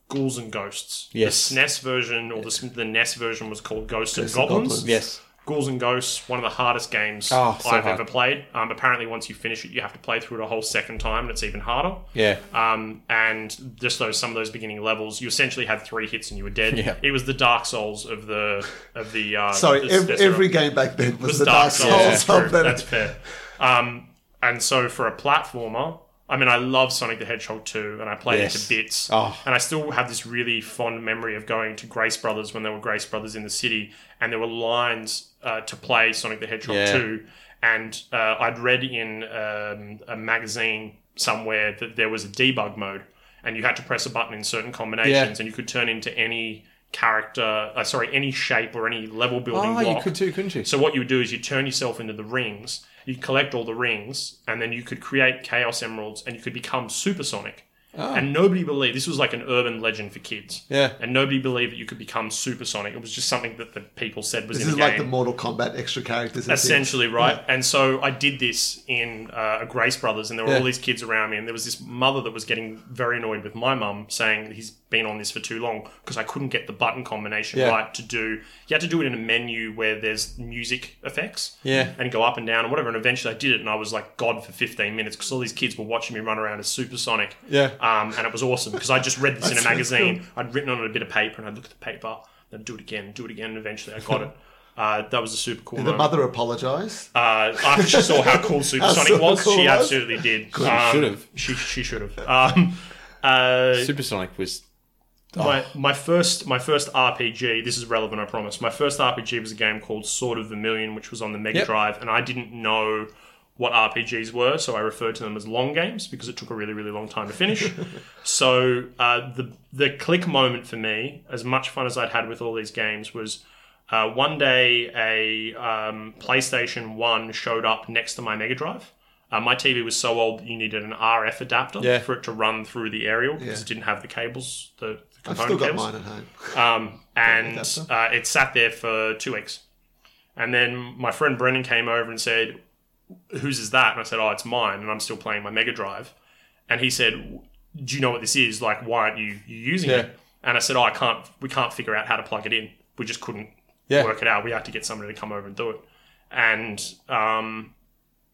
Ghouls and Ghosts.
Yes.
E The SNES version or the, the NES version was called Ghosts, and Goblins.
Goblins.
Yes.
Ghouls and Ghosts, one of the hardest games
Oh, so
I've
hard.
ever played. Um, apparently, once you finish it, you have to play through it a whole second time, and it's even harder.
Yeah.
Um, and just those some of those beginning levels, you essentially had three hits and you were dead.
Yeah.
It was the Dark Souls of the of the. Uh,
Sorry,
the-
ev-
the-
every game back then was, the Dark Souls.
That's,
of
true.
that-
That's fair. Um, and so for a platformer, I mean, I love Sonic the Hedgehog 2, and I played
Yes.
it to bits.
Oh.
And I still have this really fond memory of going to Grace Brothers when there were Grace Brothers in the city, and there were lines uh, to play Sonic the Hedgehog
Yeah.
2. And uh, I'd read in um, a magazine somewhere that there was a debug mode, and you had to press a button in certain combinations, and you could turn into any character, uh, sorry, any shape or any level building
Oh,
block.
you could too, couldn't you?
So what you would do is you turn yourself into the rings, you collect all the rings, and then you could create Chaos Emeralds, and you could become supersonic.
Ah.
And nobody believed this was like an urban legend for kids.
Yeah.
And nobody believed that you could become supersonic. It was just something that the people said was
This
in
is
the
like
game.
the Mortal Kombat extra characters. and things.
Essentially, right? And so I did this in uh, a Grace Brothers, and there were all these kids around me, and there was this mother that was getting very annoyed with my mum, saying he's been on this for too long because I couldn't get the button combination
Yeah.
right to do. You had to do it in a menu where there's music effects,
Yeah.
and go up and down and whatever. And eventually, I did it, and I was like God for 15 minutes because all these kids were watching me run around as supersonic,
Yeah.
um, and it was awesome because I just read this in a magazine. I'd written on it a bit of paper, and I'd look at the paper, then do it again, do it again, and eventually I got it. Uh, that was a super cool.
The
moment.
mother apologized.
Uh, after she saw how cool Supersonic
super
was,
cool
she
it was.
absolutely did.
she
Um,
should've.
She she should have. Um, uh,
Supersonic was
my my first my first RPG. This is relevant, I promise. My first RPG was a game called Sword of Vermilion, which was on the Mega
Yep.
Drive, and I didn't know what RPGs were, so I referred to them as long games because it took a really really long time to finish. so uh, the the click moment for me, as much fun as I'd had with all these games, was. Uh, one day, a um, PlayStation 1 showed up next to my Mega Drive. Uh, my TV was so old that you needed an RF adapter
Yeah.
for it to run through the aerial because it didn't have the cables, the, the
I've
component
still got
cables.
mine at home.
Um, and uh, it sat there for two weeks. And then my friend Brendan came over and said, Whose is that? And I said, Oh, it's mine. And I'm still playing my Mega Drive. And he said, Do you know what this is? Like, why aren't you you using
Yeah.
it? And I said, Oh, I can't, we can't figure out how to plug it in. We just couldn't
Yeah.
work it out. We had to get somebody to come over and do it. And, um,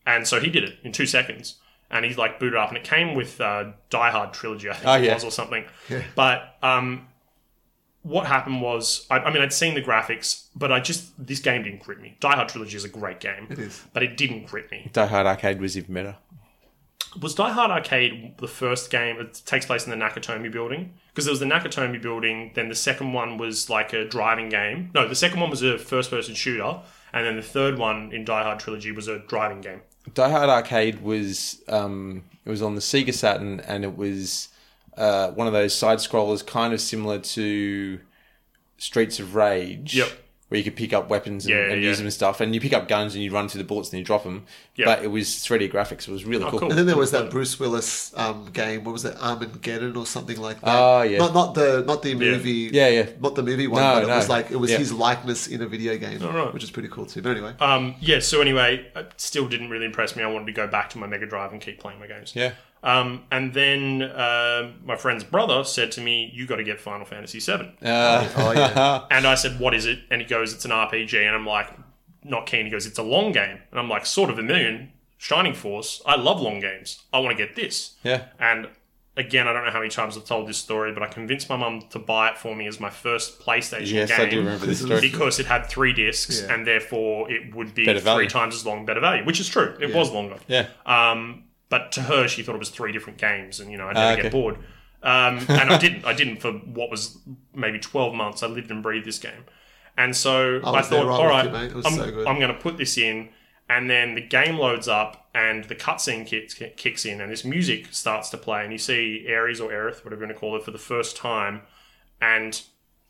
and so he did it in two seconds. And he like booted up, and it came with uh, Die Hard trilogy, I think
Oh,
it
yeah.
was, or something. But um, what happened was, I, I mean, I'd seen the graphics, but I just this game didn't grip me. Die Hard trilogy is a great game, it
is.
but it didn't grip me.
Die Hard Arcade was even better.
Was Die Hard Arcade the first game? It takes place in the Nakatomi Building because there was the Nakatomi Building. Then the second one was like a driving game. No, the second one was a first-person shooter, and then the third one in Die Hard trilogy was a driving game.
Die Hard Arcade was um, it was on the Sega Saturn, and it was uh, one of those side scrollers, kind of similar to Streets of Rage.
Yep.
Where you could pick up weapons and,
Yeah, yeah,
and use
yeah.
them and stuff, and you pick up guns and you run through the bullets and you drop them.
Yep. Oh,
But it was 3D graphics. It was really cool.
cool.
And then there was that Bruce Willis um, game. What was it, Armageddon or something like that?
Oh, yeah.
Not not the not the movie.
Yeah, yeah.
Not the movie one,
No,
but it
no.
was like it was
Yeah.
his likeness in a video game,
right.
which is pretty cool too. But anyway,
Um, yeah. So anyway, it still didn't really impress me. I wanted to go back to my Mega Drive and keep playing my games.
Yeah.
Um, and then um my friend's brother said to me, "You got to get Final Fantasy VII."
Uh,
oh yeah,
and I said, "What is it?" And he goes, "It's an RPG." And I'm like, "Not keen." He goes, "It's a long game." And I'm like, "Sort of a million Shining Force. I love long games. I want to get this."
Yeah.
And again, I don't know how many times I've told this story, but I convinced my mum to buy it for me as my first PlayStation
Yes,
game
I do remember this story.
because it had three discs
Yeah.
and therefore it would be
Better
three
value.
times as long, better value, which is true. It was longer.
Yeah.
Um, but to her, she thought it was three different games, and you know, I never
Ah, okay.
get bored. Um, and I didn't. I didn't for what was maybe twelve months. I lived and breathed this game, and so I,
was there
thought,
right
all
with
right,
you, mate. It was
I'm,
so good."
I'm going to put this in, and then the game loads up, and the cutscene kicks, kicks in, and this music starts to play, and you see Ares or Aerith, whatever you want to call it, for the first time, and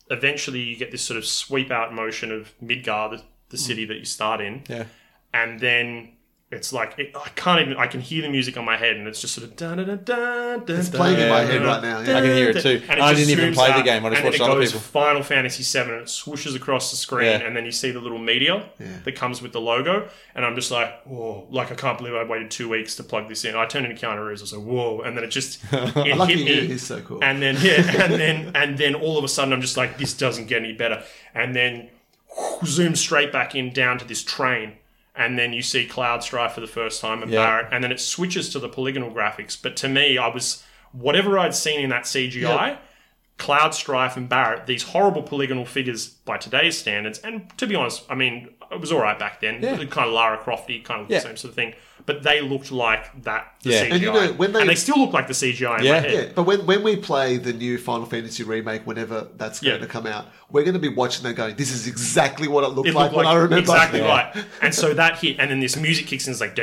eventually you get this sort of sweep out motion of Midgar, the, the
Mm.
city that you start in,
Yeah.
and then it's like it, I can't even. I can hear the music on my head, and it's just sort of dun dun dun dun. It's
playing in my head right now, yeah.
I can hear it too. I didn't even play the game, I
and
just
then
watched
it
other
goes
people.
Final Fantasy VII, and it swooshes across the screen,
Yeah.
and then you see the little meteor that comes with the logo, and I'm just like, whoa! Like I can't believe I waited two weeks to plug this in. I turned into Keanu Reeves. I was like, whoa! And then it just it
lucky
hit me.
you, he's so cool.
And then yeah, and then and then all of a sudden I'm just like, this doesn't get any better. And then zoom straight back in down to this train, and then you see Cloud Strife for the first time and
Yeah.
Barrett, and then it switches to the polygonal graphics. But to me, I was whatever I'd seen in that CGI. Cloud Strife and Barrett, these horrible polygonal figures by today's standards, and to be honest, I mean, it was all right back then.
Yeah.
Kind of Lara Crofty, kind of
Yeah.
the same sort of thing. But they looked like that the
Yeah.
CGI,
And you know, when they-
And still look like the CGI in my
Yeah.
head.
Yeah, but when, when we play the new Final Fantasy remake, whenever that's going
Yeah.
to come out, we're going to be watching that going, this is exactly what it looked
It
like
looked
when I remember.
exactly
Yeah.
right. And so that hit, and then this music kicks in, it's like,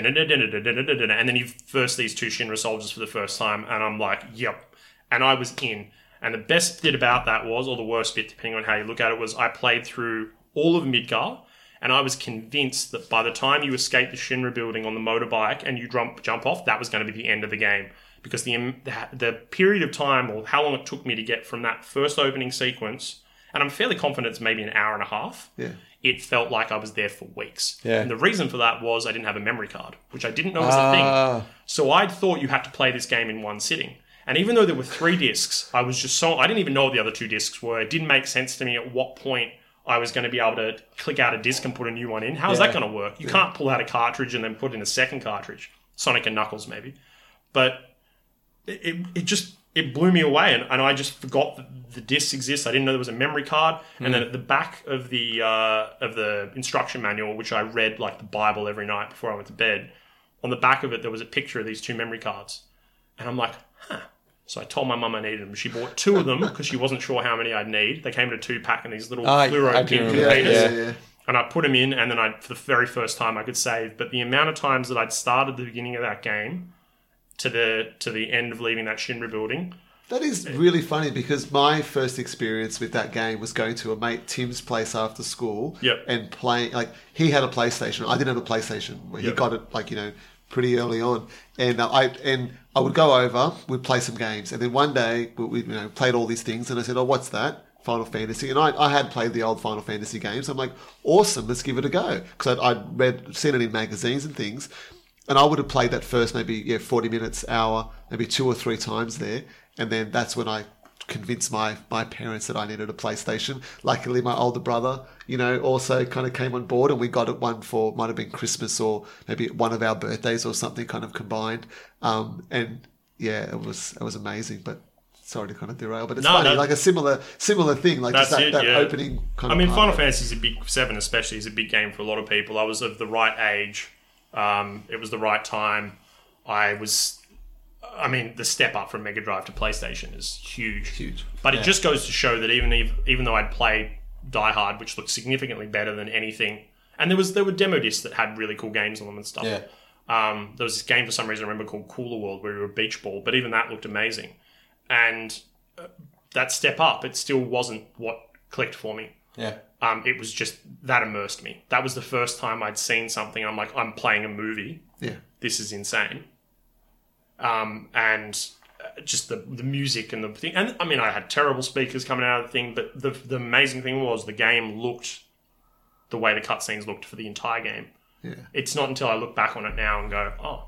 "Dun-dun-dun-dun-dun-dun-dun-dun," and then you first these two Shinra soldiers for the first time, and I'm like, yep. And I was in. And the best bit about that was, or the worst bit, depending on how you look at it, was I played through all of Midgar, and I was convinced that by the time you escape the Shinra building on the motorbike and you jump, jump off, that was going to be the end of the game. Because the, im- the the period of time, or how long it took me to get from that first opening sequence, and I'm fairly confident it's maybe an hour and a half
Yeah.
it felt like I was there for weeks.
Yeah.
And the reason for that was I didn't have a memory card, which I didn't know was a
Ah.
thing. So I'd thought you had to play this game in one sitting. And even though there were three discs, I was just so I didn't even know what the other two discs were. It didn't make sense to me at what point I was going to be able to click out a disc and put a new one in. How's that
Yeah.
going to work? You can't pull out a cartridge and then put in a second cartridge. Sonic and Knuckles, maybe. But it, it- it just it blew me away and, and I just forgot that the discs exist. I didn't know there was a memory card. And then at the back of the uh, of the instruction manual, which I read like the Bible every night before I went to bed, on the back of it there was a picture of these two memory cards. And I'm like, huh. So I told my mum I needed them. She bought two of them because she wasn't sure how many I'd need. They came in a two pack in these little
Ah, I
fluoro
do
pink
remember that,
containers
Yeah,
Yeah.
yeah.
and I put them in, and then I, for the very first time, I could save. But the amount of times that I'd started the beginning of that game to the to the end of leaving that Shinra building,
That is really funny because my first experience with that game was going to a mate Tim's place after school
Yep.
and playing. Like he had a PlayStation, I didn't have a PlayStation. He
Yep.
got it like you know pretty early on, and uh, I and I would go over, we'd play some games, and then one day we, we you know played all these things, and I said, "Oh, what's that?" Final Fantasy, and I, I had played the old Final Fantasy games. I'm like, awesome, let's give it a go because I'd, I'd read, seen it in magazines and things. And I would have played that first maybe yeah, 40 minutes, hour, maybe two or three times there. And then that's when I convinced my, my parents that I needed a PlayStation. Luckily, my older brother, you know, also kind of came on board and we got it one for, might have been Christmas or maybe one of our birthdays or something kind of combined. Um, and yeah, it was, it was amazing, but sorry to kind of derail, but it's
No,
funny,
that-
like a similar, similar thing, like just
That's
that,
it,
that
yeah.
opening kind
I
of
mean,
part
Final
of it.
Fantasy is a big seven, especially is a big game for a lot of people. I was of the right age. Um, it was the right time. I was. I mean, the step up from Mega Drive to PlayStation is huge.
Huge.
But it just goes to show that even if, even though I'd played Die Hard, which looked significantly better than anything, and there was there were demo discs that had really cool games on them and stuff.
Yeah.
Um, there was this game for some reason I remember called Cooler World where you were a beach ball, but even that looked amazing. And uh, that step up, it still wasn't what clicked for me
Yeah.
um, it was just that immersed me. That was the first time I'd seen something. I'm like, I'm playing a movie.
Yeah.
This is insane. Um, and uh, just the the music and the thing. And I mean, I had terrible speakers coming out of the thing, but the the amazing thing was the game looked the way the cutscenes looked for the entire game.
Yeah.
It's not until I look back on it now and go, oh.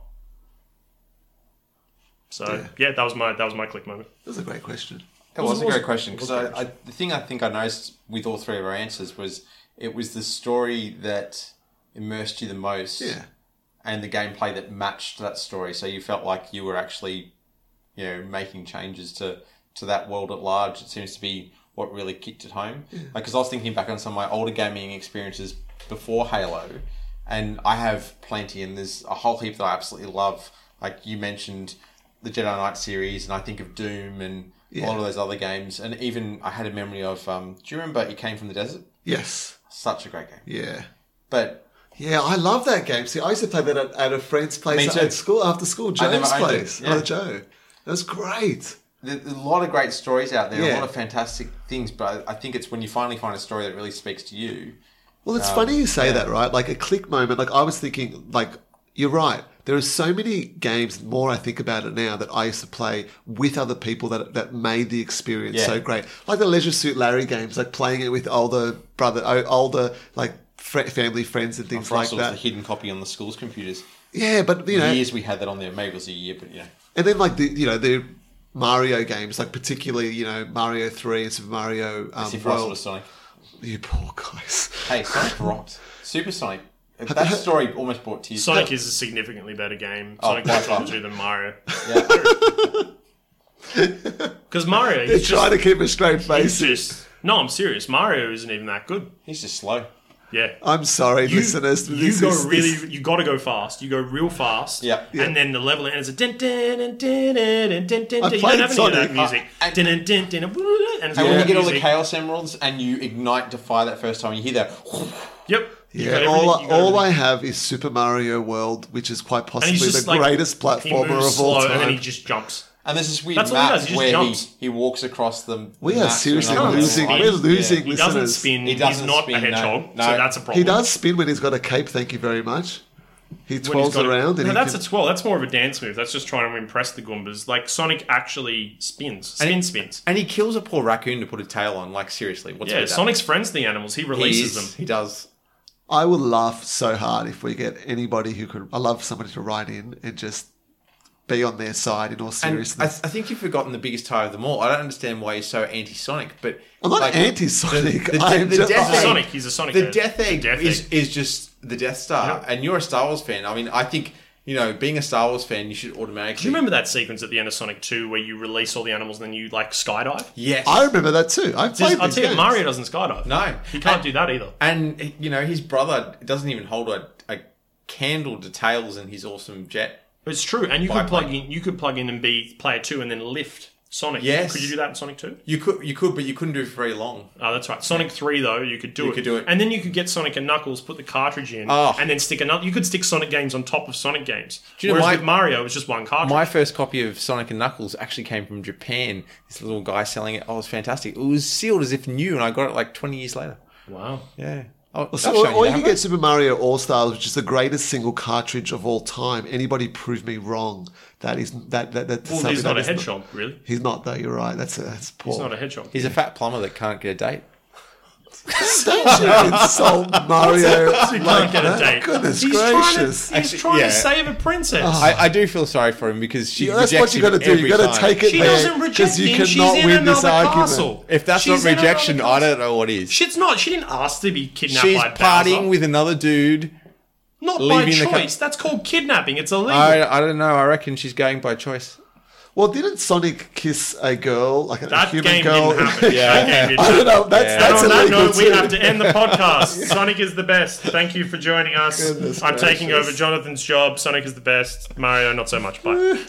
So yeah, that was my that was my click moment.
That was a great question.
It was,
It
a
was-
great question because
was a
I,
great
I, the thing I think I noticed with all three of our answers was it was the story that immersed you the most,
Yeah.
and the gameplay that matched that story. So you felt like you were actually, you know, making changes to to that world at large. It seems to be what really kicked it home. Like 'cause because I was thinking back on some of my older gaming experiences before Halo, and I have plenty, and there's a whole heap that I absolutely love. Like you mentioned, the Jedi Knight series, and I think of Doom and a lot of those other games, and even I had a memory of. Um, do you remember? It came from the desert.
Yes.
Such a great game,
Yeah.
but
Yeah, I love that game. See, I used to play that at, at a friend's place
Me
at-
too.
at school after school.
I never
Joe's
owned it,
place.
yeah.
Oh, Joe, that was great.
There's a lot of great stories out there,
Yeah.
a lot of fantastic things, but I I think it's when you finally find a story that really speaks to you.
Well, it's funny
Um,
you say that, right? Like a click moment. Like I was thinking, like you're right. There are so many games. The more I think about it now, that I used to play with other people that that made the experience
Yeah.
so great. Like the Leisure Suit Larry games, like playing it with older brother, o- older like fr- family friends and things
For
like
us, it was
that.
the hidden copy on the school's computers.
Yeah, but you
For
know,
Years we had that on there. Maybe it was a year, but you know.
And then like the you know the Mario games, like particularly you know Mario Three and Super Mario um,
See, for us, it
World.
was Sonic.
You poor guys.
Hey, Sonic rocked. Supersonic. That story almost brought tears.
Sonic is a significantly better game.
Oh,
Sonic
by
Control
far.
2 than Mario.
Yeah.
Because Mario,
They're
he's
trying
just,
to keep a straight
he's
face.
just. No, I'm serious. Mario isn't even that good.
He's just slow.
Yeah.
I'm sorry,
You-
listeners.
You
this
go
is-
really.
this-
You got to go fast. You go real fast.
Yeah.
And then the level ends. It's a din din din din din din din. You don't
played
have any of
Sonic.
that music.
Uh, and-
Din din din din. And it's
And
all
when you
that
get all the
music.
Chaos Emeralds and you ignite Defy that first time, you hear that.
Yep. You got
Yeah,
everything-
all,
you
I-
got everything.
all I have is Super Mario World, which is quite
And
possibly
he's
the
just like,
greatest
he
platformer
moves
of all
slow
time.
And then he just jumps.
And there's this weird
That's all he
map
does, he just
where he,
jumps.
he walks across them.
we are seriously losing.
spin.
We're losing
He doesn't
listeners.
spin.
He doesn't
he's not
spin,
a
no.
hedgehog,
No.
so that's a problem.
He does spin when he's got a cape. Thank you very much. He
When he's
twirls
got a-
around and
no,
he
that's
can-
a twirl. That's more of a dance move. That's just trying to impress the Goombas. Like Sonic actually spins, spin spins.
And he kills a poor raccoon to put a tail on. Like, seriously, what's
Yeah, Sonic's friends the animals. He
he
releases them.
He does.
I will laugh so hard if we get anybody who could. I love somebody to write in and just be on their side in all
And I,
seriousness.
I think you've forgotten the biggest tie of them all. I don't understand why you're so anti-Sonic, but
I'm not
like,
anti-Sonic.
the- the-
I'm
the
just,
death
He's a
Hey,
Sonic. He's a Sonic.
the
head.
Death Egg,
The Death
is,
Egg.
is just the Death Star, and you're a Star Wars fan. I mean, I think you know, being a Star Wars fan, you should automatically.
Do you remember that sequence at the end of Sonic 2 where you release all the animals and then you like skydive?
Yes.
I remember that too. I've
I'll
played
tell
these
you,
games.
Mario doesn't skydive.
no,
He can't do that either.
And you know, his brother doesn't even hold a, a candle to tails in his awesome jet.
It's true. And you
Biplane.
could plug in you could plug in and be player two and then lift Sonic.
Yes.
Could you do that in Sonic 2?
You could, you could, but you couldn't do it for very long.
Oh, that's right. Sonic 3, though, you could do it.
could do it.
And then you could get Sonic and Knuckles, put the cartridge in,
Oh.
and then stick another. You could stick Sonic games on top of Sonic games.
you know
Whereas
my-
with Mario, it was just one cartridge.
My first copy of Sonic and Knuckles actually came from Japan. This little guy selling it. Oh, it was fantastic. It was sealed as if new, and I got it like 20 years later.
wow.
Yeah. Oh, I've
So,
shown
or
you that,
or you can
haven't I?
get Super Mario All Stars, which is the greatest single cartridge of all time. Anybody prove me wrong? That is that that that's
Well,
something
he's not
that
a
is
hedgehog, really.
he's not though. You're right. That's that's poor.
He's not a hedgehog.
He's a fat plumber that can't get a date.
Don't you insult Mario.
You can't get a date.
Goodness
he's
gracious.
Trying to, he's
Actually,
trying
yeah. Oh,
to save a princess.
I, I do feel sorry for him because she.
Yeah, that's
rejects
what you
him
got to do. You
every
got
time.
to take it
she
there
doesn't reject
because you
him.
cannot
She's in
win this
another
argument.
Castle.
If that's
She's in
not
another
rejection, I
castle.
don't know what is.
She's not. She didn't ask to be kidnapped
She's
by
partying
Bowser.
with another dude.
not by
leaving the ca-
choice. That's called kidnapping. It's illegal.
I, I don't know. I reckon she's going by choice.
Well, didn't Sonic kiss a girl like a
that
human
game
girl?
didn't happen.
Yeah.
That game didn't
I don't
happen.
know. That's
Yeah.
that's
on that
illegal
note, we
too.
have to end the podcast. Sonic is the best. Thank you for joining us.
Goodness
I'm taking
gracious.
over Jonathan's job. Sonic is the best. Mario, not so much. Bye.